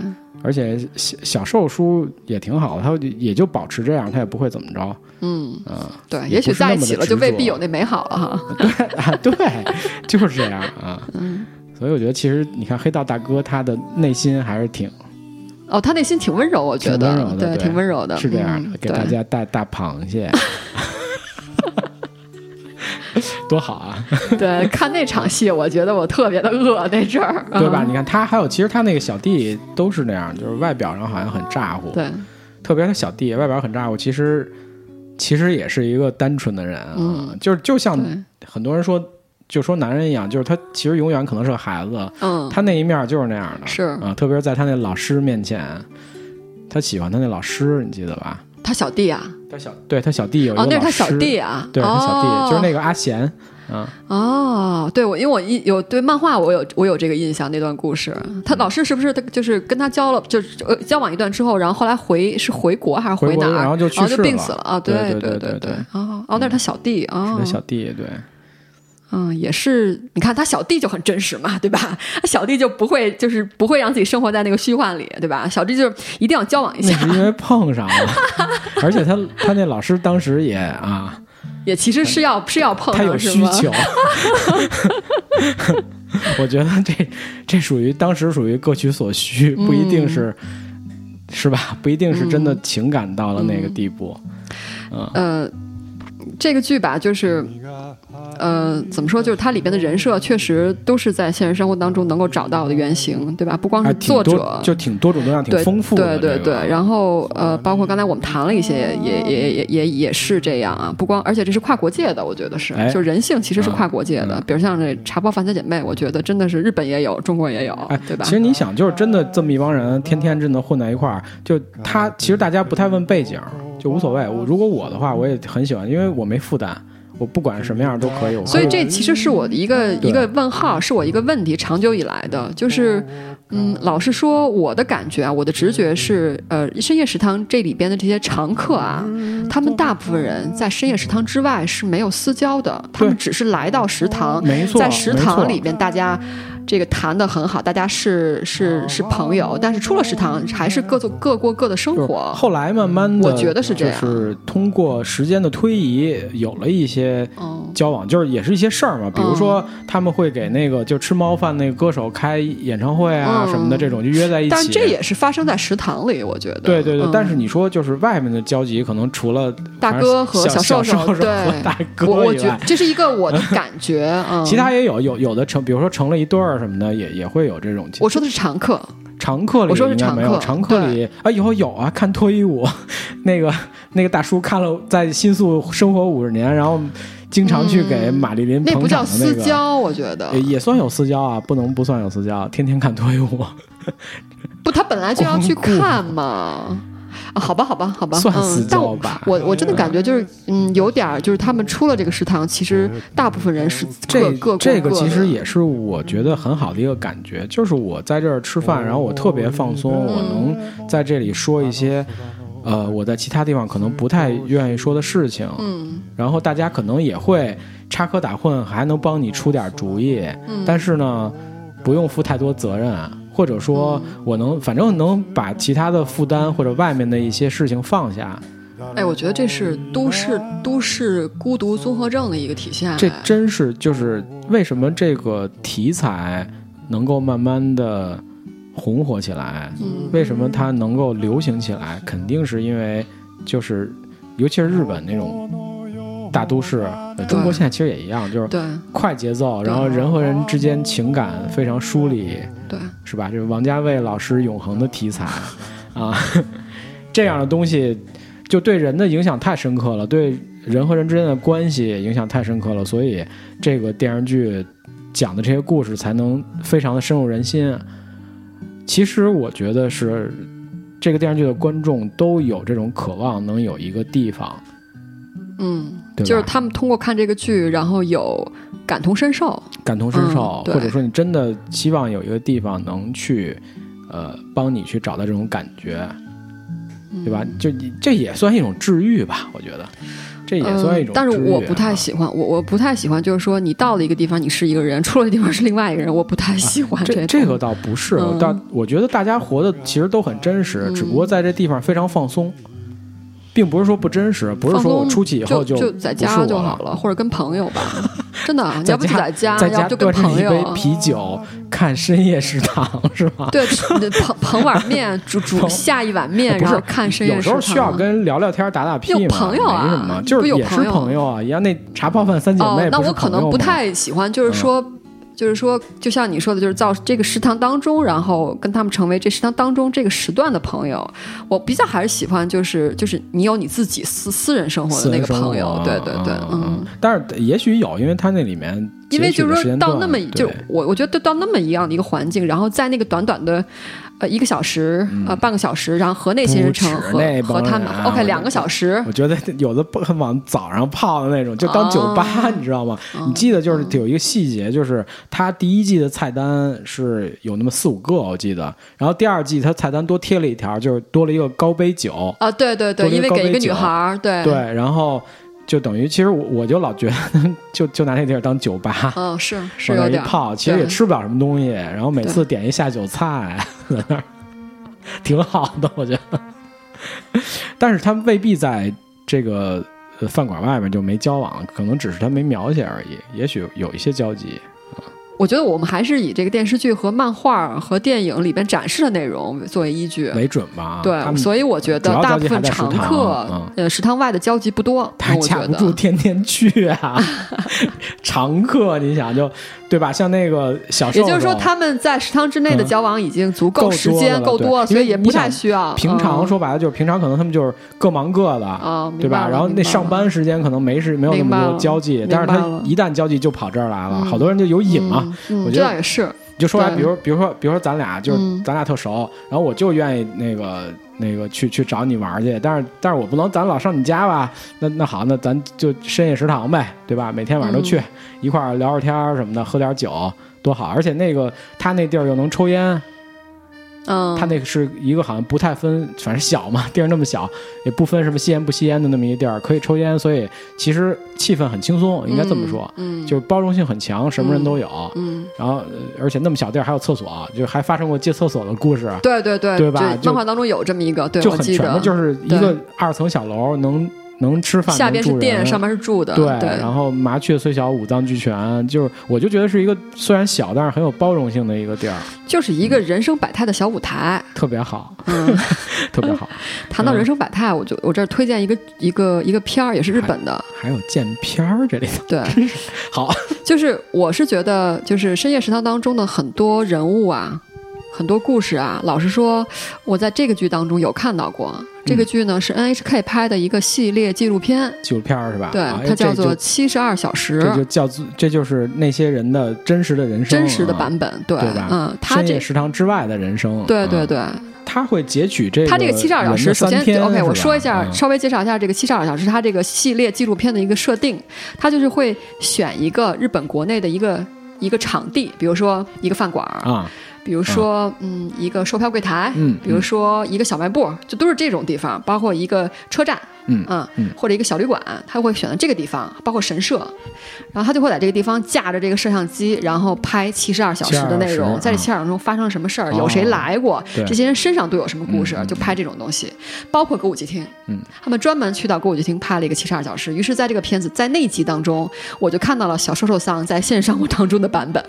S1: 而且小小瘦叔也挺好的，他也就保持这样，他也不会怎么着。
S2: 嗯，对，
S1: 哦也
S2: 也
S1: 不
S2: 许
S1: 是那
S2: 在一
S1: 么的
S2: 起了
S1: 执
S2: 就未
S1: 着
S2: 必有那美好了哈。
S1: 啊，对，就是这样啊。
S2: 嗯
S1: 所以我觉得其实你看黑道大哥他的内心还是挺
S2: 哦，他内心挺温柔，我觉
S1: 挺温
S2: 得
S1: 柔，的对
S2: 挺温柔的，
S1: 是这样的，
S2: 嗯
S1: 给大
S2: 对
S1: 家带大螃蟹， 多好啊，
S2: 对，看那场戏，我觉得我特别的饿那阵儿，
S1: 对吧？
S2: 嗯
S1: 你看他还有，其实他那个小弟都是那样，就是外表上好像很咋呼，
S2: 对，
S1: 特别他小弟外表很咋呼，其实其实也是一个单纯的人啊，
S2: 嗯
S1: 就是就像
S2: 对
S1: 很多人说，就说男人一样，就是他其实永远可能是个孩子，
S2: 嗯，
S1: 他那一面就是那样的，
S2: 是
S1: 啊、特别是在他那老师面前，他喜欢他那老师，你记得吧？
S2: 他小弟啊，
S1: 他小对他小弟有一个
S2: 哦
S1: 老，师，
S2: 那是他小弟啊，
S1: 对他小弟、
S2: 哦、
S1: 就是那个阿贤，啊，
S2: 哦，对我，因为我一有对漫画，我有我有这个印象，那段故事，他老师是不是他就是跟他交了，就是呃交往一段之后，然后后来回是回国还是
S1: 回
S2: 哪
S1: 国
S2: 儿，
S1: 然后就去世
S2: 病
S1: 了
S2: 死了啊，
S1: 对
S2: 对
S1: 对对
S2: 对
S1: 对对，
S2: 哦哦，那是他小弟啊，
S1: 是
S2: 哦
S1: 他小弟，对，
S2: 嗯，也是，你看他小弟就很真实嘛， 对吧？小弟就不会，就是不会让自己生活在那个虚幻里，对吧？小弟就是一定要交往一
S1: 那
S2: 下
S1: 是，因为碰上 了，而且他他那老师当时也啊，
S2: 也其实是要是要碰
S1: 嗯他有
S2: 上，是
S1: 需
S2: 吗？
S1: 求。 我觉得这这属于当时属于各取所需，不一
S2: 嗯
S1: 定是、是吧？不一定是真的情感到了那个地步。
S2: 嗯呃，这个剧吧，就是，呃，怎么说，就是它里边的人设确实都是在现实生活当中能够找到的原型，对吧？不光
S1: 还
S2: 是
S1: 挺
S2: 嗯作者
S1: 多，，就挺多种多样，挺
S2: 对
S1: 丰富的。
S2: 对
S1: 这
S2: 对
S1: 个
S2: 对，然后呃，包括刚才我们谈了一些，也也也也也是这样啊。不光，而且这是跨国界的，我觉得是，
S1: 哎嗯
S2: 就人性其实是跨国界的。比如像这茶包饭三姐妹，我觉得真的是日本也有，中国也有，
S1: 哎，
S2: 对吧
S1: 其？实你想，就是真的这么一帮人天天真的混在一块儿，就他其实大家不太问背景，就无所谓。我如果我的话，我也很喜欢，因为我没负担，我不管什么样都可以。我
S2: 所以
S1: 可
S2: 这其实是我的一个
S1: 嗯
S2: 一个问号，是我一个问题，长久以来的，
S1: 哦
S2: 就是，嗯，老实说，我的感觉啊，我的直觉是，呃，深夜食堂这里边的这些常客啊，他们大部分人在深夜食堂之外是没有私交的，他们
S1: 对
S2: 只是来到食堂，
S1: 没错，
S2: 在食
S1: 没错
S2: 堂里面大家。这个谈的很好，大家是是是朋友，但是出了食堂还是各做各过各的生
S1: 哦就是
S2: 活。
S1: 后来慢慢的，
S2: 我觉得是这样
S1: 就是通过时间的推移，有了一些
S2: 嗯，
S1: 交往，就是也是一些事儿嘛。比如说，他们会给那个就吃猫饭那个歌手开演唱会啊
S2: 嗯
S1: 什么的，这种就约在一起。
S2: 但这也是发生在食堂里，我觉得。
S1: 对对对，
S2: 嗯
S1: 但是你说就是外面的交集，可能除了
S2: 大
S1: 反正
S2: 哥和
S1: 小兽
S2: 小兽
S1: 和
S2: 兽对
S1: 大哥
S2: 我我
S1: 以
S2: 觉嗯
S1: 外，
S2: 这是一个我的感觉，嗯，
S1: 其他也有有有的成，比如说成了一对儿什么的，也也会有这种情。
S2: 我说的是常客，
S1: 常客里
S2: 我说是
S1: 应该没有，常
S2: 常
S1: 客
S2: 客
S1: 里啊以后有啊，看脱衣舞，那个那个大叔看了在新宿生活五十年，然后经常去给
S2: 嗯
S1: 马丽琳
S2: 那
S1: 捧
S2: 不
S1: 场
S2: 叫
S1: 的那
S2: 私
S1: 个。
S2: 交，我觉得
S1: 也也算有私交啊，不能不算有私交。啊天天看脱衣舞，
S2: 不，他本来就要去看嘛。啊好吧，好吧，好吧，
S1: 哦算私
S2: 嗯，
S1: 交
S2: 但我
S1: 吧？
S2: 我我真的感觉就是，嗯，有点儿就是他们出了这个食堂，其实大部分人是各各
S1: 嗯这
S2: 过
S1: 这个
S2: 各
S1: 其
S2: 的
S1: 实也是我觉得很好的一个感觉，就是我在这儿吃饭，然后我特
S2: 哦
S1: 别放松，我能在这里说一些，呃，我在其他地方可能不太愿意说的事情，
S2: 嗯
S1: 然后大家可能也会插科打诨，还能帮你出点主意，
S2: 嗯
S1: 但是呢，不用负太多责任，啊或者说
S2: 嗯
S1: 我能反正能把其他的负担或者外面的一些事情放下，
S2: 哎，我觉得这是都市都市孤独综合症的一个体现。
S1: 这
S2: 哎
S1: 真是就是为什么这个题材能够慢慢的红火起来，
S2: 嗯
S1: 为什么它能够流行起来，肯定是因为就是尤其是日本那种大都市，呃中国
S2: 对
S1: 现在其实也一样，就是
S2: 对
S1: 快节奏，然后人和人之间情感非常疏离，
S2: 对，
S1: 是吧？这是王家卫老师永恒的题材啊， 这样的东西就对人的影响太深刻了，对人和人之间的关系影响太深刻了，所以这个电视剧讲的这些故事才能非常的深入人心。啊其实我觉得是这个电视剧的观众都有这种渴望，能有一个地方，
S2: 嗯，
S1: 对吧
S2: 就是他们通过看这个剧，然后有感同身受。
S1: 感同身受
S2: 嗯，对
S1: 或者说你真的希望有一个地方能去，呃，帮你去找到这种感觉，
S2: 嗯
S1: 对吧？就你这也算一种治愈吧，我觉得，这也算一种治愈啊、
S2: 嗯但是我不太喜欢，我我不太喜欢，就是说你到了一个地方，你是一个人，出了地方是另外一个人，我不太喜欢
S1: 啊这
S2: 这
S1: 这个倒不是，
S2: 嗯
S1: 但我觉得大家活的其实都很真实，只不过在这地方非常放松，并不是说不真实，不是
S2: 放
S1: 说我
S2: 松
S1: 出去以后
S2: 就
S1: 不
S2: 在
S1: 是
S2: 家
S1: 我
S2: 就
S1: 了
S2: 好了，或者跟朋 友吧，真的，你
S1: 在
S2: 要不就在家，
S1: 在
S2: 要
S1: 家
S2: 不就跟
S1: 端着
S2: 朋
S1: 一杯
S2: 友。
S1: 啤酒看深夜食堂是吗？
S2: 对，吃捧捧碗面，煮煮下一碗面，
S1: 不
S2: 然
S1: 是
S2: 后看深夜
S1: 有
S2: 食
S1: 时
S2: 堂。
S1: 候
S2: 啊
S1: 需要跟聊聊天、打打屁嘛，
S2: 有朋友啊
S1: 没什么，
S2: 你
S1: 就
S2: 不
S1: 是
S2: 有
S1: 也是
S2: 朋友
S1: 朋友啊，一样。那茶泡饭三姐妹
S2: 哦，那
S1: 不是
S2: 我可能
S1: 朋友
S2: 不
S1: 吗嗯
S2: 太喜欢，就是说，就是说，就像你说的，就是到这个食堂当中，然后跟他们成为这食堂当中这个时段的朋友。我比较还是喜欢，就是就是你有你自己私私人生活的
S1: 私
S2: 那
S1: 人
S2: 个
S1: 生活
S2: 朋友
S1: 啊，
S2: 对对对，嗯。，
S1: 但是也许有，因为他那里面
S2: 因为
S1: 截取
S2: 就是
S1: 的时
S2: 说
S1: 间
S2: 到
S1: 段
S2: 那么
S1: 对
S2: 就我我觉得到那么一样的一个环境，然后在那个短短的呃一个小时呃半个小时，然后和那些
S1: 嗯不
S2: 人成
S1: 止
S2: 和
S1: 那
S2: 和
S1: 帮
S2: 他
S1: 人
S2: 们
S1: 啊我
S2: OK
S1: 觉
S2: 两
S1: 得
S2: 个小时，
S1: 我觉得有的不往早上泡的那种，就当酒吧，
S2: 啊
S1: 你知道吗？你记得就是有一个细节，就是他第一季的菜单是有那么四五个，我记得。然后第二季他菜单多贴了一条，就是多了一个高杯酒。
S2: 啊，对对对，
S1: 多了一
S2: 因
S1: 个
S2: 为
S1: 高
S2: 给一
S1: 杯
S2: 个女
S1: 酒
S2: 孩儿，对
S1: 对，然后就等于其实我我就老觉得 就就拿那地儿当酒吧。
S2: 嗯，是是
S1: 往那
S2: 有
S1: 儿一
S2: 点儿
S1: 泡，其实也
S2: 对
S1: 吃不了什么东西，然后每次点一下酒菜，在那儿挺好的，我觉得。但是他们未必在这个呃饭馆外面就没交往，可能只是他没描写而已，也许有一些交集。
S2: 我觉得我们还是以这个电视剧和漫画和电影里边展示的内容作为依据。
S1: 没准吧？他
S2: 对，
S1: 们
S2: 所以我觉
S1: 主
S2: 得
S1: 要
S2: 大
S1: 交
S2: 部
S1: 集
S2: 分
S1: 还在食
S2: 常
S1: 堂
S2: 客，
S1: 嗯
S2: 呃，食堂外的交集不多。
S1: 他
S2: 我
S1: 架
S2: 觉
S1: 不住
S2: 得，
S1: 天天去啊， 常客，你想就对吧？像那个小瘦
S2: 也
S1: 肉，
S2: 就是说，他们在食堂之内的
S1: 嗯
S2: 交往已经足
S1: 够
S2: 够时
S1: 多
S2: 间
S1: 了
S2: 够
S1: 对
S2: 多了，所
S1: 因为
S2: 以也
S1: 你
S2: 不
S1: 想
S2: 太需要。
S1: 平常
S2: 嗯
S1: 说白了就是平常，可能他们就是各忙各的
S2: 啊明
S1: 对
S2: 白
S1: 吧？
S2: 了
S1: 然后
S2: 明
S1: 那
S2: 白
S1: 上班时间可能没事，没有那
S2: 明白
S1: 么多
S2: 了
S1: 交际
S2: 明，
S1: 但是
S2: 白
S1: 他
S2: 了
S1: 一旦交际就跑这儿来了，好多人就有瘾嘛。
S2: 嗯，
S1: 我觉
S2: 这
S1: 得
S2: 倒也是。
S1: 你就说来，
S2: 对
S1: 比如比如说比如说咱俩就是
S2: 嗯
S1: 咱俩特熟，然后我就愿意那个那个去去找你玩去，但是但是我不能咱老上你家吧？那那好，那咱就深夜食堂呗，对吧？每天晚上都去、
S2: 嗯
S1: 一块儿聊聊天儿什么的，喝点酒多好。而且那个他那地儿又能抽烟，
S2: 嗯，
S1: 他那个是一个好像不太分，反正小嘛， 地儿那么小，也不分什么吸烟不吸烟的那么一个地儿，可以抽烟，所以其实气氛很轻松，应该这么说，
S2: 嗯，嗯
S1: 就是包容性很强，什么人都有。
S2: 嗯，
S1: 然后，呃而且那么小地儿还有厕所，就还发生过借厕所的故事，
S2: 对对对，
S1: 对吧
S2: 这
S1: 就
S2: 漫画当中有这么一个，对
S1: 就
S2: 我
S1: 很
S2: 记
S1: 全
S2: 得
S1: 的，就是一个二层小楼，能能吃饭，
S2: 下边是
S1: 能住人
S2: 店，上面是住的，
S1: 对，
S2: 对
S1: 然后麻雀虽小，五脏俱全，就是我就觉得是一个虽然小，但是很有包容性的一个地儿，
S2: 就是一个人生百态的小舞台。
S1: 特别好，
S2: 嗯，
S1: 特别 好。
S2: 谈到人生百态，我就我这儿推荐一个一个一个片儿，也是日本的，
S1: 还有见片儿这里头，
S2: 对，
S1: 哎 好，
S2: 就是我是觉得，就是深夜食堂当中的很多人物啊，很多故事啊，老实说，我在这个剧当中有看到过。这
S1: 嗯
S2: 个剧呢是 NHK 拍的一个系列纪录片，
S1: 纪录片儿是吧？
S2: 对，
S1: 啊
S2: 它
S1: 这
S2: 叫做
S1: 就
S2: 《七十二小时
S1: 这》，就叫做这就是那些人的真实的人生，
S2: 真实的
S1: 啊
S2: 版本。对
S1: 对吧，
S2: 嗯，它
S1: 深夜
S2: 这，
S1: 食堂之外的人生，
S2: 对
S1: 嗯
S2: 对对，
S1: 他会截取这
S2: 它这个七十二小
S1: 人
S2: 时，
S1: 的
S2: 首先
S1: 三天
S2: ，OK，
S1: 是
S2: 我
S1: 吧
S2: 说一下，
S1: 嗯
S2: 稍微介绍一下这个七十二小时，它这个系列纪录片的一个设定，它就是会选一个日本国内的一个一个场地，比如说一个饭馆儿
S1: 啊，
S2: 比如说，嗯，一个售票柜台，
S1: 嗯
S2: 比如说一个小卖部，就都是这种地方，包括一个车站，
S1: 嗯
S2: 啊
S1: 嗯
S2: 或者一个小旅馆，他会选择这个地方，包括神社，然后他就会在这个地方架着这个摄像机，然后拍七十二小时的内
S1: 72小
S2: 容，
S1: 时啊
S2: 在这七十二小时中发生了什么事儿，
S1: 哦
S2: 有谁来过，
S1: 对
S2: 这些人身上都有什么故事
S1: 嗯嗯，
S2: 就拍这种东西，包括歌舞伎町，
S1: 嗯，
S2: 他们专门去到歌舞伎町拍了一个七十二小时，于是在这个片子在那集当中，我就看到了小瘦瘦桑在线上我当中的 版本。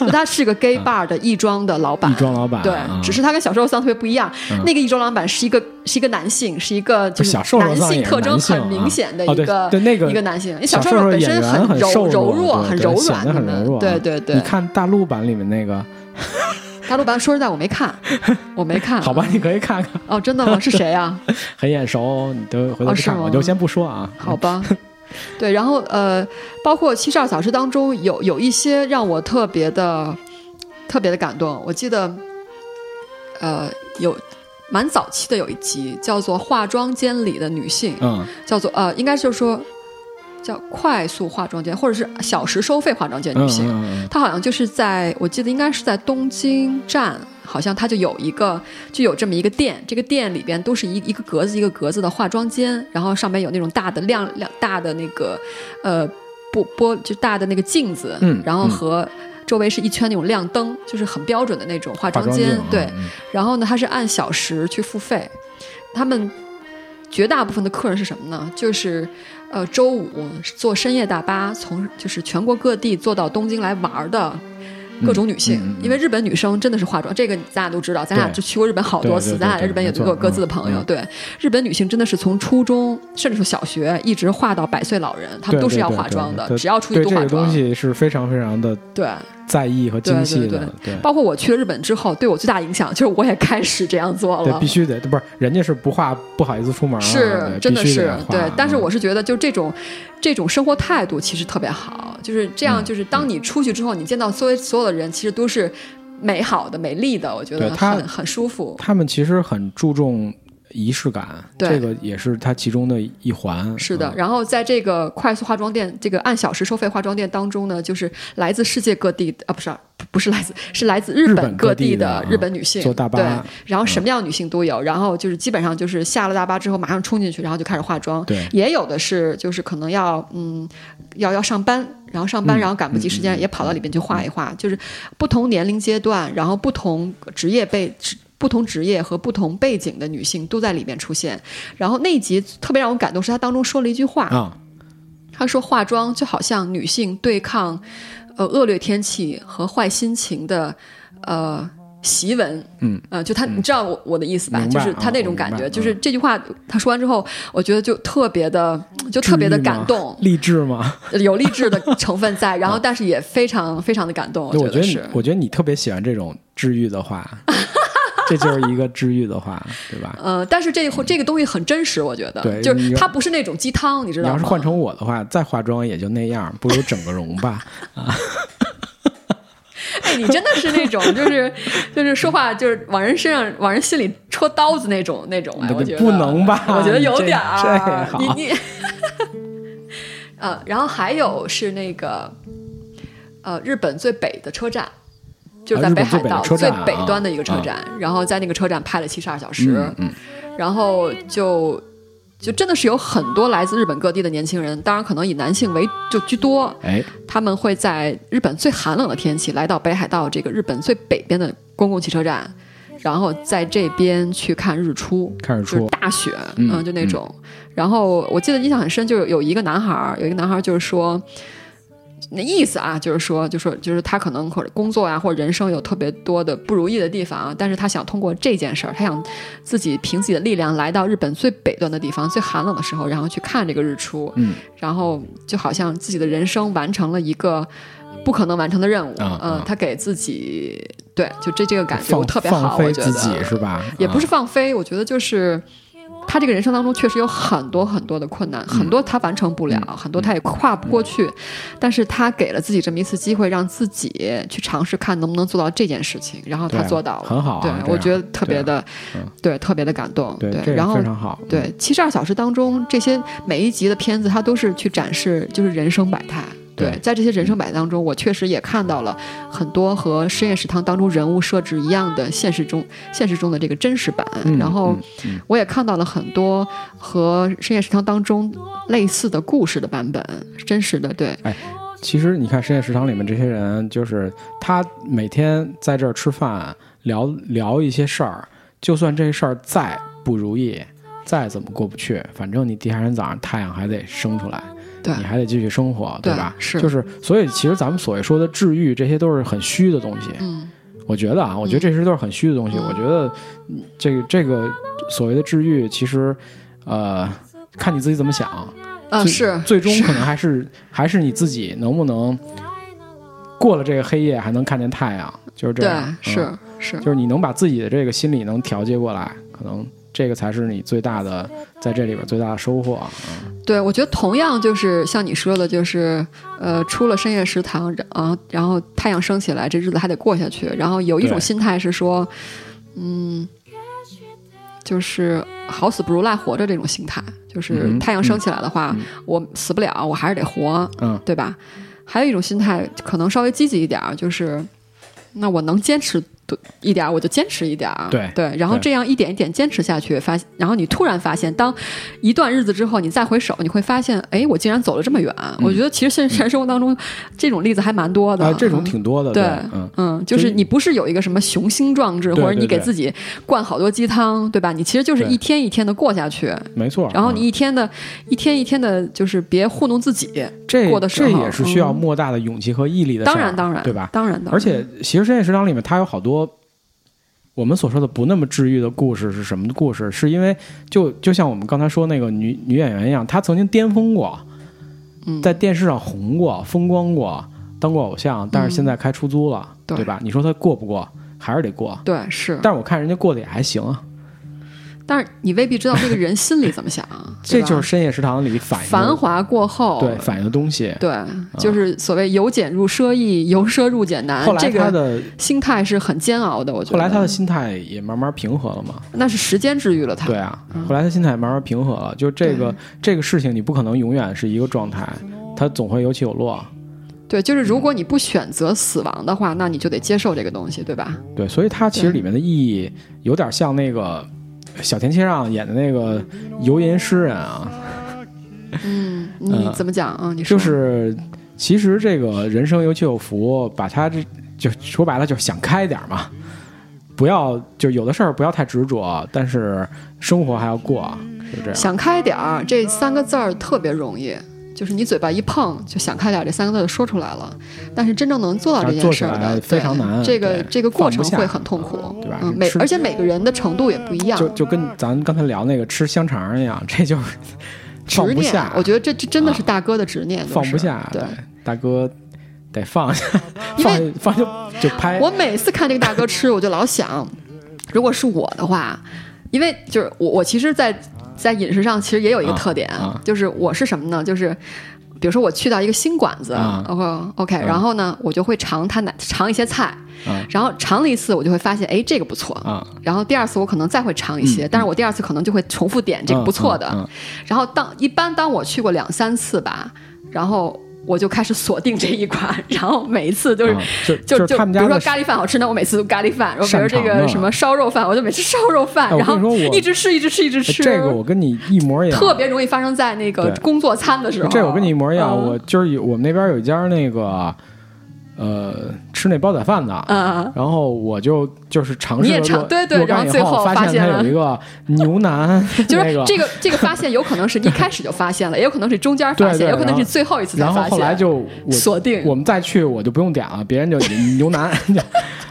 S2: 就他是个 gay bar 的亦庄的老板，
S1: 亦庄老板
S2: 对
S1: 啊，
S2: 只是他跟小瘦桑特别不一样。那个亦庄老板是一个是一个男性，是一个就
S1: 嗯不
S2: 是
S1: 小瘦瘦
S2: 男
S1: 桑也
S2: 性
S1: 是
S2: 特征
S1: 男性
S2: 很明显的
S1: 啊哦
S2: 一个、
S1: 对对那个
S2: 一个男性。因为
S1: 小
S2: 瘦
S1: 瘦
S2: 瘦
S1: 的
S2: 本
S1: 演
S2: 身
S1: 员很
S2: 柔
S1: 柔
S2: 柔弱，
S1: 对
S2: 很
S1: 对
S2: 柔
S1: 显
S2: 软，
S1: 得
S2: 你
S1: 很
S2: 们
S1: 柔弱啊。
S2: 对对对
S1: 你，看大陆版里面那个，
S2: 大陆版说实在我没看，我没 看。
S1: 好吧，你可以看看，
S2: 哦，真的吗？是谁呀、
S1: 很眼熟，你都回头
S2: 哦
S1: 去
S2: 是
S1: 看看，
S2: 吗
S1: 我就先不说啊。
S2: 好吧。对，然后呃，包括七十二小时当中有有一些让我特别的特别的感动。我记得，呃，有蛮早期的有一集叫做《化妆间里的女性》，
S1: 嗯，
S2: 叫做呃，应该就是说叫快速化妆间，或者是小时收费化妆间
S1: 嗯
S2: 女性。
S1: 嗯嗯
S2: 它好像就是在我记得应该是在东京站，好像它就有一个就有这么一个店，这个店里边都是一一个格子一个格子的化妆间，然后上面有那种大的亮亮大的那个呃玻玻就大的那个镜子，
S1: 嗯
S2: 然后和周围是一圈那种亮灯，就是很标准的那种化
S1: 化
S2: 妆
S1: 妆
S2: 间，
S1: 镜
S2: 对，
S1: 嗯
S2: 然后呢，它是按小时去付费。他们绝大部分的客人是什么呢？就是呃，周五坐深夜大巴从就是全国各地坐到东京来玩儿的。各种女性，
S1: 嗯嗯嗯
S2: 因为日本女生真的是化妆，这个咱俩都知道，咱俩
S1: 对
S2: 就去过日本好多
S1: 对
S2: 次，
S1: 对对
S2: 咱俩在
S1: 对
S2: 日本也
S1: 没错
S2: 都有各自的
S1: 嗯
S2: 朋友。
S1: 嗯
S2: 对，日本女性真的是从初中甚至是小学一直化到百岁老人，她们
S1: 对
S2: 都是
S1: 对
S2: 要
S1: 对
S2: 化
S1: 对
S2: 妆的
S1: 对，
S2: 只要出去
S1: 对
S2: 都
S1: 这
S2: 化
S1: 个东
S2: 妆。
S1: 西是非常非常的
S2: 对，
S1: 在意和精细
S2: 对
S1: 的
S2: 对，
S1: 对
S2: 包括我去了日本之后，对我最大影响就是我也开始这样做
S1: 对，
S2: 了
S1: 必。须得，不是人家是不画不好意思出门啊，
S2: 哦是
S1: 对，
S2: 真的
S1: 必须得
S2: 是
S1: 画
S2: 对
S1: 啊，
S2: 但是我是觉得，就这种这种生活态度其实特别好，就是这样，
S1: 嗯
S2: 就是当你出去之后，你见到所有所有的人，其实都是美好的、美丽的，我觉
S1: 对
S2: 得
S1: 他
S2: 很很舒服。
S1: 他们其实很注重仪式感，
S2: 对
S1: 这个也是它其中的一环。
S2: 是的
S1: 嗯，，
S2: 然后在这个快速化妆店，这个按小时收费化妆店当中呢，就是来自世界各地啊，不是不不是来自是来自日
S1: 日
S2: 本
S1: 本
S2: 各
S1: 各地
S2: 地
S1: 的
S2: 的
S1: 啊
S2: 日本女性
S1: 坐大巴嗯
S2: 对，然后什么样的女性都有，然后就是基本上就是下了大巴之后马上冲进去，然后就开始化妆，
S1: 对
S2: 也有的是就是可能要嗯要要上班，然后上班然后赶不及时间，也跑到里边去画一画，就是不同年龄阶段，然后不同职业被职不同职业和不同背景的女性都在里面出现。然后那一集特别让我感动，是他当中说了一句话，
S1: 啊，
S2: 他说化妆就好像女性对抗呃恶劣天气和坏心情的呃檄文，
S1: 嗯
S2: 呃，就他、你知道我我的意思吧？
S1: 明白
S2: 就是他那
S1: 啊
S2: 种
S1: 我
S2: 感
S1: 明
S2: 觉，
S1: 白
S2: 就是这句话他说完之后，我觉得就特别的就特别的
S1: 治愈吗
S2: 感动，
S1: 励志吗？
S2: 有励志的成 分在，然后但是也非常非常的感动，
S1: 啊我
S2: 觉得
S1: 你
S2: 是，。
S1: 我觉得你特别喜欢这种治愈的 话，这就是一个治愈的话，对吧？
S2: 呃，但是这个这个东西很真实，我觉得，
S1: 对
S2: 就
S1: 你
S2: 是
S1: 要
S2: 它不是那种鸡汤，你知
S1: 你
S2: 道吗？
S1: 要是换成我的话，再化妆也就那样，不如整个容 吧。
S2: 哎，你真的是那种，就是就是说话就是往人身上、往人心里戳刀子那种那种哎，我觉得
S1: 不能吧
S2: 我觉得有
S1: 这
S2: 点儿，啊
S1: 这好
S2: 你你，呃，然后还有是那个，呃，日本最北的车站。就
S1: 啊
S2: 是在
S1: 日
S2: 北
S1: 本
S2: 海
S1: 最北的
S2: 道
S1: 车
S2: 最
S1: 站啊
S2: 北端的一个车
S1: 啊
S2: 站，然后在那个车站拍了七十二小时，
S1: 嗯嗯，
S2: 然后就就真的是有很多来自日本各地的年轻人，当然可能以男性为就居多，
S1: 哎，
S2: 他们会在日本最寒冷的天气来到北海道这个日本最北边的公共汽车站，然后在这边去看日出，
S1: 看日
S2: 就是
S1: 出，
S2: 大雪，嗯
S1: 嗯
S2: 就那种。然后我记得印象很深，就是有一个男孩儿，有一个男孩儿就是说。那意思啊，就是说，就说，就是他可能或者工作啊，或者人生有特别多的不如意的地方啊，但是他想通过这件事儿，他想自己凭自己的力量来到日本最北端的地方，最寒冷的时候，然后去看这个日出，
S1: 嗯，
S2: 然后就好像自己的人生完成了一个不可能完成的任务，
S1: 嗯
S2: 呃
S1: 嗯
S2: 他给自己对，就这这个感觉
S1: 放
S2: 我哎特别好，
S1: 放
S2: 我
S1: 飞
S2: 觉
S1: 自己
S2: 得
S1: 是吧？
S2: 也不是
S1: 啊
S2: 放飞，我觉得就是。他这个人生当中确实有很多很多的困难，很
S1: 嗯
S2: 多他完成不了，很多他也跨不过去，但是他给了自己这么一次机会，让自己去尝试看能不能做到这件事情，然后他
S1: 对啊
S2: 做到了，
S1: 很好啊
S2: 对
S1: 这样
S2: 我觉得特别的，
S1: 对啊嗯
S2: 对特别的感动，
S1: 对，这
S2: 然
S1: 个
S2: 后
S1: 非常好，嗯
S2: 对，七十二小时当中，这些每一集的片子，它都是去展示就是人生百态。对，
S1: 对
S2: 在这些人生百态当中，我确实也看到了很多和深夜食堂当中人物设置一样的现实中现实中的这个真实版。
S1: 嗯
S2: 然后
S1: 嗯嗯
S2: 我也看到了很多和深夜食堂当中类似的故事的版本，真实的对。
S1: 其实你看深夜食堂里面这些人，就是他每天在这儿吃饭，聊聊一些事儿，就算这事儿再不如意，再怎么过不去，反正你第二天早上太阳还得升出来，
S2: 对
S1: 你还得继续生活，
S2: 对
S1: 吧？
S2: 是
S1: 就是，所以其实咱们所谓说的治愈，这些都是很虚的东西。
S2: 嗯，
S1: 我觉得啊，我觉得这些都是很虚的东西。
S2: 嗯
S1: 我觉得嗯这个这个所谓的治愈，其实，呃，看你自己怎么想。
S2: 啊
S1: 最
S2: 是
S1: 最终可能还是还是你自己能不能过了这个黑夜还能看见太阳，就是这
S2: 对
S1: 样，嗯
S2: 是是
S1: 就是你能把自己的这个心理能调节过来，可能这个才是你最大的在这里边最大的收获。嗯
S2: 对，我觉得同样就是像你说的，就是呃，出了深夜食堂，然后然后太阳升起来，这日子还得过下去。然后有一种
S1: 对
S2: 心态是说，嗯，就是好死不如赖活着这种心态，就是
S1: 嗯
S2: 太阳升起来的话，我死不了，我还是得活，
S1: 嗯，
S2: 对吧？还有一种心态可能稍微积极一点儿，就是那我能坚持多一点儿，我就坚持一点儿，
S1: 对
S2: 对，然后
S1: 对
S2: 这样一点一点坚持下去，发现，然后你突然发现，当一段日子之后，你再回首，你会发现，哎，我竟然走了这么远。我觉得其实现实生活当中、这种例子还蛮多
S1: 嗯
S2: 的，
S1: 啊，这种
S2: 嗯
S1: 挺多的，
S2: 对，
S1: 嗯，
S2: 嗯，就是你不是有一个什么雄心壮志，
S1: 对
S2: 或者
S1: 对
S2: 你给
S1: 对
S2: 自己灌好多鸡汤，对吧？你其实就是
S1: 对
S2: 一天一天的过下去，
S1: 没错。
S2: 然后
S1: 嗯
S2: 你一天的、一天一天的，就是别糊弄自己。
S1: 这
S2: 过的时候
S1: 这也是需要
S2: 嗯
S1: 莫大的勇气和毅力的事儿，
S2: 当然，当然，
S1: 对吧？
S2: 当然，当然，
S1: 而且，其实深夜食堂里面它有好多我们所说的不那么治愈的故事是什么故事？是因为就就像我们刚才说那个女女演员一样，她曾经巅峰过，
S2: 嗯
S1: 在电视上红过、风光过、当过偶像，但是现在开出租了，
S2: 嗯对
S1: 吧？你说她过不过？还是得过。
S2: 对是，
S1: 但是我看人家过得也还行啊，
S2: 但是你未必知道这个人心里怎 么想，对
S1: 这
S2: 吧
S1: 就是深夜食堂里反映
S2: 繁
S1: 的
S2: 华过后，
S1: 对反啊映的东西。
S2: 对，就是所谓由俭入奢易，由奢入俭难
S1: 后，来
S2: 这
S1: 他
S2: 个嗯
S1: 的
S2: 心态是很煎熬的。我觉得，
S1: 后来他的心态也慢慢平和了嘛，
S2: 那是时间治愈了他。
S1: 对啊，后来他心态慢慢平和了。就这个这个事情，你不可能永远是一个状态，它总会有起有落。
S2: 对，就是如果你不选择死亡的话，那你就得接受这个东西，对吧？
S1: 对，所以它其实里面的意义有点像那个小田切让演的那个游吟诗人啊，
S2: 嗯，你
S1: 呃
S2: 怎么讲啊？你说
S1: 就是其实这个人生有起有伏，把它这就说白了就是想开点儿嘛，不要就有的事儿不要太执着，但是生活还要过，是这样。
S2: 想开点儿这三个字儿特别容易，就是你嘴巴一碰就想开点儿这三个字儿说出来了，但是真正能做到这件事儿
S1: 做起来
S2: 的
S1: 非常
S2: 对
S1: 难
S2: 这个
S1: 对
S2: 这个过程
S1: 放不下
S2: 会很痛苦，
S1: 对吧
S2: 嗯，每
S1: 吃
S2: 而且每个人的程度也不一样
S1: 就。就跟咱们刚才聊那个吃香肠一样，这就是
S2: 执
S1: 放不
S2: 念
S1: 下，，
S2: 我觉得这这真的是大哥的执念，都
S1: 放不
S2: 是
S1: 下。
S2: 对，
S1: 大哥得放下，
S2: 因为
S1: 放放就就拍。
S2: 我每次看这个大哥吃，我就老想，如果是我的话，因为就是我我其实在，在饮食上其实也有一个
S1: 啊
S2: 特点，
S1: 啊
S2: 就是我是什么呢？就是。比如说我去到一个新馆子、
S1: 啊
S2: o k OK，、然后呢，我就会尝它哪尝一些菜，
S1: 啊
S2: 然后尝了一次，我就会发现，哎，这个不错，
S1: 啊，
S2: 然后第二次我可能再会尝一些，但是我第二次可能就会重复点这个不错的。
S1: 嗯嗯嗯
S2: 然后当一般当我去过两三次吧，然后我就开始锁定这一款， 然后每一次都是、
S1: 啊就
S2: 就
S1: 就是他们
S2: 比
S1: 家
S2: 如说
S1: 的
S2: 咖喱饭好吃，那我每次都咖喱饭；然后比如
S1: 擅
S2: 这
S1: 长
S2: 个
S1: 的
S2: 什么烧肉饭，我就每次烧肉饭，
S1: 哎我
S2: 然
S1: 跟你
S2: 后
S1: 说我
S2: 一直吃，一直吃，一直吃。
S1: 哎这个我跟你一模一样，
S2: 特别容易发生在那个
S1: 对
S2: 工作餐的时候。
S1: 这我跟你一模一样，
S2: 嗯
S1: 我就是有我们那边有一家那个，呃，吃那煲仔饭的，
S2: 嗯
S1: 然后我就就是尝试
S2: 你也
S1: 了
S2: 尝
S1: 若
S2: 对对
S1: 若
S2: 然后
S1: 干以
S2: 最后发
S1: 发
S2: 现
S1: 现它
S2: 了，
S1: 有一个牛腩
S2: 就是
S1: 那个
S2: 这个这个发现，有可能是一开始就发现了，也有可能是中间发
S1: 对
S2: 现，
S1: 对
S2: 也有可能
S1: 然后
S2: 是最后一次才
S1: 然后
S2: 发现。
S1: 后来就我
S2: 锁定
S1: 我们再去我就不用点了，别人 就牛腩， 就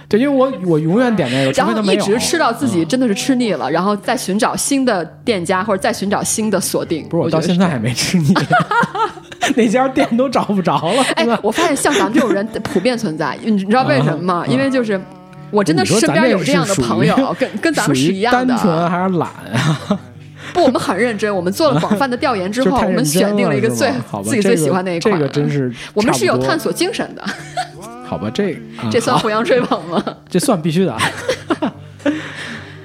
S1: 对，因为我我永远点那个，除
S2: 然
S1: 非
S2: 后
S1: 他没
S2: 一
S1: 有嗯
S2: 直吃到自己真的是吃腻了，然后再寻找新的店家，或者再寻找新的锁定。
S1: 不是我
S2: 觉
S1: 到
S2: 得
S1: 现在还没吃 腻，那家店都找不着了。
S2: 哎，我发现像咱们这种人普遍存在，你你知道为什么吗？因为就是我真的
S1: 啊你说
S2: 身
S1: 咱
S2: 边有
S1: 这
S2: 样的
S1: 是属于
S2: 朋友，跟跟咱们
S1: 属
S2: 是
S1: 于
S2: 一样
S1: 单纯
S2: 的。
S1: 还是懒啊？
S2: 不，我们很认真，我们做了广泛的调研 之
S1: 就
S2: 后，
S1: 太
S2: 我们
S1: 认真
S2: 选定了一个
S1: 了
S2: 最
S1: 是吗好吧
S2: 自己
S1: 这
S2: 最
S1: 个
S2: 喜欢那一
S1: 这
S2: 款。嗯
S1: 个真是
S2: 我们
S1: 差不
S2: 是有
S1: 多
S2: 探索精神的，
S1: 好吧，这啊
S2: 这算
S1: 好
S2: 互相追捧吗？
S1: 这算必须的啊。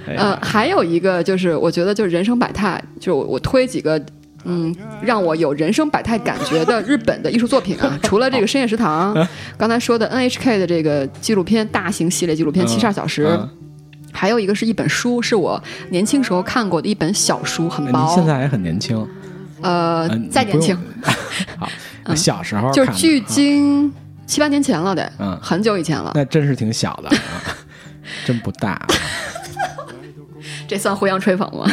S1: 哎呀
S2: 呃，还有一个就是，我觉得就是人生百态，就是我我推几个，嗯，让我有人生百态感觉的日本的艺术作品啊，除了这个深夜食堂，刚才说的 NHK 的这个纪录片大型系列纪录片《七十二小时》
S1: 嗯
S2: 还有一个是一本书，是我年轻时候看过的一本小书，很
S1: 哎您
S2: 薄，
S1: 现在还很年轻，
S2: 呃，
S1: 嗯，
S2: 再年轻， 嗯
S1: 好，我小时候
S2: 就是
S1: 看的
S2: 距
S1: 啊
S2: 今七八年前了得，
S1: 嗯
S2: 很久以前了，
S1: 那真是挺小的啊， 真不大啊，
S2: 这算互相吹捧吗？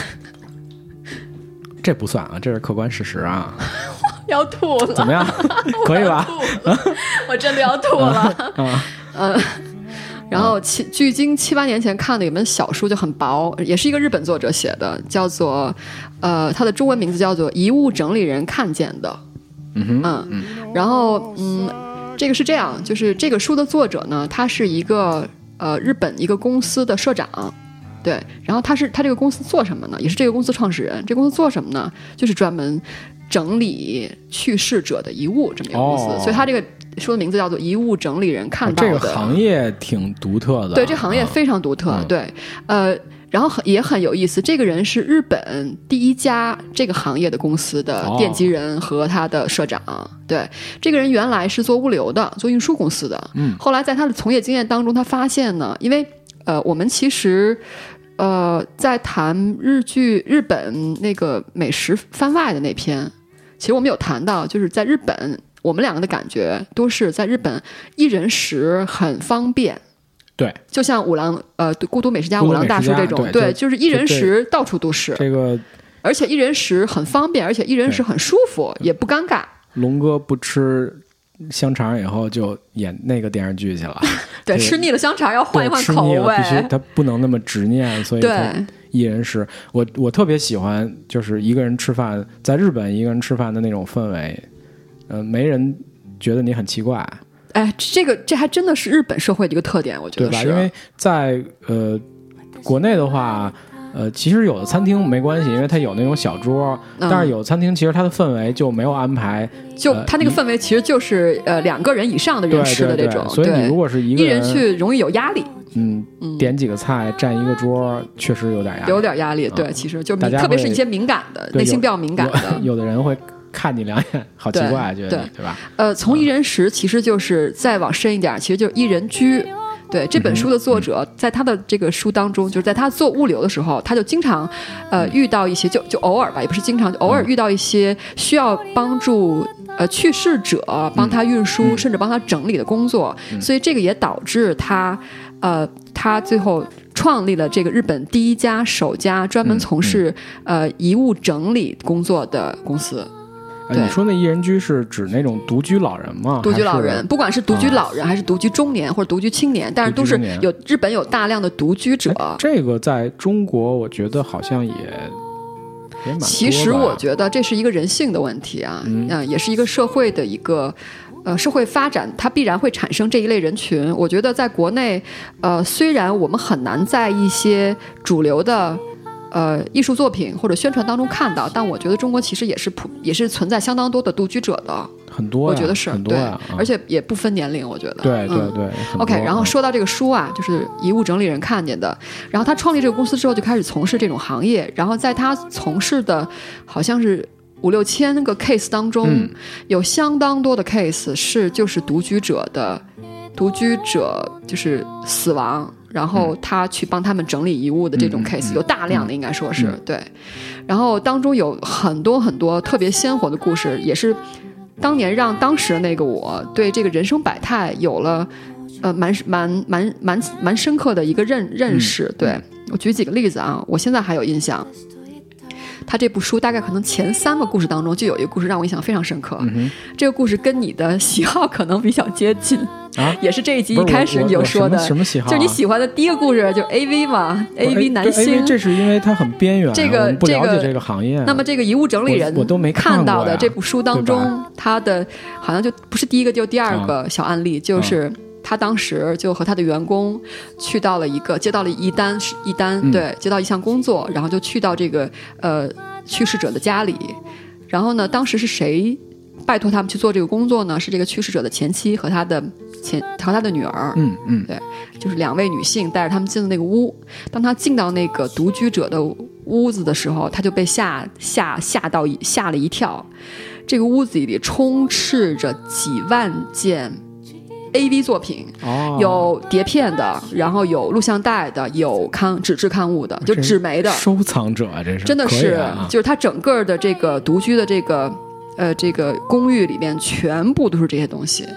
S1: 这不算啊，这是客观事实啊，
S2: 要吐了。
S1: 怎么 样，可以吧？ 啊
S2: 我真的要吐了。嗯，然后七距今七八年前看的一本小书就很薄，也是一个日本作者写的，叫做呃，它的中文名字叫做《遗物整理人看见的》。嗯然后嗯，这个是这样，就是这个书的作者呢，他是一个呃日本一个公司的社长。对，然后他是他这个公司做什么呢？也是这个公司创始人。这公司做什么呢？就是专门整理去世者的遗物这么一个公司，
S1: 哦啊
S2: 所以他这个书的名字叫做《遗物整理人看到
S1: 这
S2: 的》
S1: 个行业挺独特的，
S2: 对，这行业
S1: 啊
S2: 非常独特，
S1: 嗯
S2: 对，呃，然后很也很有意思。这个人是日本第一家这个行业的公司的
S1: 哦
S2: 奠基人和他的社长。对，这个人原来是做物流的，做运输公司的。嗯，后来在他的从业经验当中，他发现呢，因为呃，我们其实。呃，在谈日剧日本那个美食番外的那篇，其实我们有谈到，就是在日本，我们两个的感觉都是在日本一人食很方便，
S1: 对
S2: 就像五郎呃对孤独美食家
S1: 孤
S2: 五
S1: 独
S2: 郎大
S1: 美食
S2: 叔
S1: 家
S2: 这种，
S1: 对
S2: 对，
S1: 就
S2: 就是一人
S1: 就这
S2: 食到处都是，
S1: 这个
S2: 而且一人食很方便，而且一人食
S1: 对
S2: 很舒服，也不尴尬。
S1: 龙哥不吃香肠以后就演那个电视剧去了，
S2: 对，
S1: 对
S2: 吃腻了香肠要 换一
S1: 对，
S2: 换
S1: 吃
S2: 口
S1: 腻了
S2: 味
S1: 必。须他不能那么执念，所以他
S2: 对，
S1: 一人食。我我特别喜欢就是一个人吃饭，在日本一个人吃饭的那种氛围，嗯、没人觉得你很奇怪，
S2: 哎，这个这还真的是日本社会的一个特点，我觉
S1: 对
S2: 得
S1: 吧？
S2: 是。嗯
S1: 因为在呃国内的话，呃，其实有的餐厅没关系，因为它有那种小桌，
S2: 嗯
S1: 但是有的餐厅其实它的氛围就没有安排。
S2: 就
S1: 呃
S2: 他那个氛围，其实就是呃两个人以上的
S1: 对
S2: 人吃的
S1: 对
S2: 这
S1: 对
S2: 种，
S1: 所以你如果是一
S2: 一
S1: 个
S2: 人去容易有压力，
S1: 嗯，点几个菜占一个桌，确实有点压力。
S2: 有点压力。对，其实就是
S1: 嗯大
S2: 你，
S1: 家
S2: 特别是
S1: 会
S2: 一些敏感的，
S1: 对
S2: 内心
S1: 有
S2: 比较敏感的，
S1: 有有的人会看你两眼，好奇
S2: 对
S1: 怪，觉得
S2: 对
S1: 你对吧？
S2: 呃，从一人食其实就是再往深一点，其实就是一人居。对这本书的作者，在他的这个书当中，就是在他做物流的时候，他就经常，呃，遇到一些就就偶尔吧，也不是经常，就偶尔遇到一些需要帮助呃去世者帮他运输，甚至帮他整理的工作，所以这个也导致他，呃，他最后创立了这个日本第一家首家专门从事、呃遗物整理工作的公司。
S1: 哎，
S2: 对
S1: 你说那一人居是指那种独居老人吗？
S2: 独居老
S1: 哦还
S2: 人，
S1: 是，哦
S2: 不管是独居老人还是独居中年或者独居青年，但是都
S1: 独
S2: 是
S1: 居中年
S2: 有日本有大量的独居者。
S1: 哎这个在中国我觉得好像也也蛮多吧。啊
S2: 其实我觉得这是一个人性的问题啊，嗯、也是一个社会的一个。呃，社会发展它必然会产生这一类人群。我觉得在国内，呃，虽然我们很难在一些主流的呃艺术作品或者宣传当中看到，但我觉得中国其实也是普也是存在相当多的独居者的。
S1: 很多呀，
S2: 我觉得是
S1: 很多
S2: 对
S1: 呀，，嗯
S2: 而且也不分年龄，我觉得。
S1: 对
S2: 嗯
S1: 对对。很
S2: OK，
S1: 多
S2: 然后
S1: 嗯
S2: 说到这个书啊，就是遗物整理人看见的。然后他创立这个公司之后，就开始从事这种行业。然后在他从事的，好像是五六千个 case 当中，
S1: 嗯
S2: 有相当多的 case 是就是独居者的，独居者就是死亡，然后他去帮他们整理遗物的这种
S1: 嗯嗯嗯
S2: case、
S1: 嗯
S2: 有大量的，应该说是、对。然后当中有很多很多特别鲜活的故事，也是当年让当时的那个我对这个人生百态有了呃蛮蛮蛮蛮蛮深刻的一个认认识。
S1: 嗯
S2: 对我举几个例子啊，我现在还有印象。他这部书大概可能前三个故事当中就有一个故事让我印象非常深刻，
S1: 嗯
S2: 这个故事跟你的喜好可能比较接近，
S1: 啊
S2: 也是这一集
S1: 不
S2: 一
S1: 是
S2: 开
S1: 我
S2: 始
S1: 我
S2: 你有
S1: 我
S2: 说
S1: 什么
S2: 的，
S1: 什么喜好啊
S2: 就是你喜欢的第一个故事就是 A V 嘛，A
S1: 不是
S2: V 男
S1: 对 AV
S2: 星，
S1: 这是因为它很边缘，啊
S2: 这个
S1: 我们不了
S2: 这
S1: 解
S2: 个
S1: 这个行业。
S2: 那么这个遗物整理人
S1: 啊我我都没看
S2: 看
S1: 过呀
S2: 到的这部书当
S1: 对
S2: 中，他的好像就不是第一个，就第二个小案例，就是
S1: 嗯
S2: 他当时就和他的员工去到了一个接到了一单一单，
S1: 嗯
S2: 对，接到一项工作，然后就去到这个呃去世者的家里，然后呢，当时是谁拜托他们去做这个工作呢？是这个去世者的前妻和他的前和他的女儿，
S1: 嗯嗯，
S2: 就是两位女性带着他们进了那个屋。当他进到那个独居者的屋子的时候，他就被吓吓吓到一吓了一跳。这个屋子里充斥着几万件 A V 作品，
S1: 哦，
S2: 有碟片的，然后有录像带的，有刊纸质刊物的，就
S1: 这
S2: 纸媒的，
S1: 收藏者啊，这是
S2: 真的
S1: 可以
S2: 是，
S1: 啊
S2: 就是他整个的这个独居的这个呃这个公寓里面全部都是这些东西。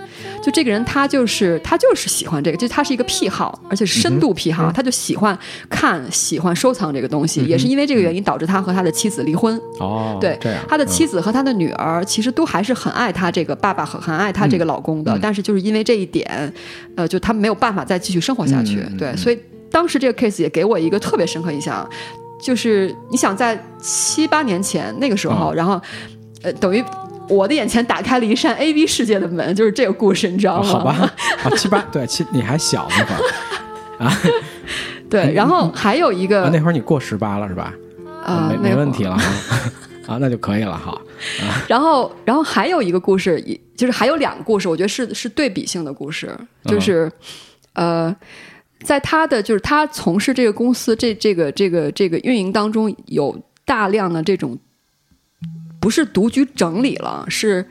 S2: 就这个人，他就是他就是喜欢这个，就他是一个癖好，而且是
S1: 嗯
S2: 深度癖好，他就喜欢看、喜欢收藏这个东西，
S1: 嗯
S2: 也是因为这个原因导致他和他的妻子离婚。
S1: 哦，
S2: 对
S1: 这样
S2: 他的妻子和他的女儿其实都还是很爱他这个爸爸和很爱他这个老公
S1: 嗯
S2: 的，但是就是因为这一点，呃，就他没有办法再继续生活下去。
S1: 嗯嗯
S2: 对，所以当时这个 case 也给我一个特别深刻印象，就是你想在七八年前那个时候，
S1: 啊
S2: 然后呃，等于。我的眼前打开了一扇 A V 世界的门，就是这个故事，你知道
S1: 哦
S2: 吗？
S1: 好吧，啊七八对七你还小那会儿，
S2: 对，然后还有一
S1: 嗯啊
S2: 个
S1: 那会儿你过十八了是吧？
S2: 呃啊，
S1: 没没问题了
S2: 了。
S1: 啊 啊，那就可以了哈。
S2: 然后，然后还有一个故事，也就是还有两个故事，我觉得是是对比性的故事，
S1: 嗯
S2: 就是，呃，在他的就是他从事这个公司这这个这个这个运营当中，有大量的这种不是独居整理了，是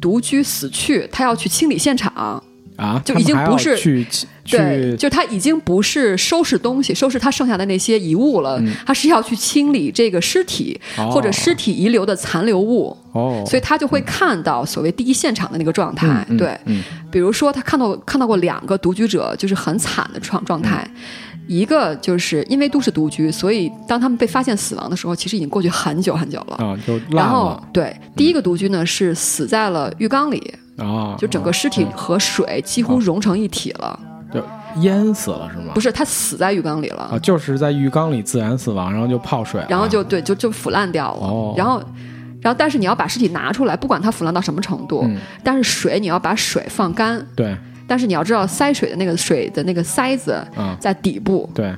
S2: 独居死去，他要去清理现场。
S1: 啊，
S2: 就
S1: 他们
S2: 已经
S1: 还
S2: 不
S1: 要
S2: 是
S1: 去
S2: 对，
S1: 去
S2: 就他已经不是收拾东西，收拾他剩下的那些遗物了，他是要去清理这个尸体、
S1: 嗯哦
S2: 或者尸体遗留的残留物。
S1: 哦，
S2: 所以他就会看到所谓第一现场的那个状态。
S1: 嗯
S2: 对，
S1: 嗯
S2: 比如说他看到看到过两个独居者，就是很惨的状状态。
S1: 嗯
S2: 一个就是因为都是独居，所以当他们被发现死亡的时候，其实已经过去很久很久了。
S1: 啊就
S2: 然
S1: 烂
S2: 后
S1: 了，嗯
S2: 对第一个独居呢是死在了浴缸里，
S1: 啊，
S2: 就整个尸体和水几乎融成一体了。
S1: 就淹死了是吗？
S2: 不是，他死在浴缸里了。
S1: 啊，就是在浴缸里自然死亡，然后就泡水了，
S2: 然后就对，就就腐烂掉了。
S1: 哦
S2: 然后，然后但是你要把尸体拿出来，不管它腐烂到什么程
S1: 嗯
S2: 度，但是水你要把水放干。
S1: 对
S2: 但是你要知道，塞水的那个水的那个塞子
S1: 嗯
S2: 在底部，
S1: 对，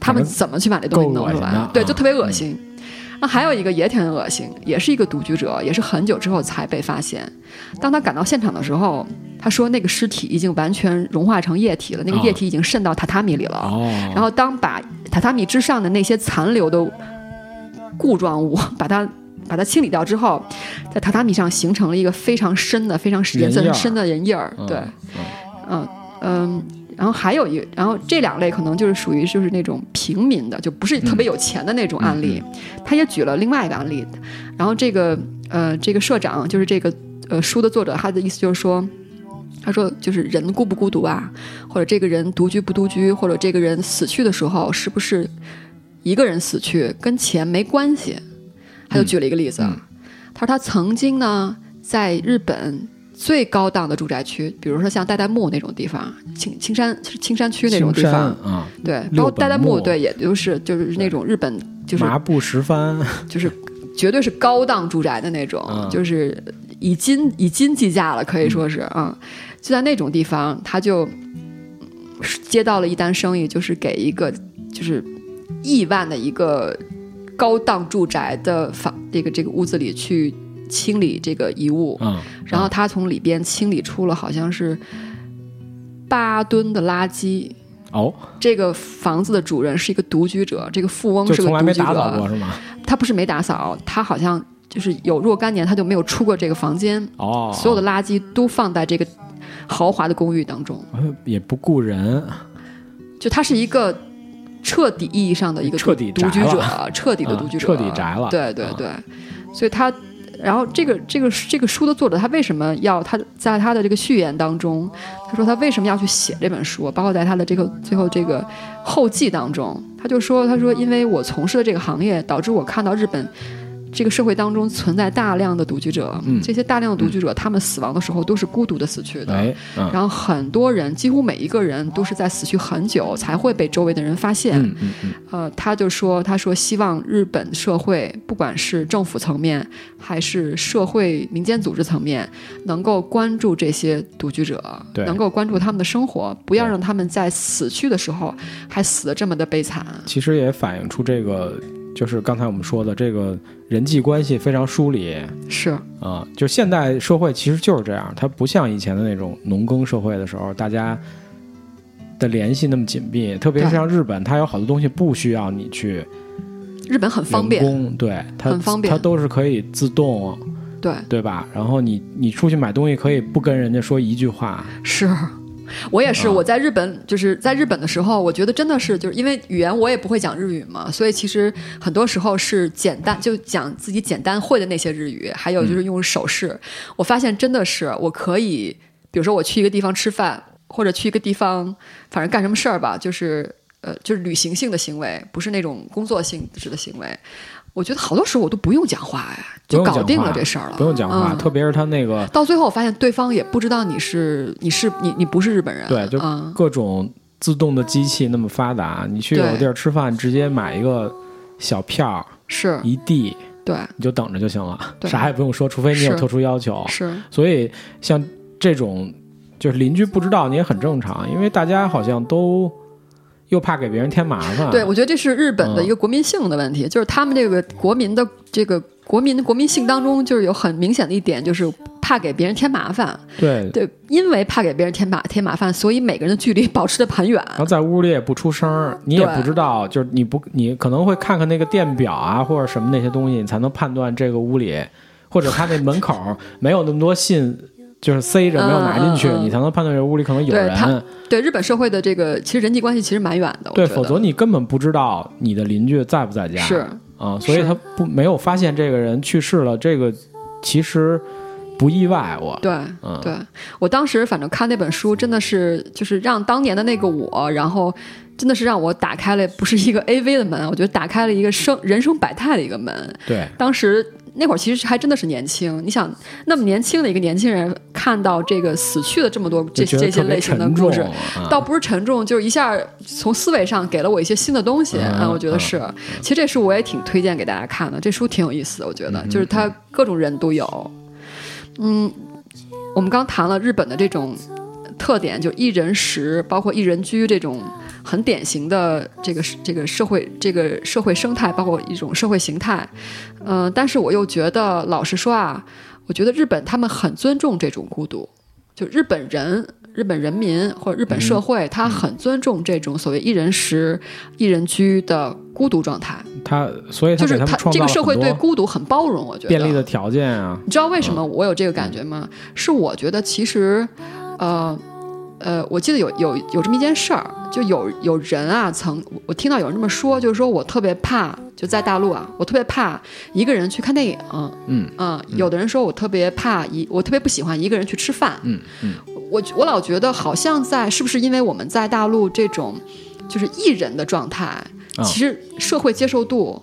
S2: 他们怎么去把那东西弄
S1: 够恶
S2: 出
S1: 心
S2: 来
S1: 的？
S2: 对，
S1: 嗯
S2: 就特别恶心。那还有一个也挺恶心，也是一个独居者，也是很久之后才被发现。当他赶到现场的时候，他说那个尸体已经完全融化成液体了，那个
S1: 啊
S2: 液体已经渗到榻榻米里了。
S1: 哦，
S2: 然后当把榻榻米之上的那些残留的固状物，把它把它清理掉之后，在榻榻米上形成了一个非常深的、非常
S1: 人
S2: 颜色
S1: 印儿嗯
S2: 很深的人印儿。对，嗯嗯，然后还有一，然后这两类可能就是属于就是那种平民的，就不是特别有钱的那种案例。他也举了另外一个案例，然后这个呃，这个社长就是这个呃书的作者，他的意思就是说。他说：“就是人孤不孤独啊，或者这个人独居不独居，或者这个人死去的时候是不是一个人死去，跟钱没关系。”
S1: 嗯
S2: 他就举了一个例子，啊他说他曾经呢在日本最高档的住宅区，比如说像代代木那种地方，青青山是青山区那种地
S1: 青山
S2: 方，
S1: 啊，
S2: 对，
S1: 六
S2: 包括
S1: 本
S2: 代代
S1: 木
S2: 木，对，也就是就是那种日本就是
S1: 麻布十番，
S2: 就是绝对是高档住宅的那种，
S1: 嗯
S2: 就是以金以金计价了，可以说是啊、嗯就在那种地方，他就嗯接到了一单生意，就是给一个就是亿万的一个高档住宅的房这个这个屋子里去清理这个遗物，
S1: 嗯，
S2: 然后他从里边清理出了好像是八吨的垃圾。
S1: 哦，
S2: 这个房子的主人是一个独居者，这个富翁
S1: 就是
S2: 个
S1: 从
S2: 独
S1: 来
S2: 居
S1: 没
S2: 者，啊
S1: 打扫过是吗？
S2: 他不是没打扫，他好像就是有若干年他就没有出过这个房间，
S1: 哦，
S2: 所有的垃圾都放在这个豪华的公寓当中，
S1: 呃也不顾人，
S2: 就他是一个彻底意义上的一个
S1: 彻底
S2: 独居
S1: 宅
S2: 者，彻底的
S1: 嗯
S2: 独居者，
S1: 彻底宅了
S2: 对对
S1: 嗯
S2: 对，所以他。然后这个这个这个书的作者他为什么要他在他的这个序言当中，他说他为什么要去写这本书，包括在他的这个最后这个后记当中，他就说他说因为我从事的这个行业，导致我看到日本这个社会当中存在大量的独居者，
S1: 嗯
S2: 这些大量的独居者他们死亡的时候都是孤独的死去的，
S1: 哎，嗯
S2: 然后很多人，几乎每一个人都是在死去很久才会被周围的人发现。
S1: 嗯嗯嗯，
S2: 呃，他就说，他说希望日本社会，不管是政府层面还是社会民间组织层面，能够关注这些独居者，
S1: 对
S2: 能够关注他们的生活，不要
S1: 对
S2: 让他们在死去的时候还死得这么的悲惨。
S1: 其实也反映出这个，就是刚才我们说的这个人际关系非常疏离
S2: 是，
S1: 啊、就现代社会其实就是这样，它不像以前的那种农耕社会的时候，大家的联系那么紧密，特别是
S2: 对
S1: 像日本，它有好多东西不需要你去
S2: 日本很方
S1: 人
S2: 便，
S1: 工，对，它
S2: 很方便
S1: 它都是可以自动，
S2: 对，
S1: 对吧？然后你你出去买东西可以不跟人家说一句话，
S2: 是。我也是，
S1: 啊
S2: 我在日本就是在日本的时候，我觉得真的是就是因为语言我也不会讲日语嘛，所以其实很多时候是简单就讲自己简单会的那些日语，还有
S1: 嗯
S2: 就是用手势。我发现真的是我可以，比如说我去一个地方吃饭，或者去一个地方，反正干什么事儿吧，就是呃就是旅行性的行为，不是那种工作性质的行为。我觉得好多时候我都不用讲话哎，
S1: 不
S2: 就
S1: 用讲
S2: 搞定
S1: 话
S2: 了这事儿了，
S1: 不用讲话，
S2: 嗯
S1: 特别是它那个
S2: 到最后，我发现对方也不知道你是你是你你不是日本人，
S1: 对，就
S2: 嗯，
S1: 各种自动的机器那么发达，你去有的
S2: 对
S1: 地儿吃饭，直接买一个小票
S2: 是
S1: 一递，
S2: 对
S1: 你就等着就行了，
S2: 对
S1: 啥也不用说，除非你有
S2: 是
S1: 特殊要求。
S2: 是
S1: 所以像这种就是邻居不知道你也很正常，因为大家好像都又怕给别人添麻烦。
S2: 对，我觉得这是日本的
S1: 嗯
S2: 一个国民性的问题，就是他们这个国民的这个国民的国民性当中，就是有很明显的一点，就是怕给别人添麻烦，
S1: 对，
S2: 对，因为怕给别人添麻添麻烦，所以每个人的距离保持的很远，
S1: 然后在屋里也不出声儿，你也
S2: 嗯对
S1: 不知道，就是你不，你可能会看看那个电表啊，或者什么那些东西，你才能判断这个屋里，或者他那门口没有那么多信，就是塞着没有拿进去，
S2: 嗯嗯嗯
S1: 你才能判断这屋里可能有
S2: 对
S1: 人。
S2: 他对日本社会的这个其实人际关系其实蛮远的，我
S1: 对
S2: 觉
S1: 否
S2: 得
S1: 则你根本不知道你的邻居在不在家。
S2: 是
S1: 啊，所以
S2: 是
S1: 他不没有发现这个人去世了，这个其实不意外。我
S2: 对。
S1: 嗯，
S2: 对我当时反正看那本书，真的是就是让当年的那个我，然后真的是让我打开了不是一个 A V 的门，啊我觉得打开了一个生人生百态的一个门。
S1: 对
S2: 当时那会儿其实还真的是年轻，你想那么年轻的一个年轻人看到这个死去的这么多
S1: 就
S2: 这
S1: 觉得
S2: 这些
S1: 特别
S2: 类型的
S1: 沉重
S2: 故事，
S1: 啊
S2: 倒不是沉重，就是一下从思维上给了我一些新的东西
S1: 嗯
S2: 啊，我觉得是。其实这书我也挺推荐给大家看的，这书挺有意思的，我觉
S1: 嗯
S2: 得就是它各种人都有。嗯，我们刚谈了日本的这种特点，就一人食，包括一人居这种很典型的这个这个社会这个社会生态，包括一种社会形态。嗯、但是我又觉得，老实说啊，我觉得日本他们很尊重这种孤独，就日本人。日本人民或者日本社
S1: 嗯
S2: 会，他很尊重这种所谓一人食、一人居的孤独状态。
S1: 他所嗯以他
S2: 就是
S1: 给他
S2: 他
S1: 们创
S2: 这
S1: 造
S2: 个
S1: 了
S2: 社会
S1: 很
S2: 对
S1: 多
S2: 孤独很包容，我觉得
S1: 便利的嗯条件啊。
S2: 你知道为什么我有这个感觉吗？是我觉得其实，呃，呃，我记得有有有这么一件事儿，就有有人啊，曾我听到有人这么说，就是说我特别怕，就在大陆啊，我特别怕一个人去看电影，
S3: 嗯
S2: 有的人说我特别怕一，我特别不喜欢一个人去吃饭，
S3: 嗯嗯，
S2: 我我老觉得好像在是不是因为我们在大陆这种就是艺人的状态，
S3: 啊
S2: 其实社会接受度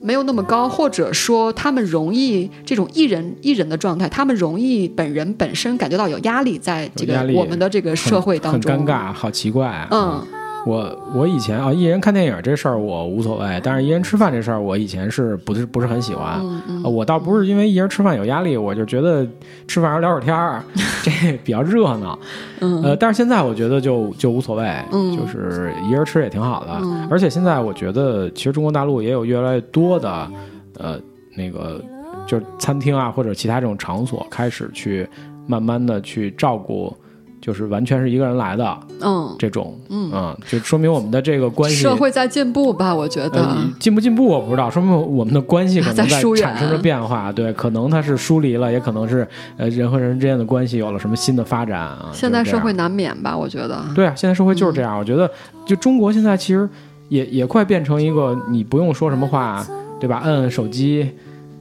S2: 没有那么高，或者说他们容易这种艺人艺人的状态，他们容易本人本身感觉到有压力，在这
S1: 有压
S2: 个
S1: 力
S2: 我们的这个社会当中
S1: 很尴。尬，好奇怪啊。
S2: 嗯，
S1: 我我以前啊，一人看电影这事儿我无所谓，但是一人吃饭这事儿，我以前是不是不是很喜欢、
S2: 嗯
S1: 啊我倒不是因为一人吃饭有压力，我就觉得吃饭时候聊会儿天 儿，这比较热闹。
S2: 嗯
S1: 呃，但是现在我觉得就就无所谓，
S2: 嗯
S1: 就是一人吃也挺好的。而且现在我觉得，其实中国大陆也有越来越多的呃那个就是餐厅啊或者其他这种场所开始去慢慢的去照顾，就是完全是一个人来的。
S2: 嗯，
S1: 这种，嗯就说明我们的这个关系，
S2: 社会在进步吧，我觉得。
S1: 呃进不进步我不知道，说明我们的关系可能
S2: 在疏远
S1: 产生着变化，对，可能它是疏离了，也可能是呃人和人之间的关系有了什么新的发展啊。
S2: 现在
S1: 就是这
S2: 社
S1: 样
S2: 会嗯难免吧，我觉得。
S1: 对啊，现在社会就是这样，我觉得就中国现在其实也也快变成一个你不用说什么话，对吧？摁摁手机，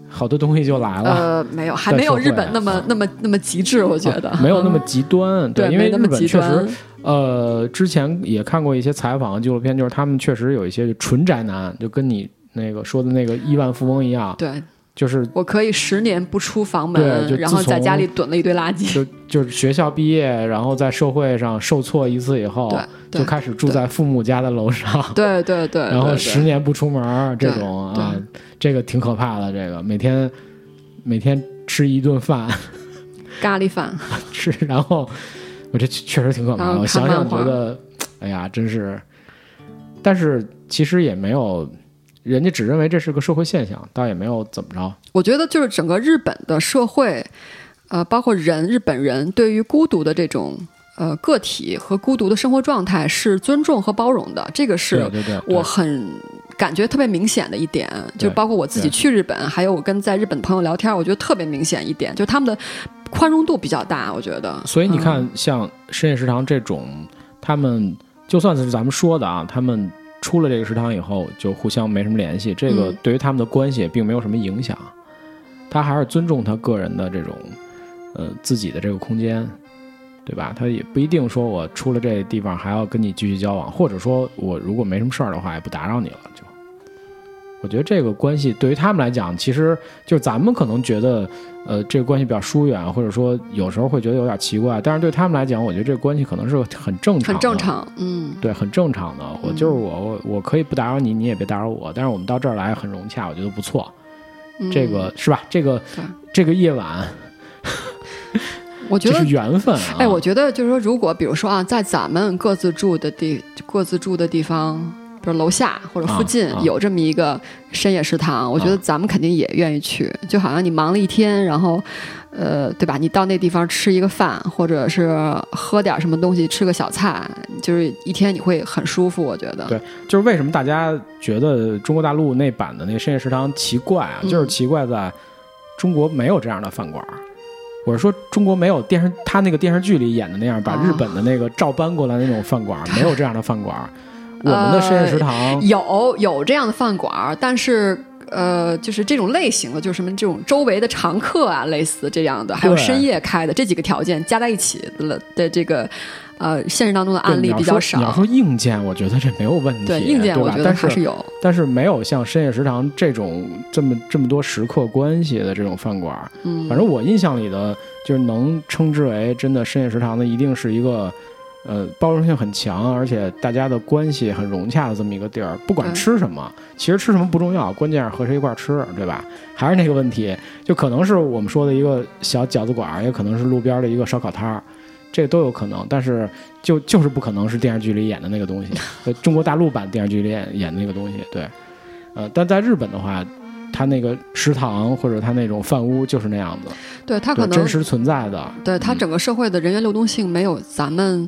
S1: 好多东西就来了。
S2: 呃，没有，还
S1: 在
S2: 没
S1: 社
S2: 有
S1: 会啊嗯
S2: 日本那么、那么那么极致，我觉得、
S1: 没有那么极端，
S2: 对，
S1: 因为
S2: 没那
S1: 日
S2: 么
S1: 本
S2: 极
S1: 确
S2: 端
S1: 实，。呃，之前也看过一些采访纪录片，就是他们确实有一些就纯宅男，就跟你那个说的那个亿万富翁一样，
S2: 对
S1: 就是
S2: 我可以十年不出房
S1: 对就
S2: 门，然后
S1: 自从
S2: 在家里囤了一堆垃圾。
S1: 就就是学校毕业，然后在社会上受挫一次以后，
S2: 对
S1: 就开始住在父母家的楼上，
S2: 对对对，
S1: 然后
S2: 对
S1: 十年不出门儿，这
S2: 对
S1: 种
S2: 对
S1: 啊，这个挺可怕的，这个每天每天吃一顿饭
S2: 对咖喱饭，
S1: 吃， 然后我这确实挺可怕
S2: 然
S1: 的，
S2: 后
S1: 我
S2: 看
S1: 想想
S2: 漫画
S1: 觉得，哎呀，真是，但是其实也没有。人家只认为这是个社会现象，倒也没有怎么着。
S2: 我觉得就是整个日本的社会，呃，包括人日本人对于孤独的这种呃个体和孤独的生活状态是尊重和包容的，这个是
S1: 对对对，对
S2: 我很感觉特别明显的一点，
S1: 对
S2: 就包括我自己
S1: 对
S2: 去日本，还有我跟在日本的朋友聊天，我觉得特别明显一点，就他们的宽容度比较大，我觉得。
S1: 所以你
S2: 嗯，
S1: 看，像深夜食堂这种，他们就算是咱们说的啊，他们出了这个食堂以后就互相没什么联系，这个
S2: 嗯
S1: 对于他们的关系也并没有什么影响。他还是尊重他个人的这种，呃，自己的这个空间，对吧？他也不一定说我出了这地方还要跟你继续交往，或者说我如果没什么事儿的话，也不打扰你了。就，我觉得这个关系对于他们来讲，其实就是咱们可能觉得，呃，这个关系比较疏远，或者说有时候会觉得有点奇怪，但是对他们来讲，我觉得这个关系可能是很正常，
S2: 很正，常，嗯。
S1: 对，很正常的。我就是我，我我可以不打扰你，你也别打扰我，但是我们到这儿来很融洽，我觉得不错。
S2: 嗯
S1: 这个是吧？这个
S2: 对
S1: 这个夜晚，
S2: 我觉
S1: 这
S2: 得
S1: 是缘分啊！
S2: 哎，我觉得就是说，如果比如说啊，在咱们各自住的地、各自住的地方，比如楼下或者附近
S1: 啊啊啊
S2: 有这么一个深夜食堂，我觉得咱们肯定也愿意去。就好像你忙了一天，然后，呃，对吧？你到那地方吃一个饭，或者是喝点什么东西，吃个小菜，就是一天你会很舒服。我觉得，
S1: 对就是为什么大家觉得中国大陆那版的那个深夜食堂奇怪啊？
S2: 嗯
S1: 就是奇怪在中国没有这样的饭馆儿。我是说，中国没有电视，他那个电视剧里演的那样，把
S2: 哦
S1: 日本的那个照搬过来那种饭馆儿，没有这样的饭馆儿。我们的深夜食堂，
S2: 有有这样的饭馆儿，但是。呃，就是这种类型的，就是什么这种周围的常客啊，类似这样的，还有
S1: 对
S2: 深夜开的这几个条件加在一起了的这个，呃，现实当中的案
S1: 对你
S2: 例
S1: 要
S2: 比较
S1: 说
S2: 少。
S1: 你要说硬件，我觉得这没有问题，
S2: 对硬件，我
S1: 吧
S2: 觉？得
S1: 但
S2: 还
S1: 是
S2: 是有。
S1: 但是没有像深夜食堂这种这么这么多食客关系的这种饭馆儿。
S2: 嗯，
S1: 反正我印象里的，就是能称之为真的深夜食堂的，一定是一个，呃，包容性很强，而且大家的关系很融洽的这么一个地儿。不管
S2: 对
S1: 吃什么，其实吃什么不重要，关键是和谁一块儿吃，对吧？还是那个问题，就可能是我们说的一个小饺子馆儿，也可能是路边儿的一个烧烤摊儿。这都有可能，但是就就是不可能是电视剧里演的那个 东西，呃，中国大陆版电视剧里演演的那个东西，对，呃，但在日本的话，他那个食堂或者他那种饭屋就是那样子，
S2: 对他
S1: 对
S2: 可能
S1: 真实存在的，嗯
S2: 对他整个社会的人员流动性没有咱们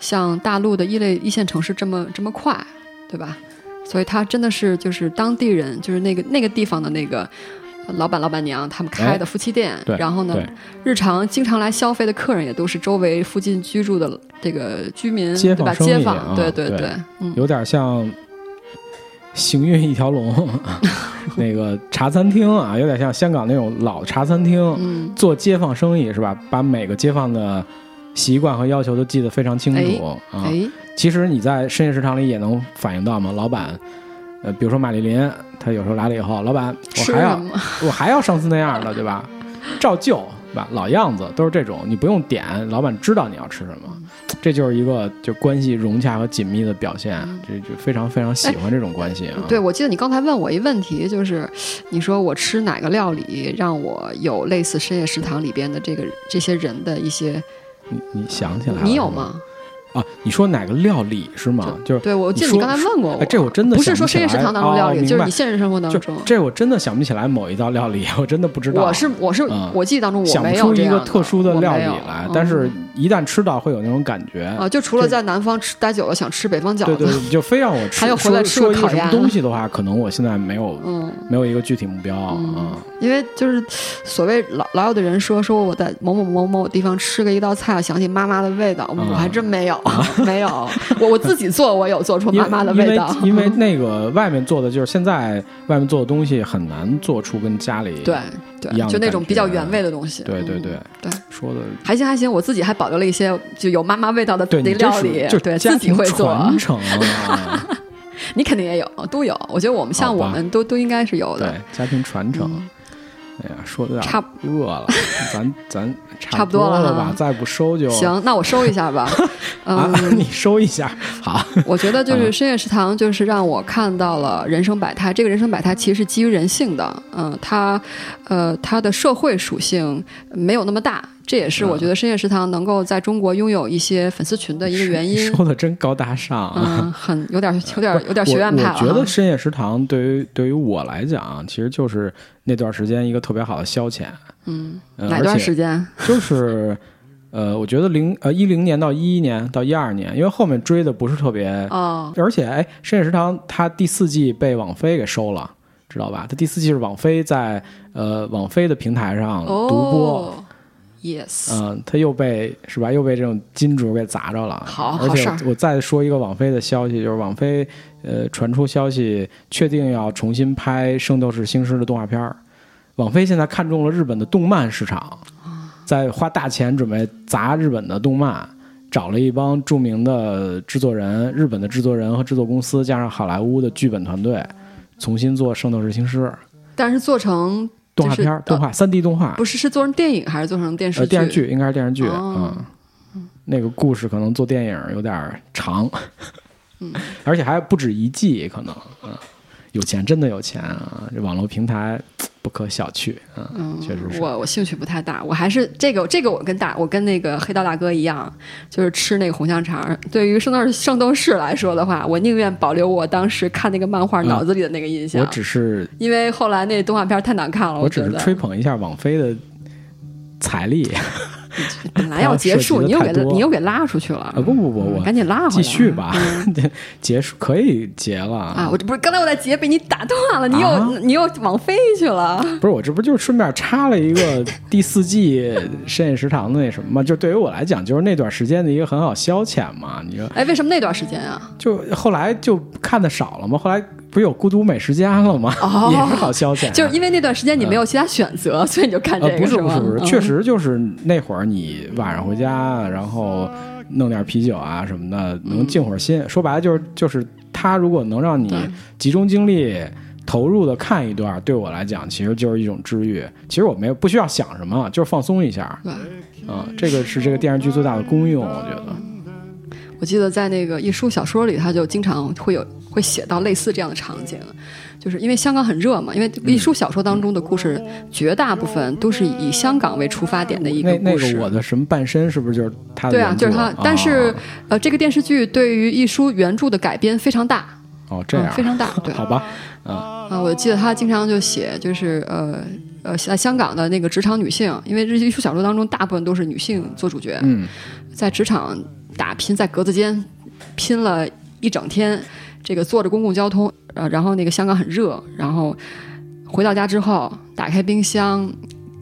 S2: 像大陆的一类一线城市这么这么快，对吧？所以他真的是就是当地人，就是那个那个地方的那个老板老板娘他们开的夫妻店，
S1: 哎对
S2: 然后呢
S1: 对，
S2: 日常经常来消费的客人也都是周围附近居住的这个居民，
S1: 街
S2: 对
S1: 坊
S2: 吧？
S1: 生意
S2: 街
S1: 啊
S2: 坊，对
S1: 对
S2: 对，嗯，
S1: 有点像行运一条龙 那个茶餐厅啊，有点像香港那种老茶餐厅，
S2: 嗯，
S1: 做街坊生意是吧？把每个街坊的习惯和要求都记得非常清楚啊。
S2: 哎，
S1: 其实你在深夜食堂里也能反映到嘛，老板，呃，比如说马丽琳，她有时候来了以后，老板，
S2: 吃
S1: 我还
S2: 什
S1: 要
S2: 么？
S1: 我还要上次那样的，对吧？照旧，对吧？老样子都是这种，你不用点，老板知道你要吃什么，这就是一个就关系融洽和紧密的表现，这就非常非常喜欢这种关系啊。
S2: 嗯对，我记得你刚才问我一问题，就是你说我吃哪个料理让我有类似深夜食堂里边的这个这些人的一些，
S1: 你你想起来了
S2: 你有
S1: 是
S2: 吗？
S1: 啊，你说哪个料理是吗？就是
S2: 对，我记得
S1: 你
S2: 你
S1: 说
S2: 刚才问过我，
S1: 哎这我真的
S2: 不
S1: 想
S2: 是
S1: 不
S2: 说
S1: 起
S2: 深夜食
S1: 来
S2: 堂当中料
S1: 哦
S2: 理，
S1: 明
S2: 就是
S1: 白
S2: 你现实生活当
S1: 就
S2: 中，
S1: 这我真的想不起来某一道料理， 我真的不知道。
S2: 我是我是
S1: 嗯
S2: 我记忆当中我
S1: 想不
S2: 没
S1: 出
S2: 有这
S1: 一
S2: 样
S1: 个特殊的
S2: 我
S1: 料
S2: 没
S1: 理
S2: 有
S1: 来，
S2: 嗯
S1: 但是一旦吃到会有那种感觉。
S2: 啊，就除了在南方吃待久了想吃北方饺
S1: 对对，
S2: 子，
S1: 对就非让我吃，
S2: 哦还有回来吃
S1: 说
S2: 个
S1: 说一个
S2: 烤
S1: 什么
S2: 鸭
S1: 东西的话，可能我现在没有
S2: 嗯。
S1: 没有一个具体目标啊。
S2: 因为就是所谓老老有的人说说我在某某某某地方吃个一道菜，想起妈妈的味道，
S1: 嗯
S2: 我还真没有， 没有，我我自己做，我有做出
S1: 因
S2: 妈
S1: 为
S2: 妈的味道，
S1: 因为因为那个外面做的，就是现在外面做的东西很难做出跟家里
S2: 对
S1: 一样的
S2: 对，就那
S1: 感
S2: 种
S1: 觉
S2: 比较原味的东西，
S1: 对对
S2: 嗯
S1: 对
S2: 对。
S1: 说的
S2: 还行还行，我自己还保留了一些就有妈妈味道的
S1: 对，你这
S2: 料
S1: 属于
S2: 理，
S1: 就是
S2: 对
S1: 家
S2: 自己
S1: 庭
S2: 会做，
S1: 传承啊，
S2: 你肯定也有，都有。我觉得我们像
S1: 好吧
S2: 我们都都应该是有
S1: 对
S2: 的，
S1: 家庭传承。
S2: 嗯
S1: 哎呀，说的有点
S2: 差
S1: 饿 了，咱咱
S2: 差
S1: 不
S2: 不多了
S1: 了吧
S2: 啊？
S1: 再不收就
S2: 行，那我收一 下吧。
S1: 啊
S2: 嗯，！
S1: 你收一下，好，
S2: 我觉得
S1: 嗯
S2: 就是深夜食堂，就是让我看到了人生百态。这个人生百态其实是基于人性的，嗯、它，呃，它的社会属性没有那么大，这也是我
S1: 嗯
S2: 觉得深夜食堂能够在中国拥有一些粉丝群呃的一个原因。
S1: 说的真高大上啊！
S2: 嗯，很 有点有点有点学院派了啊
S1: 我。我觉
S2: 哈
S1: 得深夜食堂对于对于我来讲，其实就是那段时间一个特别好的消遣。
S2: 嗯，
S1: 呃
S2: 哪
S1: 而
S2: 段
S1: 且
S2: 时间？
S1: 就是，呃，我觉得零呃一零年到一一年到一二年，因为后面追的不是特别，
S2: 哦，
S1: 而且哎，深夜食堂它第四季被网飞给收了，知道吧？它第四季是网飞在呃网飞的平台上嗯独播。
S2: 哦，yes，、
S1: 嗯，他又被是吧？又被这种金主给砸着了。啊
S2: 好
S1: 而
S2: 好
S1: 且
S2: 事儿
S1: 我再说一个网飞的消息，就是网飞呃传出消息，确定要重新拍《圣斗士星矢》的动画片儿。网飞现在看中了日本的动漫市场，
S2: 啊
S1: 在花大钱准备砸日本的动漫，找了一帮著名的制作人、日本的制作人和制作公司，加上好莱坞的剧本团队，重新做《圣斗士星矢》
S2: 但是做成
S1: 动画
S2: 就是
S1: 片
S2: 呃
S1: 儿、动画三 D 动画。
S2: 不是是做成电影还是做成电视
S1: 呃，
S2: 剧？
S1: 电视剧应该是电视剧，
S2: 哦
S1: 嗯，那个故事可能做电影有点儿长，
S2: 嗯
S1: 而且还不止一季，可能，嗯，有钱真的有钱啊，这网络平台不可小觑，嗯，确实是，
S2: 我我兴趣不太大，我还是这个这个我跟大我跟那个黑道大哥一样，就是吃那个红香肠。对于圣斗士圣斗士来说的话，我宁愿保留我当时看那个漫画
S1: 嗯
S2: 脑子里的那个印象，
S1: 我只是
S2: 因为后来那动画片太难看了，
S1: 我
S2: 觉
S1: 只是
S2: 得嗯
S1: 吹捧一下网飞的财力，
S2: 本来要结束，
S1: 涉及
S2: 你
S1: 的
S2: 又
S1: 太
S2: 给
S1: 多
S2: 你又给拉出去了
S1: 啊，，不不不，
S2: 嗯
S1: 我
S2: 赶紧拉回来，嗯
S1: 继续吧， 结束可以结了
S2: 啊！我这不是刚才我在结被你打断了，你又、
S1: 啊
S2: 你又往飞去了。
S1: 不是我这不就顺便插了一个第四季深夜食堂的那什么吗？就对于我来讲，就是那段时间的一个很好消遣嘛。你说，
S2: 哎，为什么那段时间啊？
S1: 就后来就看的少了嘛，后来不是有《孤独美食家》了吗？
S2: 哦
S1: 也是好消遣啊、
S2: 就是因为那段时间你没有其他选择，所以你就看这
S1: 呃，
S2: 个、
S1: 嗯不是不
S2: 吗
S1: 是不是，
S2: 嗯
S1: 确实就是那会儿你晚上回家，然后弄点啤酒啊什么的，能
S2: 嗯
S1: 静会儿心。说白了就是就是它如果能让你
S2: 对
S1: 集中精力。投入的看一段，对我来讲其实就是一种治愈。其实我没有不需要想什么，就是放松一下。
S2: 对
S1: 啊、这个是这个电视剧最大的功用，我觉得。
S2: 我记得在那个一书小说里，他就经常会有会写到类似这样的场景，就是因为香港很热嘛，因为
S1: 嗯
S2: 一书小说当中的故事绝大部分都是以香港为出发点的一
S1: 那
S2: 个
S1: 那
S2: 故事。
S1: 个我的什么半身是不是就是他的
S2: 对啊，
S1: 原
S2: 就是
S1: 作
S2: 他，但
S1: 啊
S2: 是、呃，这个电视剧对于一书原著的改编非常大，
S1: 哦这样、
S2: 嗯、非常大，对。
S1: 好吧，
S2: 啊，我记得他经常就写，就是呃呃，在香港的那个职场女性，因为日剧小说当中大部分都是女性做主角，
S1: 嗯，
S2: 在职场打拼，在格子间拼了一整天，这个坐着公共交通，呃，然后那个香港很热，然后回到家之后打开冰箱，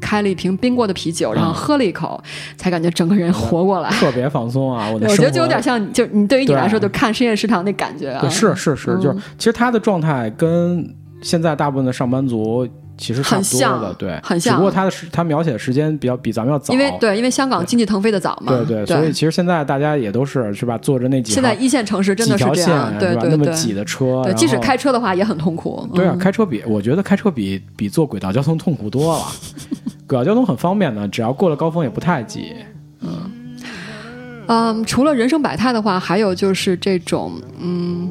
S2: 开了一瓶冰过的啤酒，然后
S1: 嗯
S2: 喝了一口，才感觉整个人活过来。
S1: 特别放松啊！我的
S2: 对我觉得
S1: 生
S2: 就有
S1: 活
S2: 点像，就你对于你
S1: 对啊
S2: 来说，就看深夜食堂那感觉啊
S1: 对，，是是是，就是其实他的状态跟现在大部分的上班族其实差
S2: 很
S1: 不多的，
S2: 像
S1: 对，
S2: 很
S1: 只
S2: 像
S1: 不过他的时他描写的时间比较比咱们要早，
S2: 因为对，因为香港经济腾飞的早嘛，
S1: 对对所以其实现在大家也都是是吧，坐着那几
S2: 现在
S1: 条
S2: 一线城市真的
S1: 几
S2: 是
S1: 条
S2: 这
S1: 线啊
S2: 样，对
S1: 是吧？
S2: 对
S1: 那么
S2: 对，
S1: 挤的车，
S2: 对，
S1: 然
S2: 即使
S1: 后
S2: 开车的话也很痛苦。
S1: 对啊，
S2: 嗯
S1: 开车比我觉得开车比比坐轨道交通痛苦多 了。轨道交通很方便的，只要过了高峰也不太挤。
S2: 嗯，除了人生百态的话，还有就是这种嗯，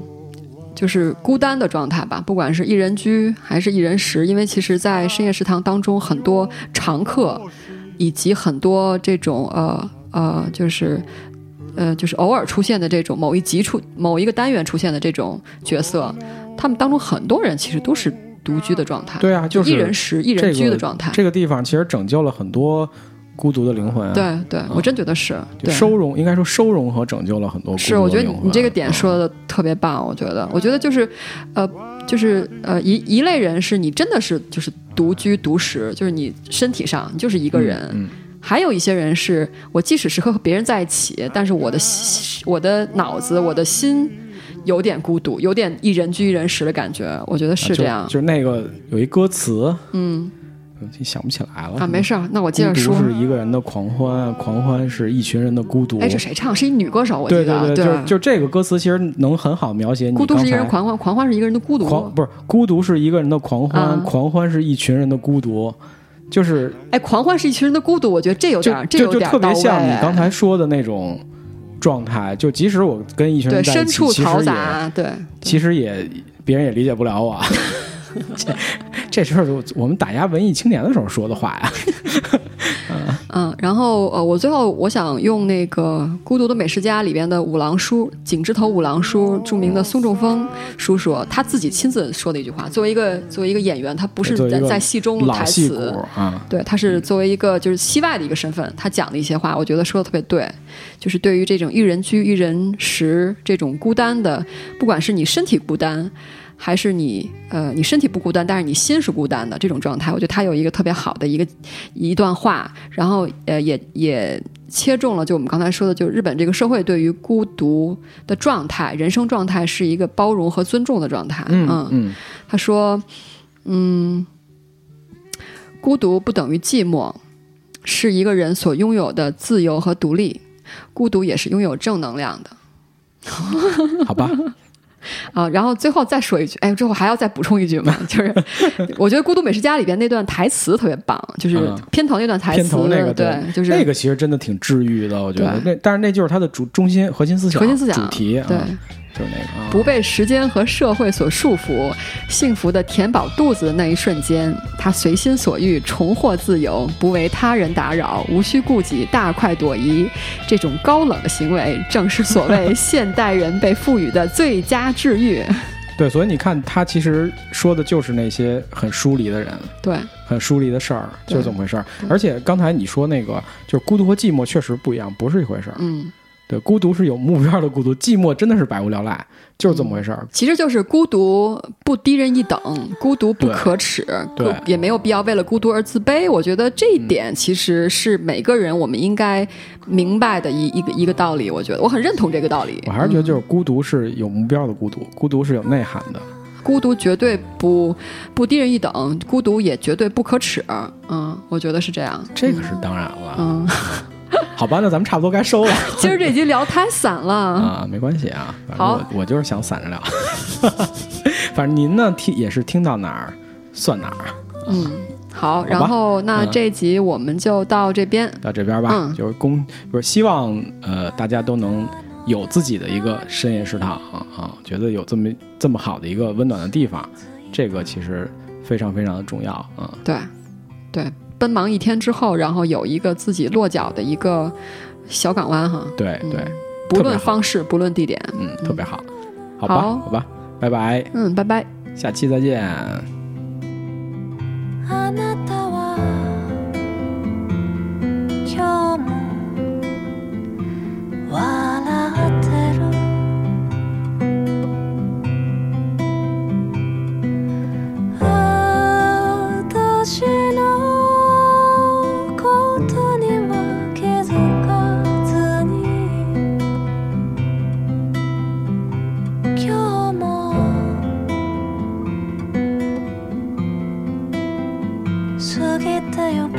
S2: 就是孤单的状态吧，不管是一人居还是一人食，因为其实，在深夜食堂当中，很多常客以及很多这种呃呃，就是。呃，就是偶尔出现的这种某一集出某一个单元出现的这种角色，他们当中很多人其实都是独居的状态，
S1: 对啊，就是
S2: 一人食、一
S1: 这
S2: 人
S1: 个
S2: 居的状态。
S1: 这个地方其实拯救了很多孤独的灵魂啊。
S2: 对对，我真觉得是，
S1: 就
S2: 对，
S1: 收容应该说收容和拯救了很多孤独的
S2: 是，我觉得
S1: 灵
S2: 你
S1: 魂啊
S2: 你这个点说的特别棒，我觉得，我觉得就是，呃，就是呃一一类人是你真的是就是独居独食，就是你身体上你就是一个人，
S1: 嗯
S2: 还有一些人是我即使是和别人在一起，但是我的心我的脑子我的心有点孤独，有点一人居一人食的感觉，我觉得是这样
S1: 啊就，就是那个有一歌词，
S2: 嗯
S1: 我就想不起来了
S2: 啊，没。事儿，那我接
S1: 孤
S2: 着
S1: 独
S2: 说，
S1: 是一个人的狂欢，狂欢是一群人的孤独。
S2: 哎，这谁唱？是一女歌手，我记
S1: 对
S2: 得，
S1: 对对，就就这个歌词其实能很好描写你
S2: 孤独是一个人
S1: 刚才
S2: 狂欢，狂欢是一个人的孤独，
S1: 狂不是孤独是一个人的狂欢，
S2: 啊
S1: 狂欢是一群人的孤独，就是
S2: 哎，狂欢是一群人的孤独，我觉得这有点
S1: 就
S2: 儿，这
S1: 就
S2: 有
S1: 就
S2: 点儿
S1: 特别
S2: 到位
S1: 像你刚才说的那种状态。就即使我跟一群
S2: 对
S1: 人在
S2: 深
S1: 一起，
S2: 处
S1: 其
S2: 嘈
S1: 实也
S2: 杂，对
S1: 其实也别人也理解不了 我。这这事儿就我们打压文艺青年的时候说的话呀。
S2: 嗯，然后呃，我最后我想用那个《孤独的美食家》里边的五郎叔井之头五郎叔，著名的孙仲峰叔叔，他自己亲自说的一句话。作为一个作为一个演员，他不是
S1: 作为一
S2: 在
S1: 个
S2: 在戏中的
S1: 老
S2: 台
S1: 戏骨
S2: 词，
S1: 啊，
S2: 对，他是作为一个就是戏外的一个身份，他讲的一些话，我觉得说的特别对，就是对于这种一人居、一人食这种孤单的，不管是你身体孤单，还是你呃你身体不孤单，但是你心是孤单的这种状态，我觉得他有一个特别好的一个一段话，然后呃也也切中了就我们刚才说的，就日本这个社会对于孤独的状态、人生状态是一个包容和尊重的状态，
S1: 嗯嗯，
S2: 他说：“嗯，孤独不等于寂寞，是一个人所拥有的自由和独立。孤独也是拥有正能量的
S1: 好吧，
S2: 啊。”然后最后再说一句，哎，最后还要再补充一句 嘛，就是我觉得《孤独美食家》里边那段台词特别棒，就是
S1: 嗯
S2: 片头那段台词，
S1: 片头那个
S2: 对， 就是
S1: 那个其实真的挺治愈的，我觉得
S2: 对
S1: 那但是那就是他的主中心核心思想
S2: 核心思想
S1: 主题啊，
S2: 对。
S1: 就是那个啊
S2: 不被时间和社会所束缚，幸福的填饱肚子的那一瞬间，他随心所欲，重获自由，不为他人打扰，无需顾忌，大快朵颐。这种高冷的行为，正是所谓现代人被赋予的最佳治愈。
S1: 对，所以你看他其实说的就是那些很疏离的人，
S2: 对，
S1: 很疏离的事儿，
S2: 对
S1: 就是这么回事儿。而且刚才你说那个就是孤独和寂寞确实不一样，不是一回事儿。
S2: 嗯，
S1: 对，孤独是有目标的孤独，寂寞真的是百无聊赖，就是这么回事儿。
S2: 其实就是孤独不低人一等，孤独不
S1: 对
S2: 可耻，
S1: 对
S2: 孤也没有必要为了孤独而自卑。我觉得这一点其实是每个人我们应该明白的一一个一个道理。我觉得我很认同这个道理。
S1: 我还是觉得就是孤独是有目标的孤独，孤独是有内涵的。
S2: 孤独绝对不不低人一等，孤独也绝对不可耻。嗯，我觉得是这样。
S1: 这个是当然了，
S2: 嗯，
S1: 好吧，那咱们差不多该收了
S2: 今儿这集聊太散了。
S1: 啊，没关系啊，反正
S2: 好
S1: 我我就是想散着聊。 反正您呢听也是听到哪儿算哪儿，
S2: 嗯，好，然后那
S1: 嗯
S2: 这集我们就到这边。
S1: 到这边吧，
S2: 嗯
S1: 就是公，就是希望呃大家都能有自己的一个深夜食堂啊，觉得有这么这么好的一个温暖的地方，这个其实非常非常的重要啊。
S2: 对，对，奔忙一天之后，然后有一个自己落脚的一个小港湾哈。
S1: 对
S2: 嗯
S1: 对，
S2: 不
S1: 特别
S2: 论
S1: 好
S2: 方式，不论地点。
S1: 嗯，特别好，好吧，
S2: 好
S1: 好吧，拜拜，
S2: 嗯，拜拜。
S1: 下期再见。
S3: あなたは今日も笑ってるきてゆく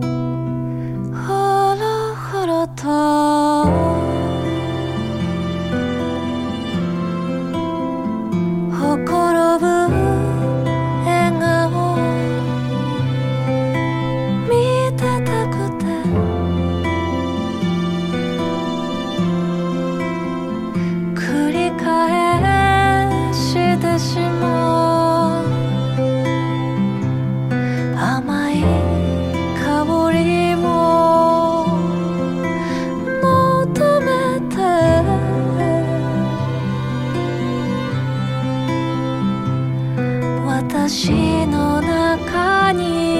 S3: ふるふるとほころぶ笑顔見てたくて繰り返してしまう甘い香りを求めて私の中に